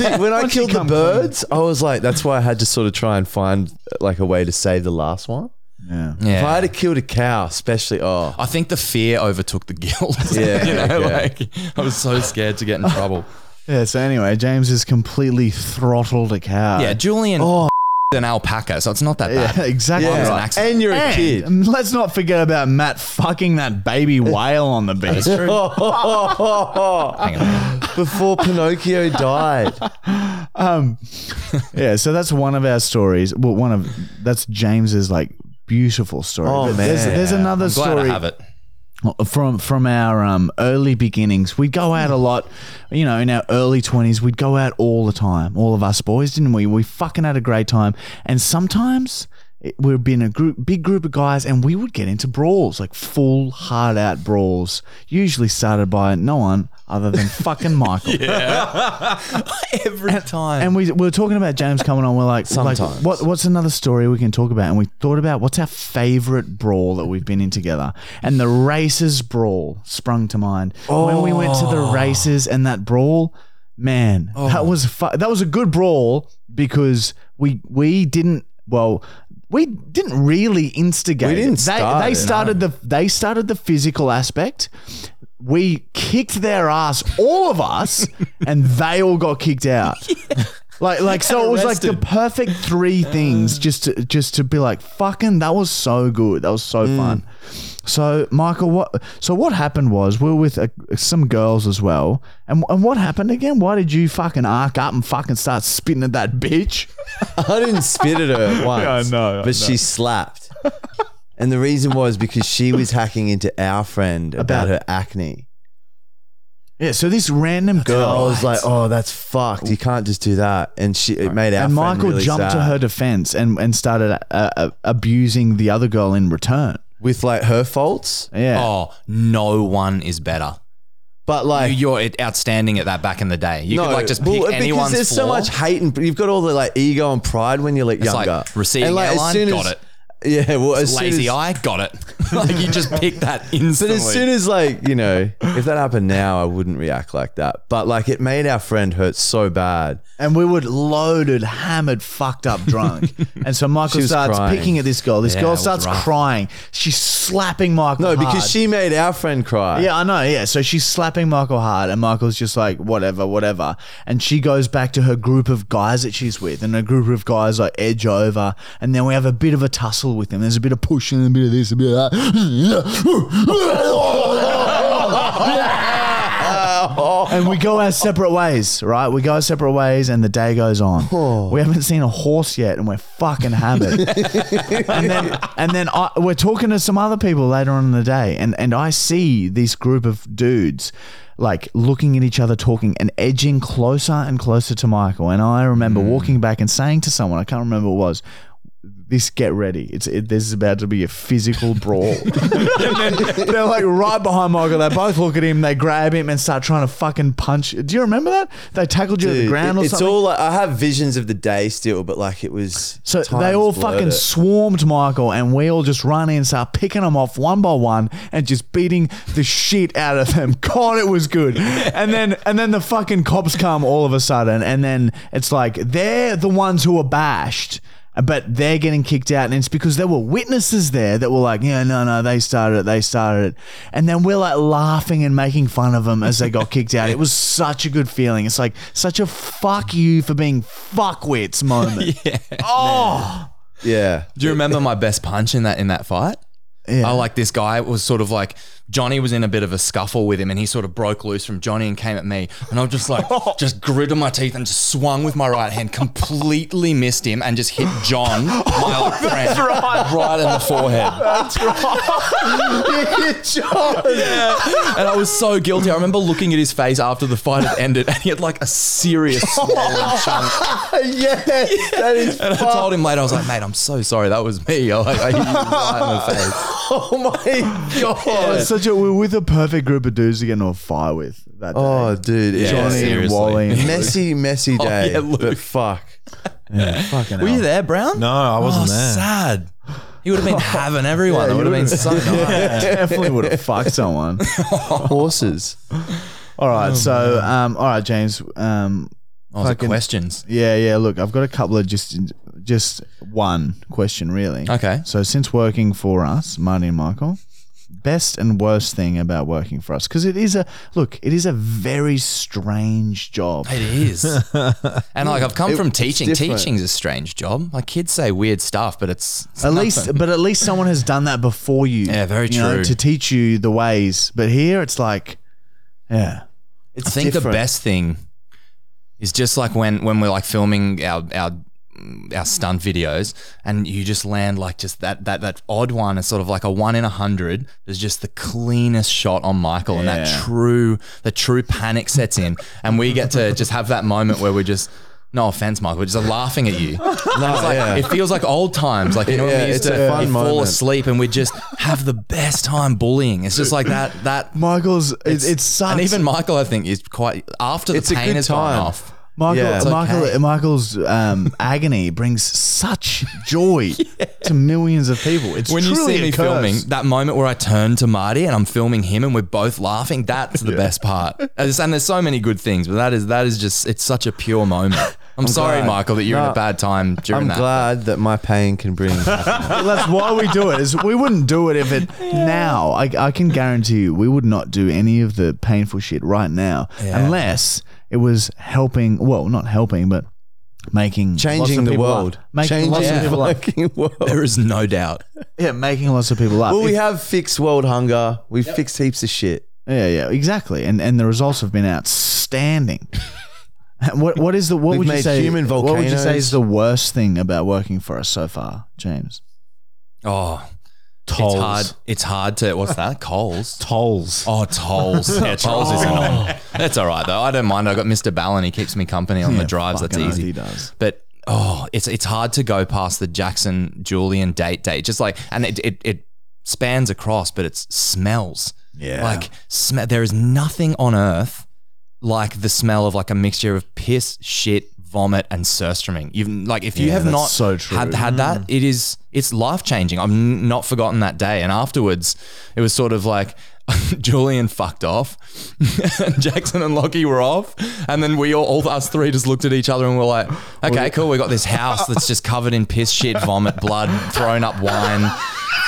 [SPEAKER 3] when
[SPEAKER 8] Oh,
[SPEAKER 3] I
[SPEAKER 1] Once you
[SPEAKER 3] killed the
[SPEAKER 1] come clean.
[SPEAKER 3] birds, I was like, that's why I had to sort of try and find like a way to save the last one.
[SPEAKER 1] yeah.
[SPEAKER 3] If I
[SPEAKER 8] yeah.
[SPEAKER 3] had to kill a cow, especially, oh,
[SPEAKER 8] I think the fear overtook the guilt.
[SPEAKER 3] Yeah,
[SPEAKER 8] you know,
[SPEAKER 3] yeah.
[SPEAKER 8] like I was so scared to get in trouble.
[SPEAKER 1] yeah. So anyway, James is completely throttled a cow.
[SPEAKER 8] yeah, Julian.
[SPEAKER 1] Oh,
[SPEAKER 8] an alpaca, so it's not that bad.
[SPEAKER 1] Yeah, exactly.
[SPEAKER 8] It was an
[SPEAKER 1] right.
[SPEAKER 8] accident.
[SPEAKER 3] And you're a kid.
[SPEAKER 1] And let's not forget about Matt fucking that baby whale on the beach.
[SPEAKER 8] Hang on.
[SPEAKER 3] Before Pinocchio died.
[SPEAKER 1] um, yeah, so that's one of our stories. Well, one of that's James's like beautiful story.
[SPEAKER 3] Oh,
[SPEAKER 1] But there's,
[SPEAKER 3] man.
[SPEAKER 1] there's another
[SPEAKER 8] I'm glad
[SPEAKER 1] story
[SPEAKER 8] I have it.
[SPEAKER 1] from from our um, early beginnings. We'd go out a lot, you know, in our early twenties. We'd go out all the time, all of us boys, didn't we? We fucking had a great time, and sometimes. It, we'd be in a group, big group of guys, and we would get into brawls, like full hard out brawls, usually started by no one other than fucking Michael.
[SPEAKER 8] Every time.
[SPEAKER 1] And we, we were talking about James coming on. We're like, like,
[SPEAKER 3] Sometimes.
[SPEAKER 1] what, what's another story we can talk about? And we thought about what's our favorite brawl that we've been in together. And the races brawl sprung to mind. When we went to the
[SPEAKER 3] Oh.
[SPEAKER 1] races and that brawl, man, that was fu- that was a good brawl because we we didn't well we didn't really instigate.
[SPEAKER 3] We didn't
[SPEAKER 1] it. They,
[SPEAKER 3] start
[SPEAKER 1] they
[SPEAKER 3] it,
[SPEAKER 1] started the they started the physical aspect we kicked their ass, all of us, and they all got kicked out. Like, like, so it was like the perfect three things just to just to be like, fucking, that was so good, that was so fun. So, Michael, what? So, what happened was we were with uh some girls as well, and and what happened again? Why did you fucking arc up and fucking start spitting at that bitch?
[SPEAKER 3] I didn't spit at her once.
[SPEAKER 1] I know, I
[SPEAKER 3] But she slapped. And the reason was because she was hacking into our friend
[SPEAKER 1] About-
[SPEAKER 3] about, her acne.
[SPEAKER 1] Yeah. So this random
[SPEAKER 3] And I
[SPEAKER 1] girl
[SPEAKER 3] was like, oh, that's fucked. You can't just do that. And she, it made our
[SPEAKER 1] and
[SPEAKER 3] friend
[SPEAKER 1] Michael
[SPEAKER 3] really
[SPEAKER 1] jumped to
[SPEAKER 3] sad.
[SPEAKER 1] her defense and and started uh, uh, abusing the other girl in return.
[SPEAKER 3] with like her faults,
[SPEAKER 1] Yeah.
[SPEAKER 8] Oh, no one is better.
[SPEAKER 3] but like
[SPEAKER 8] You- You're outstanding at that back in the day. You could like just pick
[SPEAKER 3] well, because
[SPEAKER 8] anyone's
[SPEAKER 3] there's so
[SPEAKER 8] flaw.
[SPEAKER 3] much hate and you've got all the like ego and pride when you're like
[SPEAKER 8] It's like
[SPEAKER 3] younger.
[SPEAKER 8] receiving
[SPEAKER 3] as
[SPEAKER 8] airline,
[SPEAKER 3] soon
[SPEAKER 8] got
[SPEAKER 3] as-
[SPEAKER 8] it.
[SPEAKER 3] Yeah, well, as soon
[SPEAKER 8] Lazy
[SPEAKER 3] as,
[SPEAKER 8] eye, got it. like you just pick that
[SPEAKER 3] But
[SPEAKER 8] instantly.
[SPEAKER 3] as soon as like you know, if that happened now, I wouldn't react like that. But like it made our friend hurt so bad.
[SPEAKER 1] and we were loaded, hammered, fucked up, drunk. and so Michael
[SPEAKER 3] She was
[SPEAKER 1] starts
[SPEAKER 3] crying.
[SPEAKER 1] picking at this girl. This
[SPEAKER 8] Yeah, it
[SPEAKER 1] girl
[SPEAKER 8] was
[SPEAKER 1] starts
[SPEAKER 8] rough.
[SPEAKER 1] crying. She's slapping Michael.
[SPEAKER 3] No,
[SPEAKER 1] hard.
[SPEAKER 3] because she made our friend cry.
[SPEAKER 1] Yeah, I know. Yeah, so she's slapping Michael hard, and Michael's just like, whatever, whatever. And she goes back to her group of guys that she's with, and her group of guys like edge over, and then we have a bit of a tussle with them. There's a bit of pushing, a bit of this, a bit of that. and we go our separate ways, right? We go our separate ways, and the day goes on. We haven't seen a horse yet, and we're fucking hammered and then and then I, we're talking to some other people later on in the day, and and I see this group of dudes like looking at each other, talking, and edging closer and closer to Michael. And I remember
[SPEAKER 3] Mm.
[SPEAKER 1] walking back and saying to someone, I can't remember who it was. This get ready. It's it, this is about to be a physical brawl. They're like right behind Michael. They both look at him. They grab him and start trying to fucking punch. Do you remember that? They tackled you to the
[SPEAKER 3] Dude,
[SPEAKER 1] ground
[SPEAKER 3] it-
[SPEAKER 1] or
[SPEAKER 3] it's
[SPEAKER 1] something.
[SPEAKER 3] all like, I have visions of the day still, but like it was.
[SPEAKER 1] So they
[SPEAKER 3] times
[SPEAKER 1] all fucking
[SPEAKER 3] blurred.
[SPEAKER 1] swarmed Michael, and we all just run in, start picking them off one by one, and just beating the shit out of them. God, it was good. And then and then the fucking cops come all of a sudden, and then it's like they're the ones who are bashed. But they're getting kicked out, and it's because there were witnesses there that were like, "Yeah, no, no, they started it, they started it," and then we're like laughing and making fun of them as they got kicked out. It was such a good feeling. It's like such a "fuck you" for being fuckwits moment.
[SPEAKER 3] Yeah,
[SPEAKER 8] Do you remember my best punch in that in that fight?
[SPEAKER 1] Yeah.
[SPEAKER 8] I like this guy was sort of like Johnny was in a bit of a scuffle with him, and he sort of broke loose from Johnny and came at me, and I was just like just gritted my teeth and just swung with my right hand, completely missed him, and just hit John, my old friend, right. in the forehead. And I was so guilty. I remember looking at his face after the fight had ended, and he had like a serious swollen chunk.
[SPEAKER 3] yes, that is.
[SPEAKER 8] And I told him later, I was like, "Mate, I'm so sorry. That was me. I, I hit you right in the face."
[SPEAKER 3] Oh my god!
[SPEAKER 1] Oh, it's such a we we're with a perfect group of dudes to get into a fire with that day.
[SPEAKER 3] Oh, dude, yeah,
[SPEAKER 1] Johnny and
[SPEAKER 8] seriously.
[SPEAKER 1] Wally. and-
[SPEAKER 3] messy,
[SPEAKER 1] Oh,
[SPEAKER 3] messy day.
[SPEAKER 8] yeah, Luke.
[SPEAKER 3] but fuck.
[SPEAKER 8] Were you there, Brown?
[SPEAKER 2] No, I wasn't
[SPEAKER 8] oh,
[SPEAKER 2] there.
[SPEAKER 8] Sad. He would have been having everyone. that would have been so nice.
[SPEAKER 1] Definitely would have fucked someone.
[SPEAKER 3] Horses.
[SPEAKER 1] All right,
[SPEAKER 3] Oh,
[SPEAKER 1] so um, all right, James. Um,
[SPEAKER 8] Oh, the
[SPEAKER 1] Fucking-
[SPEAKER 8] questions.
[SPEAKER 1] yeah, yeah. Look, I've got a couple of just just one question really.
[SPEAKER 8] Okay.
[SPEAKER 1] So since working for us, Marty and Michael, best and worst thing about working for us because it is a look. It is a very strange job.
[SPEAKER 8] It is. and like I've come
[SPEAKER 3] It-
[SPEAKER 8] from
[SPEAKER 3] it's
[SPEAKER 8] teaching.
[SPEAKER 3] different.
[SPEAKER 8] Teaching's a strange job. Like kids say weird stuff, but it's, it's
[SPEAKER 1] At least,
[SPEAKER 8] nothing.
[SPEAKER 1] but at least someone has done that before you.
[SPEAKER 8] Yeah, very
[SPEAKER 1] you know,
[SPEAKER 8] true.
[SPEAKER 1] to teach you the ways, but here it's like, yeah,
[SPEAKER 8] I think the
[SPEAKER 3] different.
[SPEAKER 8] best thing is just like when when we're like filming our our our stunt videos and you just land like just that that that odd one is sort of like a one in a hundred is just the cleanest shot on Michael and
[SPEAKER 1] Yeah.
[SPEAKER 8] that true the true panic sets in and we get to just have that moment where we're just no offense, Michael, we're just laughing at you. It's like-
[SPEAKER 3] yeah.
[SPEAKER 8] It feels like old times, like you know when
[SPEAKER 3] Yeah,
[SPEAKER 8] we used
[SPEAKER 3] it's
[SPEAKER 8] to
[SPEAKER 3] a fun
[SPEAKER 8] you fall
[SPEAKER 3] moment.
[SPEAKER 8] asleep and we just have the best time bullying. It's just like that that
[SPEAKER 1] Michael's. It's, it, it sucks.
[SPEAKER 8] and even Michael, I think, is quite after the
[SPEAKER 3] It's a
[SPEAKER 8] pain
[SPEAKER 3] good
[SPEAKER 8] has gone
[SPEAKER 3] time.
[SPEAKER 8] off.
[SPEAKER 1] Michael,
[SPEAKER 3] Yeah. It's
[SPEAKER 1] Michael,
[SPEAKER 8] okay.
[SPEAKER 1] Michael's um, agony brings such joy to millions of people. It's
[SPEAKER 8] When you
[SPEAKER 1] truly
[SPEAKER 8] see
[SPEAKER 1] a
[SPEAKER 8] me
[SPEAKER 1] curse.
[SPEAKER 8] filming, that moment where I turn to Marty and I'm filming him and we're both laughing, that's the best part. As- And there's so many good things, but that is that is just it's such a pure moment. I'm, sorry,
[SPEAKER 3] glad.
[SPEAKER 8] Michael, that you're in
[SPEAKER 3] No,
[SPEAKER 8] a bad time during
[SPEAKER 3] I'm
[SPEAKER 8] that.
[SPEAKER 3] glad that my pain can bring.
[SPEAKER 1] That's why we do it. Is we wouldn't do it if it now. I, I can guarantee you, we would not do any of the painful shit right now unless it was helping. Well, not helping, but making lots
[SPEAKER 3] Changing
[SPEAKER 1] of
[SPEAKER 3] the
[SPEAKER 1] people
[SPEAKER 3] world.
[SPEAKER 1] laugh. making
[SPEAKER 3] Changing
[SPEAKER 1] lots of
[SPEAKER 3] the
[SPEAKER 1] people laugh.
[SPEAKER 3] fucking world.
[SPEAKER 8] There is no doubt.
[SPEAKER 1] Yeah, making lots of people laugh.
[SPEAKER 3] Well, we
[SPEAKER 1] If-
[SPEAKER 3] have fixed world hunger. We've fixed heaps of shit.
[SPEAKER 1] yeah, yeah, exactly. And and the results have been outstanding. what what is the what
[SPEAKER 3] We've
[SPEAKER 1] would you
[SPEAKER 3] made
[SPEAKER 1] say?
[SPEAKER 3] human
[SPEAKER 1] What would you say
[SPEAKER 3] volcanoes.
[SPEAKER 1] is the worst thing about working for us so far, James?
[SPEAKER 8] Oh,
[SPEAKER 2] Tolls.
[SPEAKER 8] it's hard. It's hard to what's that? Coles.
[SPEAKER 2] Tolls.
[SPEAKER 8] Oh, tolls. Yeah, tolls is annoying. That's all right though. I don't mind. I got Mr. Ballin. He keeps me company on the
[SPEAKER 1] Yeah,
[SPEAKER 8] drives. That's
[SPEAKER 1] fucking oath
[SPEAKER 8] easy.
[SPEAKER 1] He does.
[SPEAKER 8] But oh, it's it's hard to go past the Jackson Julian date date. Just like and it it, it spans across, but it's smells.
[SPEAKER 1] Yeah.
[SPEAKER 8] Like sm- there is nothing on earth like the smell of like a mixture of piss, shit, vomit, and surstroming. You've like if you
[SPEAKER 1] Yeah,
[SPEAKER 8] have
[SPEAKER 1] that's
[SPEAKER 8] not
[SPEAKER 1] so true.
[SPEAKER 8] had had that,
[SPEAKER 3] Mm.
[SPEAKER 8] it is it's life changing. I've n- not forgotten that day. And afterwards, it was sort of like Julian fucked off, and Jackson and Lockie were off, and then we all, all us three just looked at each other and were like, "Okay, cool. We got this house that's just covered in piss, shit, vomit, blood, thrown up wine."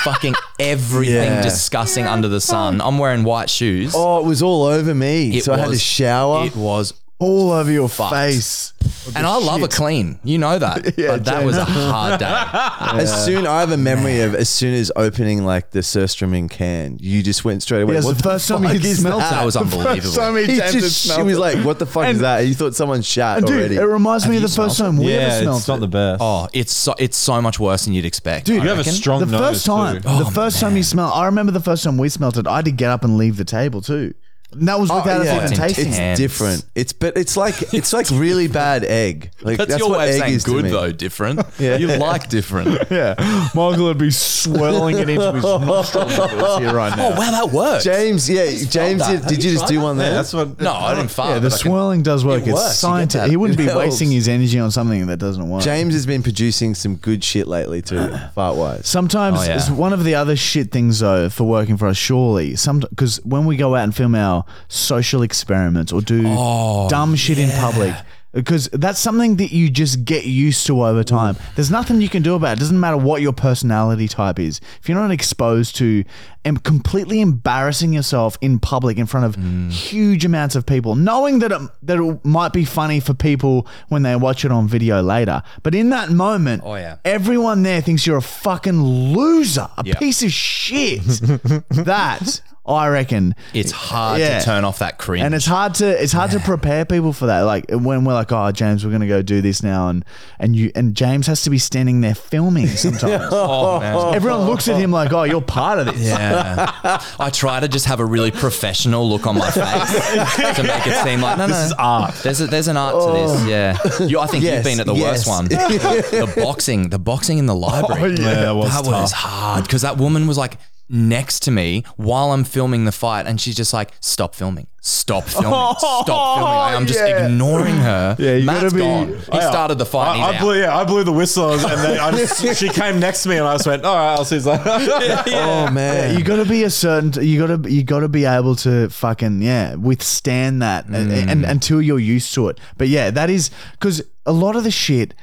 [SPEAKER 8] Fucking everything
[SPEAKER 3] Yeah.
[SPEAKER 8] disgusting under the sun. I'm wearing white shoes.
[SPEAKER 3] Oh, it was all over me.
[SPEAKER 8] It
[SPEAKER 3] so I had to
[SPEAKER 8] was-
[SPEAKER 3] shower.
[SPEAKER 8] It was,
[SPEAKER 1] all over your
[SPEAKER 8] Fucked.
[SPEAKER 1] face.
[SPEAKER 8] and I love a clean. You know that, but that was a hard day.
[SPEAKER 3] As soon I have a memory of as soon as opening like the Surstroming can, you just went straight away.
[SPEAKER 1] Yes,
[SPEAKER 3] what
[SPEAKER 1] the first time
[SPEAKER 3] fuck
[SPEAKER 1] you
[SPEAKER 3] is
[SPEAKER 1] smelt
[SPEAKER 8] That was unbelievable.
[SPEAKER 1] First time he
[SPEAKER 3] He
[SPEAKER 1] attempted
[SPEAKER 3] just
[SPEAKER 1] smell
[SPEAKER 3] she was
[SPEAKER 1] it.
[SPEAKER 3] like, "What the fuck is that?" You thought someone shat
[SPEAKER 1] And dude,
[SPEAKER 3] already.
[SPEAKER 1] it reminds me of the first time we ever
[SPEAKER 2] Yeah,
[SPEAKER 1] smelled
[SPEAKER 2] it's not
[SPEAKER 1] it.
[SPEAKER 2] the best.
[SPEAKER 8] Oh, it's so it's so much worse than you'd expect.
[SPEAKER 1] Dude,
[SPEAKER 8] I
[SPEAKER 2] you have a
[SPEAKER 8] reckon.
[SPEAKER 2] strong
[SPEAKER 1] the
[SPEAKER 2] nose.
[SPEAKER 1] first time,
[SPEAKER 2] too.
[SPEAKER 1] the first time you smelled, I remember the first time we smelled it. I had to get up and leave the table too. And that was
[SPEAKER 3] Oh,
[SPEAKER 1] without
[SPEAKER 3] yeah.
[SPEAKER 1] us even
[SPEAKER 8] It's
[SPEAKER 1] tasting
[SPEAKER 3] it's
[SPEAKER 1] it.
[SPEAKER 8] intense.
[SPEAKER 3] different. It's but it's like it's like really bad egg. Like
[SPEAKER 8] That's,
[SPEAKER 3] that's,
[SPEAKER 8] your
[SPEAKER 3] what
[SPEAKER 8] way of
[SPEAKER 3] egg
[SPEAKER 8] saying
[SPEAKER 3] is to
[SPEAKER 8] good
[SPEAKER 3] me.
[SPEAKER 8] though. Different. You like different.
[SPEAKER 1] Yeah, Michael would be swirling it into his nostrils if it was here right
[SPEAKER 8] Oh
[SPEAKER 1] now.
[SPEAKER 8] wow, that worked.
[SPEAKER 3] James, yeah, James,
[SPEAKER 8] that.
[SPEAKER 3] did,
[SPEAKER 8] Have
[SPEAKER 3] did
[SPEAKER 8] you
[SPEAKER 3] you just
[SPEAKER 8] tried
[SPEAKER 3] do one there?
[SPEAKER 2] Yeah, that's what.
[SPEAKER 8] no, I didn't fart.
[SPEAKER 1] Yeah,
[SPEAKER 8] but
[SPEAKER 1] the
[SPEAKER 8] I can-
[SPEAKER 1] swirling does work.
[SPEAKER 8] works, you
[SPEAKER 1] it's
[SPEAKER 8] get
[SPEAKER 1] scientific.
[SPEAKER 8] that.
[SPEAKER 1] He wouldn't
[SPEAKER 3] It
[SPEAKER 1] be
[SPEAKER 3] helps.
[SPEAKER 1] wasting his energy on something that doesn't work.
[SPEAKER 3] James has been producing some good shit lately too, fart wise.
[SPEAKER 1] Sometimes
[SPEAKER 8] Oh, yeah.
[SPEAKER 1] it's one of the other shit things though for working for us. Surely, some because when we go out and film our social experiments or do
[SPEAKER 8] Oh,
[SPEAKER 1] dumb shit in public, because that's something that you just get used to over time. There's nothing you can do about it. Doesn't matter what your personality type is. If you're not exposed to and completely embarrassing yourself in public in front of
[SPEAKER 8] Mm.
[SPEAKER 1] huge amounts of people, knowing that it, that it might be funny for people when they watch it on video later, but in that moment,
[SPEAKER 8] Oh, yeah.
[SPEAKER 1] Everyone there thinks you're a fucking loser, a
[SPEAKER 8] Yeah.
[SPEAKER 1] piece of shit. that I reckon.
[SPEAKER 8] It's hard
[SPEAKER 1] Yeah.
[SPEAKER 8] to turn off that cringe.
[SPEAKER 1] and it's hard to it's hard to prepare people for that. Like when we're like, oh, James, we're gonna go do this now, and and you and James has to be standing there filming sometimes.
[SPEAKER 8] oh man.
[SPEAKER 1] Everyone looks at him like, oh, you're part of this.
[SPEAKER 8] Yeah. I try to just have a really professional look on my face to make it seem like no, no. This is art. There's a, there's an art to this. Yeah. You, I think
[SPEAKER 3] Oh. Yes,
[SPEAKER 8] you've been at the
[SPEAKER 3] yes.
[SPEAKER 8] worst one. the boxing, the boxing in the library.
[SPEAKER 2] Yeah, that was
[SPEAKER 8] that
[SPEAKER 2] tough.
[SPEAKER 8] was hard because that woman was like next to me while I'm filming the fight, and she's just like, "Stop filming, stop filming, stop filming." Like, I'm just
[SPEAKER 1] yeah.
[SPEAKER 8] ignoring her.
[SPEAKER 1] Yeah, you
[SPEAKER 8] Matt's
[SPEAKER 1] gotta be-
[SPEAKER 8] gone. He
[SPEAKER 2] Yeah.
[SPEAKER 8] started the fight. and
[SPEAKER 2] I,
[SPEAKER 8] he's
[SPEAKER 2] I
[SPEAKER 8] out.
[SPEAKER 2] blew, yeah, I blew the whistles, and then I just, she came next to me, and I just went, "All right, I'll see." you later."
[SPEAKER 3] Oh man,
[SPEAKER 1] You gotta be a certain. You gotta. You gotta be able to fucking yeah withstand
[SPEAKER 8] Mm.
[SPEAKER 1] that, and, and until you're used to it. But yeah, that is because a lot of the shit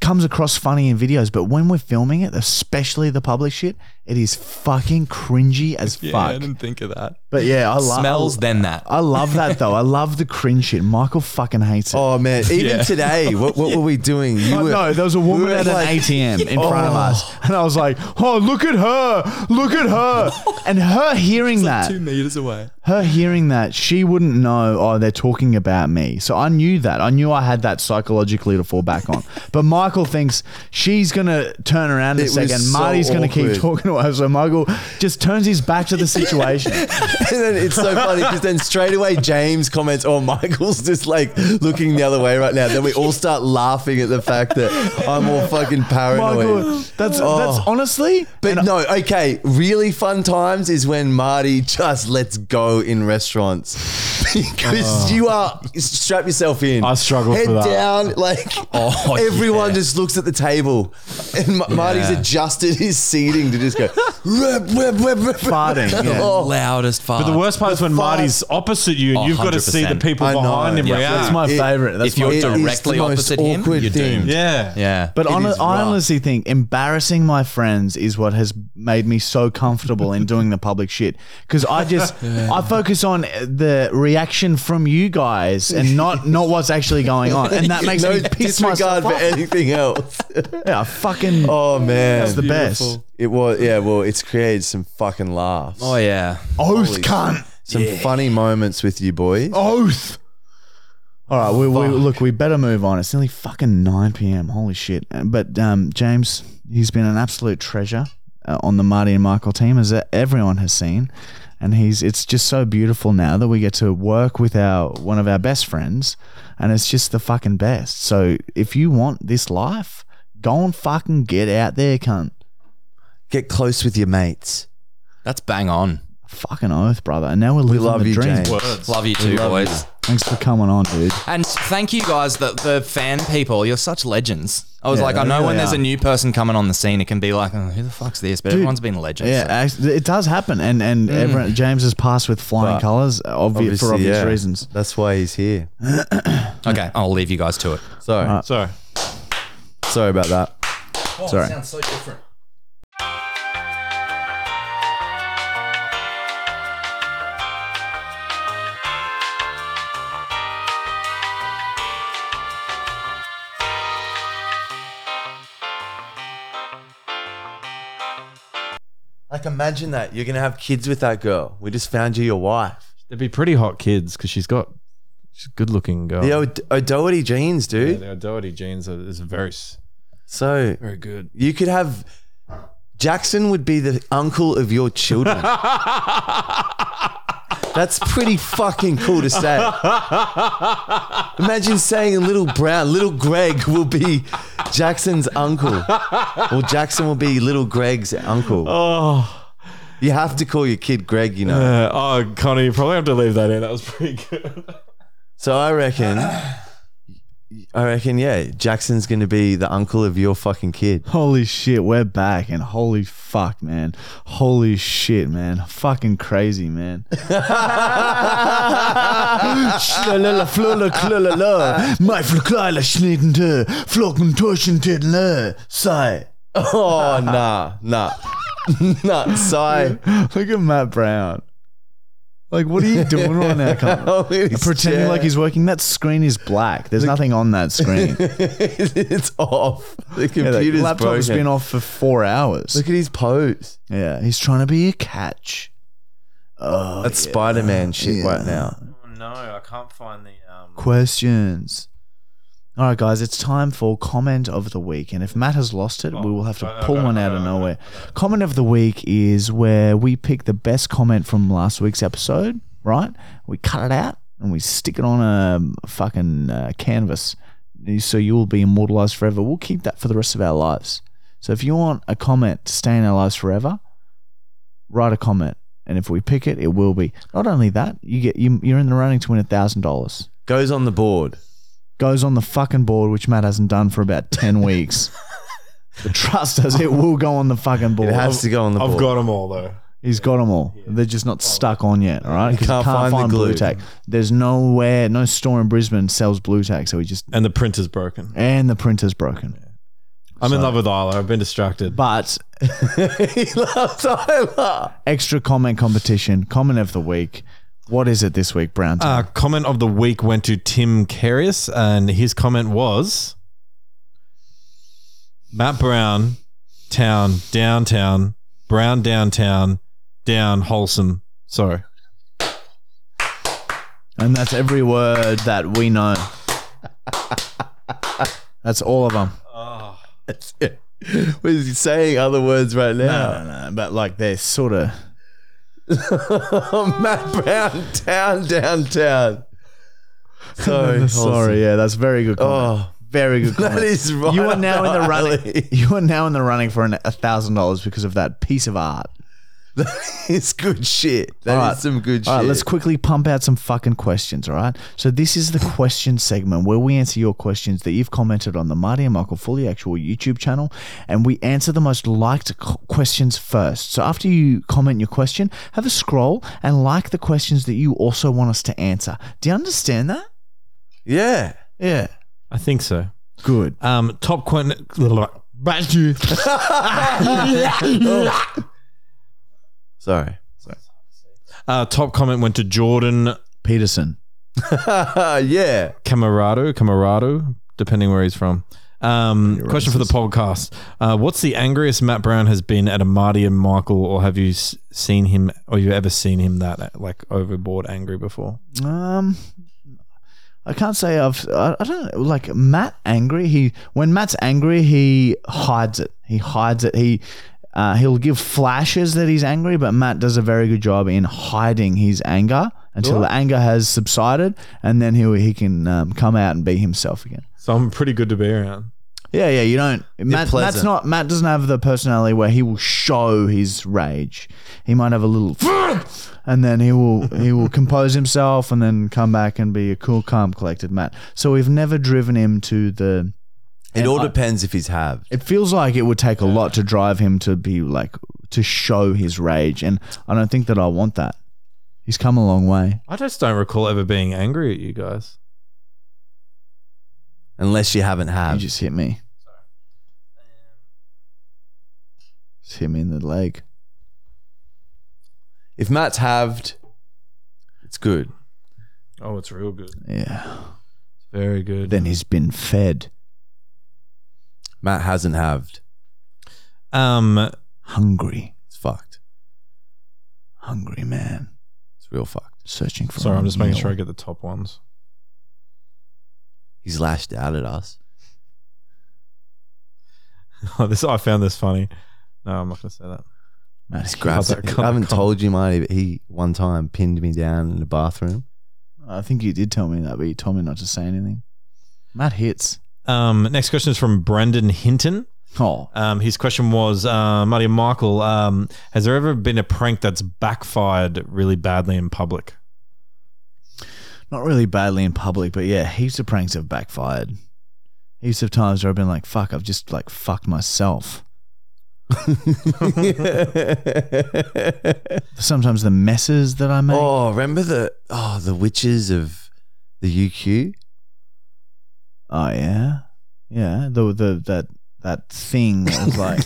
[SPEAKER 1] comes across funny in videos, but when we're filming it, especially the public shit, it is fucking cringy as
[SPEAKER 8] Yeah, I
[SPEAKER 1] fuck.
[SPEAKER 8] didn't think of that.
[SPEAKER 1] But yeah, I love
[SPEAKER 8] Smells, then that.
[SPEAKER 1] I love that though. I love the cringe shit. Michael fucking hates it.
[SPEAKER 3] Oh man! Even
[SPEAKER 8] Yeah.
[SPEAKER 3] today, what, what were we doing? You
[SPEAKER 1] Oh,
[SPEAKER 3] were-
[SPEAKER 1] no, there was a
[SPEAKER 3] we
[SPEAKER 1] woman
[SPEAKER 3] were
[SPEAKER 1] at an
[SPEAKER 3] like-
[SPEAKER 1] ATM in front
[SPEAKER 3] Oh.
[SPEAKER 1] of us, and I was like, "Oh, look at her! Look at her!" And her hearing that,
[SPEAKER 8] Two meters away.
[SPEAKER 1] her hearing that, she wouldn't know. Oh, they're talking about me. So I knew that. I knew I had that psychologically to fall back on. but Michael thinks she's gonna turn around in
[SPEAKER 3] It
[SPEAKER 1] a
[SPEAKER 3] was
[SPEAKER 1] second.
[SPEAKER 3] so
[SPEAKER 1] Marty's gonna keep
[SPEAKER 3] awkward.
[SPEAKER 1] talking to her. So Michael just turns his back to the situation.
[SPEAKER 3] and then it's so funny because then straight away James comments, "Oh, Michael's just like looking the other way right now." Then we all start laughing at the fact that I'm all fucking paranoid.
[SPEAKER 1] Michael, that's that's
[SPEAKER 3] Oh.
[SPEAKER 1] honestly.
[SPEAKER 3] But no, okay. Really fun times is when Marty just lets go in restaurants
[SPEAKER 1] Oh.
[SPEAKER 3] because you are strap yourself in.
[SPEAKER 2] I struggle
[SPEAKER 3] head
[SPEAKER 2] for that.
[SPEAKER 3] down, like
[SPEAKER 8] Oh,
[SPEAKER 3] everyone
[SPEAKER 8] yeah.
[SPEAKER 3] just looks at the table, and Ma- Marty's adjusted his seating to just go. "Rep, rep, rep, rep."
[SPEAKER 1] Farting, yeah.
[SPEAKER 3] Oh,
[SPEAKER 8] Loudest fart.
[SPEAKER 2] But the worst part is when
[SPEAKER 3] fuck?
[SPEAKER 2] Marty's opposite you, and
[SPEAKER 8] Oh,
[SPEAKER 2] you've got to see the
[SPEAKER 8] 100%.
[SPEAKER 2] people
[SPEAKER 3] I know.
[SPEAKER 2] behind him
[SPEAKER 8] Yeah.
[SPEAKER 1] that's
[SPEAKER 2] react.
[SPEAKER 1] my favorite. That's
[SPEAKER 8] if you're
[SPEAKER 1] my
[SPEAKER 3] it is
[SPEAKER 8] directly
[SPEAKER 3] the most
[SPEAKER 8] opposite him,
[SPEAKER 3] awkward
[SPEAKER 8] you're
[SPEAKER 3] thing.
[SPEAKER 8] doomed.
[SPEAKER 2] yeah.
[SPEAKER 8] Yeah.
[SPEAKER 1] But
[SPEAKER 3] It
[SPEAKER 1] hon-
[SPEAKER 3] is
[SPEAKER 1] I
[SPEAKER 3] rough.
[SPEAKER 1] honestly think embarrassing my friends is what has made me so comfortable in doing the public shit because I just I focus on the reaction from you guys and not not what's actually going on, and that makes
[SPEAKER 3] no
[SPEAKER 1] me piss myself
[SPEAKER 3] disregard for
[SPEAKER 1] off.
[SPEAKER 3] anything else.
[SPEAKER 1] Yeah, I fucking
[SPEAKER 3] Oh man,
[SPEAKER 1] that's the best.
[SPEAKER 2] beautiful.
[SPEAKER 3] It was yeah. Well, it's created some fucking laughs.
[SPEAKER 8] Oh yeah.
[SPEAKER 1] Oath cunt.
[SPEAKER 3] Some funny moments with you boys.
[SPEAKER 1] Oath. All right, we, we look. We better move on. It's nearly fucking nine p.m. Holy shit! Uh, But um, James, he's been an absolute treasure uh, on the Marty and Michael team, as uh, everyone has seen, and he's. It's just so beautiful now that we get to work with our one of our best friends, and it's just the fucking best. So if you want this life, go and fucking get out there, cunt.
[SPEAKER 3] Get close with your mates.
[SPEAKER 8] That's bang on.
[SPEAKER 1] Fucking oath, brother. And now we're living
[SPEAKER 3] love
[SPEAKER 1] the
[SPEAKER 3] you,
[SPEAKER 1] dream.
[SPEAKER 3] James.
[SPEAKER 8] Love you too, boys.
[SPEAKER 1] Thanks for coming on, dude.
[SPEAKER 8] And thank you guys, the, the fan people. You're such legends. I was
[SPEAKER 1] Yeah,
[SPEAKER 8] like, I
[SPEAKER 1] they
[SPEAKER 8] know when
[SPEAKER 1] really
[SPEAKER 8] there's
[SPEAKER 1] are.
[SPEAKER 8] a new person coming on the scene, it can be like, oh, who the fuck's this? But
[SPEAKER 1] Dude,
[SPEAKER 8] everyone's been legends.
[SPEAKER 1] Yeah, act- it does happen, and and everyone, James has passed with flying
[SPEAKER 3] But
[SPEAKER 1] colours, obvi- for obvious
[SPEAKER 3] yeah.
[SPEAKER 1] reasons.
[SPEAKER 3] That's why he's here.
[SPEAKER 8] Okay, I'll leave you guys to it.
[SPEAKER 3] Sorry,
[SPEAKER 2] So
[SPEAKER 3] sorry about that.
[SPEAKER 1] Sorry.
[SPEAKER 8] Oh, sounds so different.
[SPEAKER 3] Like, imagine that you're gonna have kids with that girl. We just found you your wife.
[SPEAKER 2] they'd be pretty hot kids because she's got she's a good looking girl.
[SPEAKER 3] The O'D- O'Doherty jeans,
[SPEAKER 2] Oh. yeah,
[SPEAKER 3] dude.
[SPEAKER 2] the Doherty jeans are, is very s-
[SPEAKER 3] So
[SPEAKER 2] very good.
[SPEAKER 3] you could have. Jackson would be the uncle of your children. That's pretty fucking cool to say. Imagine saying little Brown, little Greg will be Jackson's uncle. Or Jackson will be little Greg's uncle.
[SPEAKER 2] Oh,
[SPEAKER 3] You have to call your kid Greg, you know.
[SPEAKER 2] uh, oh, Connie, you probably have to leave that in. That was pretty good.
[SPEAKER 3] So I reckon, I reckon, yeah, Jackson's going to be the uncle of your fucking kid.
[SPEAKER 1] Holy shit, we're back, and holy fuck, man! Holy shit, man! Fucking crazy, man! Schlalala, flula, klalala, my verkleiler schnitten Tö, flocken Turschen Titel, sei.
[SPEAKER 3] Oh, nah, nah, nah, sigh.
[SPEAKER 1] Look at Matt Brown. Like, what are you doing right now? cunt?
[SPEAKER 3] Oh, in his
[SPEAKER 1] Pretending
[SPEAKER 3] chair.
[SPEAKER 1] like he's working. That screen is black. There's nothing on that screen.
[SPEAKER 3] it's off. The
[SPEAKER 1] Yeah,
[SPEAKER 3] computer's
[SPEAKER 1] the laptop's
[SPEAKER 3] broken.
[SPEAKER 1] been off for four hours.
[SPEAKER 3] Look at his pose.
[SPEAKER 1] yeah, he's trying to be a catch. Oh,
[SPEAKER 3] That's
[SPEAKER 1] yeah.
[SPEAKER 3] Spider Man shit
[SPEAKER 1] Yeah.
[SPEAKER 3] right now.
[SPEAKER 2] Oh, no, I can't find the. Um...
[SPEAKER 1] questions. All right, guys, it's time for comment of the week, and if Matt has lost it, we will have to pull one out of nowhere. Comment of the week is where we pick the best comment from last week's episode, right? We cut it out and we stick it on a fucking uh, canvas, so you will be immortalized forever. We'll keep that for the rest of our lives. So if you want a comment to stay in our lives forever, write a comment. And if we pick it, it will be. Not only that, you get you, you're in the running to win a thousand dollars
[SPEAKER 3] Goes on the board.
[SPEAKER 1] goes on the fucking board, which Matt hasn't done for about 10 weeks. But trust us, it will go on the fucking board.
[SPEAKER 3] It has to go on the board.
[SPEAKER 2] I've got them all though.
[SPEAKER 1] He's got them all. They're just not stuck on yet, all right? 'Cause
[SPEAKER 3] Can't find the glue.
[SPEAKER 1] tack. There's nowhere, no store in Brisbane sells blue tack, so we just
[SPEAKER 2] And the printer's broken.
[SPEAKER 1] and the printer's broken.
[SPEAKER 2] I'm in love with Isla. I've been distracted.
[SPEAKER 1] But
[SPEAKER 3] he loves Isla.
[SPEAKER 1] extra comment competition, comment of the week. What is it this week, Brown?
[SPEAKER 2] Uh, comment of the week went to Tim Carius, and his comment was Matt Brown, town, downtown, Brown, downtown, down, wholesome. Sorry.
[SPEAKER 1] and that's every word that we know. that's all of them.
[SPEAKER 3] That's it. We're saying other words right now.
[SPEAKER 1] No, no, no, but like they're sort of.
[SPEAKER 3] Matt Brown, town, downtown. Sorry,
[SPEAKER 1] Sorry, yeah, that's very good. Comment.
[SPEAKER 3] Oh.
[SPEAKER 1] very good. Comment.
[SPEAKER 3] That is right.
[SPEAKER 1] You are now in the
[SPEAKER 3] up
[SPEAKER 1] running.
[SPEAKER 3] alley.
[SPEAKER 1] You are now in the running for an thousand dollars because of that piece of art.
[SPEAKER 3] It's good shit. That is
[SPEAKER 1] All right.
[SPEAKER 3] some Oh, good shit.
[SPEAKER 1] All right, let's quickly pump out some fucking questions. All right. So this is the question segment where we answer your questions that you've commented on the Marty and Michael Fully Actual YouTube channel, and we answer the most liked c- questions first. So after you comment your question, have a scroll and like the questions that you also want us to answer. Do you understand that?
[SPEAKER 3] yeah.
[SPEAKER 1] Yeah.
[SPEAKER 2] I think so.
[SPEAKER 1] Good.
[SPEAKER 2] Um, top quen-
[SPEAKER 3] Sorry.
[SPEAKER 2] uh, top comment went to Jordan
[SPEAKER 1] Peterson.
[SPEAKER 3] yeah.
[SPEAKER 2] Camarado, Camarado, depending where he's from. Um, question for the podcast: uh, What's the angriest Matt Brown has been at a Marty and Michael, or have you s- seen him, or you ever seen him that uh, like overboard angry before?
[SPEAKER 1] Um, I can't say I've. I, I don't know, like Matt angry. He when Matt's angry, he hides it. He hides it. He. Uh, he'll give flashes that he's angry, but Matt does a very good job in hiding his anger until the anger has subsided, and then he he can um, come out and be himself again.
[SPEAKER 2] So I'm pretty good to be around.
[SPEAKER 1] Yeah, yeah. You don't. Matt,
[SPEAKER 3] pleasant.
[SPEAKER 1] Matt's not. Matt doesn't have the personality where he will show his rage. He might have a little, and then he will he will compose himself and then come back and be a cool, calm, collected Matt. So we've never driven him to the.
[SPEAKER 3] It all depends if he's halved.
[SPEAKER 1] It feels like it would take a lot to drive him to be like to show his rage, and I don't think that I want that. He's come a long way.
[SPEAKER 2] I just don't recall ever being angry at you guys.
[SPEAKER 3] Unless you haven't
[SPEAKER 1] You
[SPEAKER 3] halved.
[SPEAKER 1] just hit me. Just hit me in the leg.
[SPEAKER 3] if Matt's halved, it's good.
[SPEAKER 2] Oh, it's real good.
[SPEAKER 1] Yeah.
[SPEAKER 2] Very good.
[SPEAKER 1] Then he's been fed.
[SPEAKER 3] Matt hasn't halved.
[SPEAKER 2] um,
[SPEAKER 1] hungry,
[SPEAKER 3] It's fucked.
[SPEAKER 1] hungry man,
[SPEAKER 3] It's real fucked.
[SPEAKER 1] searching for.
[SPEAKER 2] sorry,
[SPEAKER 1] a
[SPEAKER 2] I'm just making
[SPEAKER 1] meal.
[SPEAKER 2] sure I get the top ones.
[SPEAKER 3] He's lashed out at us.
[SPEAKER 2] Oh, this I found this funny. No, I'm not gonna say that.
[SPEAKER 1] Matt,
[SPEAKER 3] He's
[SPEAKER 1] he-
[SPEAKER 3] grabbed
[SPEAKER 2] How's that
[SPEAKER 3] it.
[SPEAKER 2] gonna
[SPEAKER 3] I haven't
[SPEAKER 2] come?
[SPEAKER 3] told you, Marty, but he one time pinned me down in the bathroom.
[SPEAKER 1] I think you did tell me that, but you told me not to say anything. Matt hits.
[SPEAKER 2] Um, next question is from Brendan Hinton.
[SPEAKER 1] Oh,
[SPEAKER 2] Um, his question was, uh, Marty and Michael, um, has there ever been a prank that's backfired really badly in public?
[SPEAKER 1] not really badly in public, but yeah, heaps of pranks have backfired. Heaps of times where I've been like, "Fuck," I've just like fucked myself. Sometimes the messes that I make.
[SPEAKER 3] Oh, remember the oh the witches of the UQ?
[SPEAKER 1] Oh yeah, yeah. The the that that thing of like.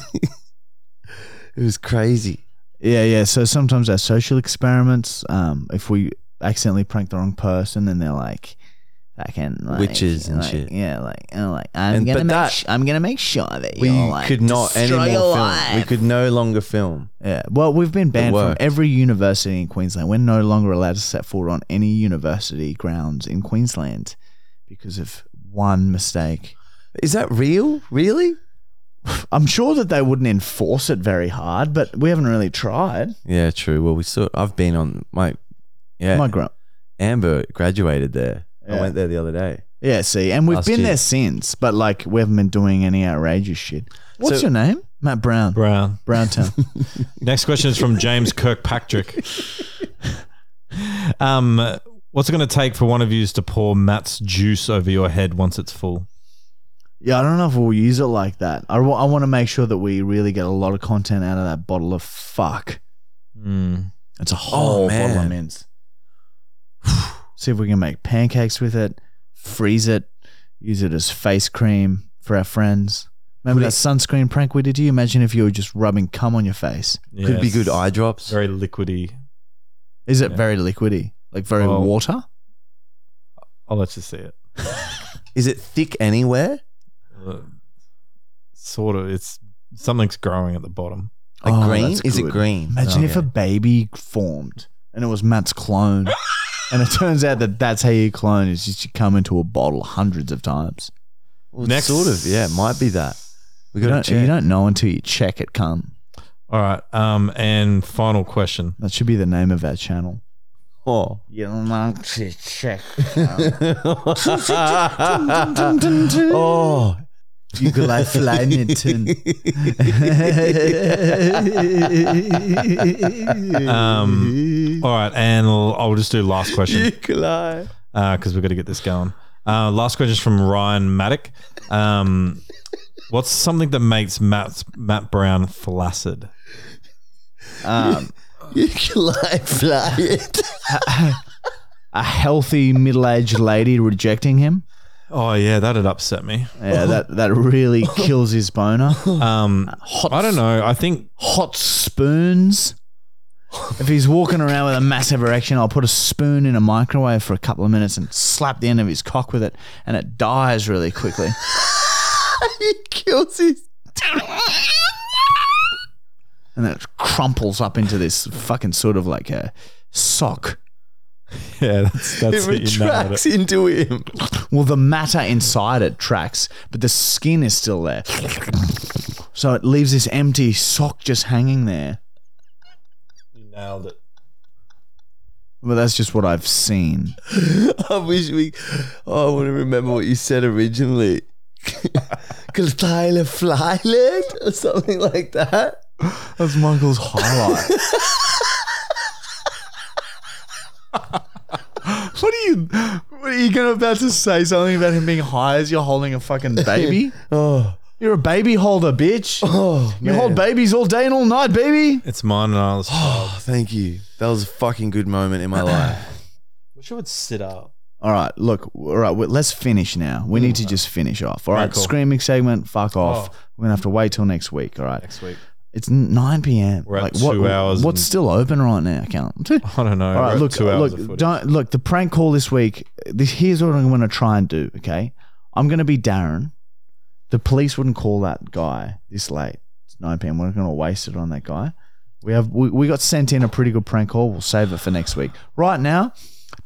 [SPEAKER 3] It was crazy.
[SPEAKER 1] Yeah, yeah. So sometimes our social experiments, um, if we accidentally prank the wrong person, then they're like, fucking like,
[SPEAKER 3] Witches and
[SPEAKER 1] like,
[SPEAKER 3] shit.
[SPEAKER 1] Yeah, like, and like I'm
[SPEAKER 3] And-
[SPEAKER 1] gonna
[SPEAKER 3] but
[SPEAKER 1] make,
[SPEAKER 3] that-
[SPEAKER 1] sh- I'm gonna make sure that
[SPEAKER 3] We
[SPEAKER 1] you're, like,
[SPEAKER 3] could not
[SPEAKER 1] destroy
[SPEAKER 3] anymore
[SPEAKER 1] your
[SPEAKER 3] film.
[SPEAKER 1] life.
[SPEAKER 3] We could no longer film.
[SPEAKER 1] Yeah. Well, we've been banned from
[SPEAKER 3] worked.
[SPEAKER 1] every university in Queensland. We're no longer allowed to set foot on any university grounds in Queensland because of one mistake.
[SPEAKER 3] Is that real? Really?
[SPEAKER 1] I'm sure that they wouldn't enforce it very hard, but we haven't really tried.
[SPEAKER 3] Yeah, true. Well, we saw. I've been on my. Yeah,
[SPEAKER 1] My grump.
[SPEAKER 3] Amber graduated there.
[SPEAKER 1] Yeah.
[SPEAKER 3] I went there the other day.
[SPEAKER 1] Yeah, see, and we've
[SPEAKER 3] Last
[SPEAKER 1] been
[SPEAKER 3] year.
[SPEAKER 1] there since, but like we haven't been doing any outrageous shit. What's
[SPEAKER 3] So-
[SPEAKER 1] your name? Matt Brown.
[SPEAKER 2] Brown.
[SPEAKER 1] Browntown.
[SPEAKER 2] Next question is from James Kirkpatrick. um, what's it going to take for one of you to pour Matt's juice over your head once it's full?
[SPEAKER 1] yeah, I don't know if we'll use it like that. I want to make sure that we really get a lot of content out of that bottle of fuck.
[SPEAKER 2] Mm.
[SPEAKER 1] It's a whole bottle of
[SPEAKER 3] Oh, man.
[SPEAKER 1] mints. See if we can make pancakes with it, freeze it, use it as face cream for our friends. Remember that sunscreen prank we did to you? Imagine if you were just rubbing cum on your face.
[SPEAKER 3] Could be
[SPEAKER 2] Yes.
[SPEAKER 3] good eye drops.
[SPEAKER 2] Very liquidy.
[SPEAKER 1] Is it very liquidy? Like very
[SPEAKER 2] Well-
[SPEAKER 1] water?
[SPEAKER 2] I'll let you see it.
[SPEAKER 3] Is it thick anywhere?
[SPEAKER 2] Uh, sort of. It's something's growing at the bottom.
[SPEAKER 3] Like
[SPEAKER 1] Oh,
[SPEAKER 3] green?
[SPEAKER 1] that's
[SPEAKER 3] Is it
[SPEAKER 1] good.
[SPEAKER 3] green?
[SPEAKER 1] Imagine
[SPEAKER 3] Oh,
[SPEAKER 1] if a baby formed and it was Matt's clone. and it turns out that that's how you clone is just you come into a bottle hundreds of times.
[SPEAKER 3] Well,
[SPEAKER 2] Next-
[SPEAKER 3] sort of. Yeah, it might be that. We
[SPEAKER 1] You
[SPEAKER 3] got to
[SPEAKER 1] don't,
[SPEAKER 3] check.
[SPEAKER 1] you don't know until you check it come.
[SPEAKER 2] All right. Um. And final question.
[SPEAKER 1] That should be the name of our channel.
[SPEAKER 3] Oh.
[SPEAKER 1] You don't know to check.
[SPEAKER 3] oh,
[SPEAKER 1] You go like flying
[SPEAKER 2] Um. All right. And I'll, I'll just do last question
[SPEAKER 3] Nikolai.
[SPEAKER 2] because we've got to get this going. Uh, last question is from Ryan Maddock. Um, what's something that makes Matt Matt Brown flaccid?
[SPEAKER 1] um,
[SPEAKER 3] Nikolai fly it.
[SPEAKER 1] a healthy middle-aged lady rejecting him.
[SPEAKER 2] Oh yeah, that'd upset me.
[SPEAKER 1] Yeah, that that really kills his boner.
[SPEAKER 2] Um, I don't know. I think
[SPEAKER 1] Hot spoons. If he's walking around with a massive erection, I'll put a spoon in a microwave for a couple of minutes and slap the end of his cock with it, and it dies really quickly.
[SPEAKER 3] he kills his.
[SPEAKER 1] and then it crumples up into this fucking sort of like a sock.
[SPEAKER 2] yeah, that's that's
[SPEAKER 3] It
[SPEAKER 2] it. You nailed it.
[SPEAKER 3] retracts into him.
[SPEAKER 1] Well, the matter inside it tracks, but the skin is still there. So it leaves this empty sock just hanging there.
[SPEAKER 2] You nailed it.
[SPEAKER 1] Well, that's just what I've seen.
[SPEAKER 3] I wish we. Oh, I want to remember what you said originally. Tyler fly it or something like that.
[SPEAKER 1] That's Michael's highlight. what are you? What are you going to about to say? Something about him being high as you're holding a fucking baby?
[SPEAKER 3] Oh,
[SPEAKER 1] You're a baby holder, bitch.
[SPEAKER 3] oh,
[SPEAKER 1] you
[SPEAKER 3] man.
[SPEAKER 1] hold babies all day and all night, baby.
[SPEAKER 2] It's mine and I was.
[SPEAKER 3] Oh, thank you. That was a fucking good moment in my life.
[SPEAKER 2] Wish I would sit up.
[SPEAKER 1] All right, look, all right, well, let's finish now. We need to just finish off. All right,
[SPEAKER 2] Mm. cool.
[SPEAKER 1] screaming segment, fuck off.
[SPEAKER 2] Oh.
[SPEAKER 1] We're gonna have to wait till next week. All right,
[SPEAKER 2] Next week.
[SPEAKER 1] it's nine p.m.
[SPEAKER 2] We're at
[SPEAKER 1] Like, what-
[SPEAKER 2] two hours
[SPEAKER 1] What's
[SPEAKER 2] and-
[SPEAKER 1] still open right now? Count. All
[SPEAKER 2] I don't know. All
[SPEAKER 1] right,
[SPEAKER 2] right,
[SPEAKER 1] look,
[SPEAKER 2] two hours of
[SPEAKER 1] look,
[SPEAKER 2] footage.
[SPEAKER 1] don't look. The prank call this week. This here's what I'm gonna try and do. Okay, I'm gonna be Darren. The police wouldn't call that guy this late. It's nine p.m. We're not gonna waste it on that guy. We have we, we got sent in a pretty good prank call. We'll save it for next week. Right now,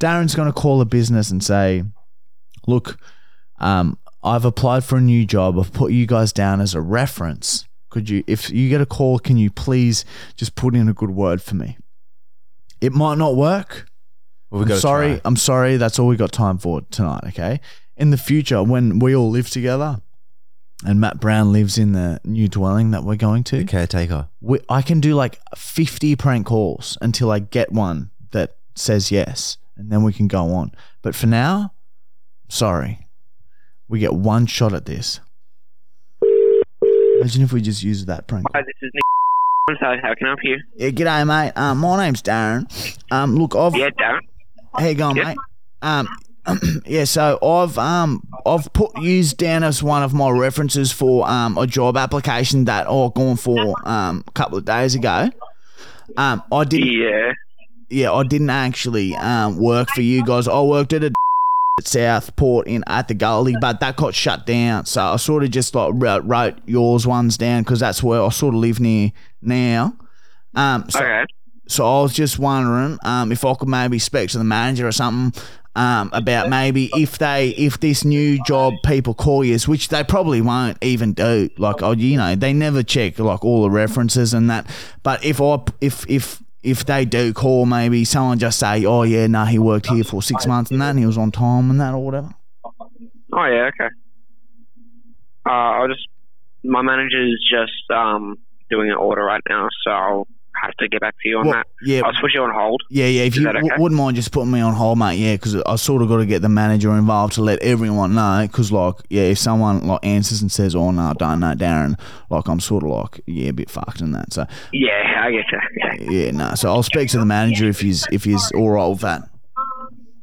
[SPEAKER 1] Darren's going to call a business and say, "Look, um, I've applied for a new job. I've put you guys down as a reference. Could you, if you get a call, can you please just put in a good word for me? It might not work.
[SPEAKER 3] Well, we
[SPEAKER 1] I'm
[SPEAKER 3] gotta
[SPEAKER 1] sorry.
[SPEAKER 3] try.
[SPEAKER 1] I'm sorry. That's all we got time for tonight. Okay. In the future, when we all live together." And Matt Brown lives in the new dwelling that we're going to
[SPEAKER 3] The caretaker.
[SPEAKER 1] we, I can do like 50 prank calls until I get one that says yes, and then we can go on. But for now, sorry. We get one shot at this. Imagine if we just used that prank.
[SPEAKER 4] Hi, this is Nick. How, how can I help you?
[SPEAKER 1] Yeah, g'day, mate. Um, my name's Darren. Um, look, I've.
[SPEAKER 4] Yeah, Darren.
[SPEAKER 1] How you going,
[SPEAKER 4] Yeah.
[SPEAKER 1] mate? Um, yeah, so I've um I've put yous down as one of my references for um a job application that I gone for um a couple of days ago. Um, I didn't
[SPEAKER 4] Yeah.
[SPEAKER 1] yeah, I didn't actually um, work for you guys. I worked at a at Southport in at the Gully, but that got shut down. So I sort of just like wrote, wrote yours ones down because that's where I sort of live near now. Um, so,
[SPEAKER 4] Okay.
[SPEAKER 1] so I was just wondering um, if I could maybe speak to the manager or something um, about maybe if they if this new job people call you, which they probably won't even do. Like oh, you know, they never check like all the references and that. But if I if if if they do call, maybe someone just say, oh yeah, no, he worked here for six months and that, and he was on time and that or whatever.
[SPEAKER 4] Oh yeah, okay. Uh, I'll just my manager's just um doing an order right now, so I'll have to get back to you on
[SPEAKER 1] Well,
[SPEAKER 4] that.
[SPEAKER 1] yeah,
[SPEAKER 4] I'll put you on hold.
[SPEAKER 1] Yeah, yeah. If you
[SPEAKER 4] that
[SPEAKER 1] w-
[SPEAKER 4] okay?
[SPEAKER 1] wouldn't mind just putting me on hold, mate. Yeah, because I sort of got to get the manager involved to let everyone know. Because like, yeah, if someone like answers and says, "Oh no, I don't know, Darren," like I'm sort of like, yeah, a bit fucked in that. So
[SPEAKER 4] Yeah, I get you. Okay.
[SPEAKER 1] yeah, no. So I'll speak to the manager if he's if he's all right with that.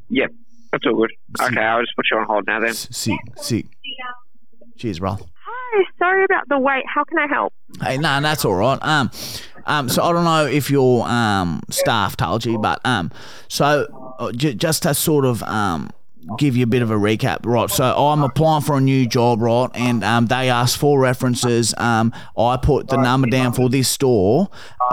[SPEAKER 4] Yep, that's all good. Okay, I'll just put you on hold now then.
[SPEAKER 1] S- Sick, sick. Cheers, bro.
[SPEAKER 9] Hi, sorry about the wait. How can I help?
[SPEAKER 1] Hey, no, that's all right. Um, um, so I don't know if your um staff told you, but um, so uh, j- just to sort of um give you a bit of a recap, right? So I'm applying for a new job, right? And um, they asked for references. Um, I put the number down for this store,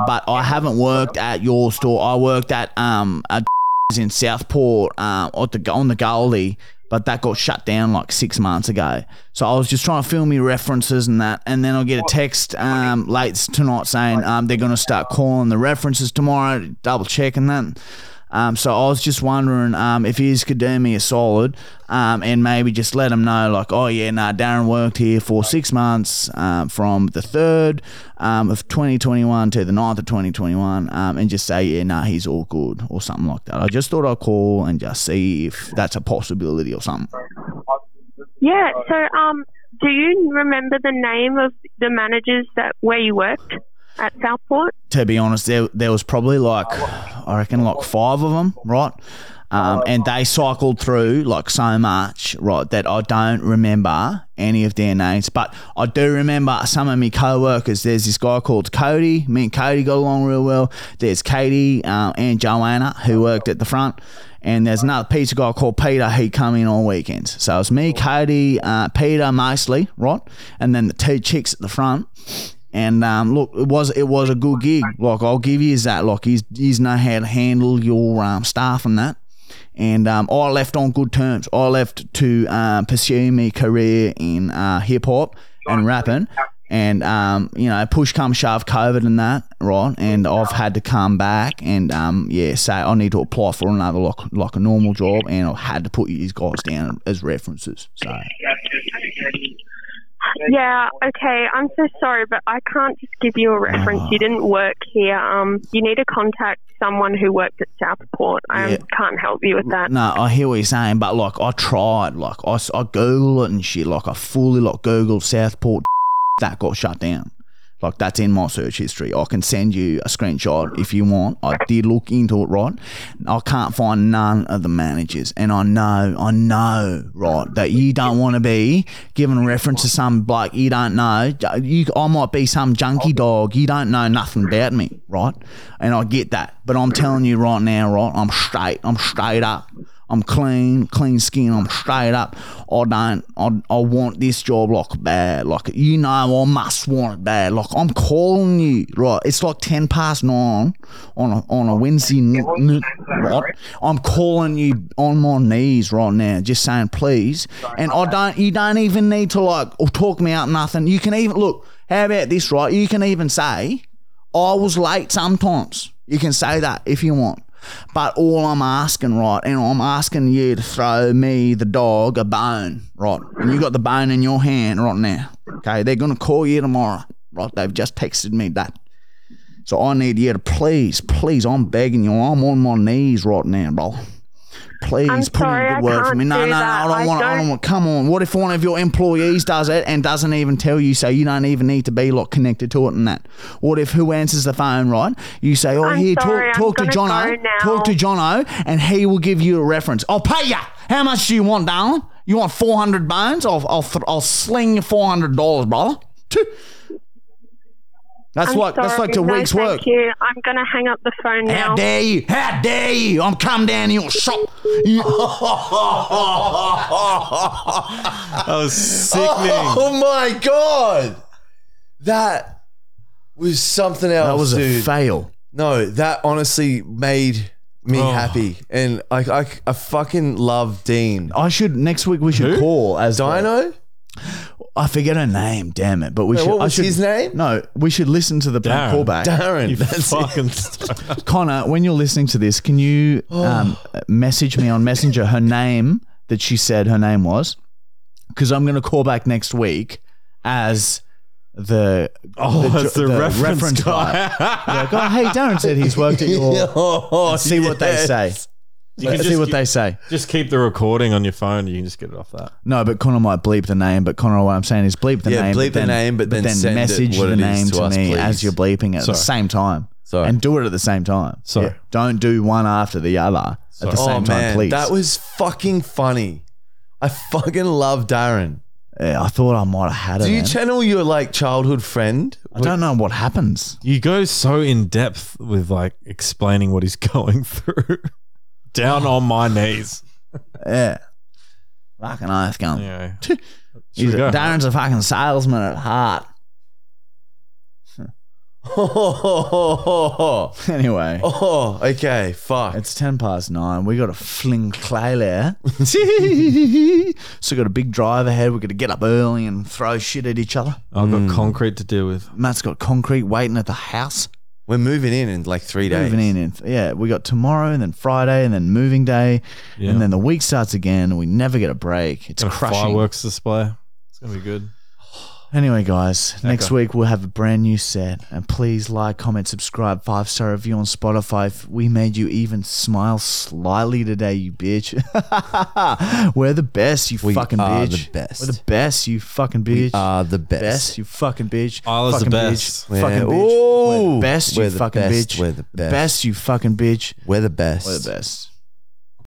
[SPEAKER 1] but I haven't worked at your store. I worked at um a in Southport uh, on the on the goalie, but that got shut down like six months ago. So I was just trying to film my references and that, and then I get a text um, late tonight saying um, they're going to start calling the references tomorrow, double checking that. Um, so I was just wondering um, if you could do me a solid um, and maybe just let them know, like, oh yeah, nah, Darren worked here for six months um, from the third um, of 2021 to the 9th of 2021, um, and just say, yeah, nah, he's all good or something like that. I just thought I'd call and just see if that's a possibility or something.
[SPEAKER 9] Yeah, so um, do you remember the name of the managers that where you worked at Southport?
[SPEAKER 1] to be honest, there there was probably like I reckon like five of them, right? Um, and they cycled through like so much, right, that I don't remember any of their names. But I do remember some of my co-workers. There's this guy called Cody. Me and Cody got along real well. There's Katie um, and Joanna who worked at the front. And there's another pizza guy called Peter. He come in on weekends. So it's me, Cody, uh, Peter mostly, right? And then the two chicks at the front. And um, look, it was it was a good gig. Like I'll give you that. Like he's he's know how to handle your um, staff and that. And um, I left on good terms. I left to um, pursue my career in uh, hip hop and rapping. And um, you know, push come shove, COVID and that, right? And I've had to come back and um, yeah, say I need to apply for another like like a normal job, and I had to put these guys down as references. So
[SPEAKER 9] Yeah, okay. I'm so sorry, but I can't just give you a reference. You didn't work here. Um, you need to contact someone who worked at Southport. I
[SPEAKER 1] Yeah.
[SPEAKER 9] can't help you with that.
[SPEAKER 1] No, I hear what you're saying, but like I tried, like I, s- I Google it and shit, like I fully like Googled Southport that got shut down. Like that's in my search history. I can send you a screenshot if you want. I did look into it, right? I can't find none of the managers, and I know, I know, right, that you don't want to be giving reference to some bloke you don't know. You, I might be some junkie dog. You don't know nothing about me, right? And I get that, but I'm telling you right now, right? I'm straight. I'm straight up. I'm clean, clean skin. I'm straight up. I don't. I, I want this job like bad. Like you know, I must want it bad. Like I'm calling you. Right. It's like ten past nine on a, on a Wednesday night. right? I'm calling you on my knees right now, just saying please. And I don't. You don't even need to like or talk me out nothing. You can even look. How about this? Right. You can even say I was late sometimes. You can say that if you want. But all I'm asking, right, and I'm asking you to throw me, the dog, a bone, right? And you got the bone in your hand right now. Okay, they're going to call you tomorrow, right? They've just texted me that. So I need you to please, please, I'm begging you, I'm on my knees right now, bro. Please
[SPEAKER 9] I'm
[SPEAKER 1] put
[SPEAKER 9] sorry,
[SPEAKER 1] in a
[SPEAKER 9] I
[SPEAKER 1] good word for
[SPEAKER 9] can't
[SPEAKER 1] me. No,
[SPEAKER 9] do
[SPEAKER 1] no, no,
[SPEAKER 9] that.
[SPEAKER 1] I don't
[SPEAKER 9] I
[SPEAKER 1] want to. I
[SPEAKER 9] don't-
[SPEAKER 1] don't want. Come on. What if one of your employees does it and doesn't even tell you, so you don't even need to be like connected to it and that? What if who answers the phone, right? You say, oh,
[SPEAKER 9] I'm
[SPEAKER 1] here,
[SPEAKER 9] sorry, I'm
[SPEAKER 1] talk, talk to
[SPEAKER 9] gonna go
[SPEAKER 1] Jono,
[SPEAKER 9] now.
[SPEAKER 1] talk to Jono, and he will give you a reference. I'll pay you. How much do you want, darling? You want four hundred bones? I'll, I'll, th- I'll sling you four hundred dollars, brother. Two. That's
[SPEAKER 9] I'm
[SPEAKER 1] like that's
[SPEAKER 9] sorry.
[SPEAKER 1] like a
[SPEAKER 9] No,
[SPEAKER 1] week's
[SPEAKER 9] thank
[SPEAKER 1] work.
[SPEAKER 9] you. I'm gonna hang up the phone now.
[SPEAKER 1] How dare you? How dare you? I'm coming down to your shop. You-
[SPEAKER 3] Oh,
[SPEAKER 2] That was sickening.
[SPEAKER 3] Oh my god, that was something else.
[SPEAKER 1] that was a
[SPEAKER 3] dude.
[SPEAKER 1] fail.
[SPEAKER 3] No, that honestly made me
[SPEAKER 2] Oh.
[SPEAKER 3] happy, and I, I, I fucking love Dean.
[SPEAKER 1] I should next week we should
[SPEAKER 2] Who?
[SPEAKER 1] call as the-
[SPEAKER 3] Dino,
[SPEAKER 1] I forget her name. Damn it! But we
[SPEAKER 3] Wait,
[SPEAKER 1] should.
[SPEAKER 3] what
[SPEAKER 1] I
[SPEAKER 3] was
[SPEAKER 1] should,
[SPEAKER 3] his name?
[SPEAKER 1] No, we should listen to the
[SPEAKER 2] Darren.
[SPEAKER 1] callback.
[SPEAKER 3] Darren.
[SPEAKER 2] You
[SPEAKER 3] that's it.
[SPEAKER 2] fucking. St-
[SPEAKER 1] Connor, when you're listening to this, can you
[SPEAKER 3] Oh.
[SPEAKER 1] um, message me on Messenger her name that she said her name was? Because I'm going to call back next week as the
[SPEAKER 2] oh, that's the, reference, guy.
[SPEAKER 1] Yeah, go, oh, hey, Darren said he's worked at your.
[SPEAKER 3] Oh,
[SPEAKER 1] see what they say.
[SPEAKER 2] You can
[SPEAKER 1] see
[SPEAKER 2] just-
[SPEAKER 1] what they say.
[SPEAKER 2] Just keep the recording on your phone. You can just get it off that.
[SPEAKER 1] No, but Connor might bleep the name. But Connor, what I'm saying is bleep the
[SPEAKER 3] Yeah,
[SPEAKER 1] name.
[SPEAKER 3] bleep the name, but then send it
[SPEAKER 1] message
[SPEAKER 3] what
[SPEAKER 1] the
[SPEAKER 3] it is
[SPEAKER 1] name
[SPEAKER 3] to
[SPEAKER 1] to,
[SPEAKER 3] us,
[SPEAKER 1] me
[SPEAKER 3] please.
[SPEAKER 1] as you're bleeping it at the
[SPEAKER 2] Sorry.
[SPEAKER 1] same time.
[SPEAKER 3] Sorry.
[SPEAKER 1] And do it at the same time.
[SPEAKER 2] Sorry.
[SPEAKER 1] Don't do one after the other at the
[SPEAKER 3] Oh
[SPEAKER 1] same time,
[SPEAKER 3] man,
[SPEAKER 1] please.
[SPEAKER 3] that was fucking funny. I fucking love Darren.
[SPEAKER 1] Yeah, I thought I might have had it.
[SPEAKER 3] Do you
[SPEAKER 1] man.
[SPEAKER 3] channel your like childhood friend?
[SPEAKER 1] I don't know what happens.
[SPEAKER 2] You go so in depth with like explaining what he's going through. Down on my knees.
[SPEAKER 1] Yeah. Fucking ice gun.
[SPEAKER 2] Yeah.
[SPEAKER 1] He's
[SPEAKER 2] Should we go?
[SPEAKER 1] Darren's a fucking salesman at heart.
[SPEAKER 3] Oh,
[SPEAKER 1] Anyway,
[SPEAKER 3] oh, okay, fuck.
[SPEAKER 1] it's 10 past nine. We got to fling clay there. so, got a big drive ahead. We're going to get up early and throw shit at each other.
[SPEAKER 2] I've got concrete to deal with.
[SPEAKER 1] Matt's got concrete waiting at the house.
[SPEAKER 3] We're moving in in like three days.
[SPEAKER 1] Moving in, in. Yeah, we got tomorrow and then Friday and then moving day.
[SPEAKER 2] Yeah.
[SPEAKER 1] And then the week starts again and we never get a break. It's
[SPEAKER 2] Got a
[SPEAKER 1] crushing.
[SPEAKER 2] fireworks display. It's gonna be good.
[SPEAKER 1] Anyway, guys, next
[SPEAKER 2] Okay.
[SPEAKER 1] week we'll have a brand new set. And please like, comment, subscribe, five star review on Spotify. If we made you even smile slyly today, you bitch. We're the best, you
[SPEAKER 3] We
[SPEAKER 1] fucking
[SPEAKER 3] are
[SPEAKER 1] bitch.
[SPEAKER 3] the best.
[SPEAKER 1] We're the best, you fucking bitch.
[SPEAKER 3] We are the best.
[SPEAKER 1] best, you fucking bitch.
[SPEAKER 2] Isla's the
[SPEAKER 1] fucking
[SPEAKER 2] best.
[SPEAKER 1] Bitch. Fucking
[SPEAKER 3] Yeah.
[SPEAKER 1] bitch. We're the
[SPEAKER 3] Ooh.
[SPEAKER 1] best, you
[SPEAKER 3] We're the
[SPEAKER 1] fucking
[SPEAKER 3] best.
[SPEAKER 1] bitch.
[SPEAKER 3] We're the best.
[SPEAKER 1] you fucking bitch.
[SPEAKER 3] We're the best.
[SPEAKER 1] We're the best.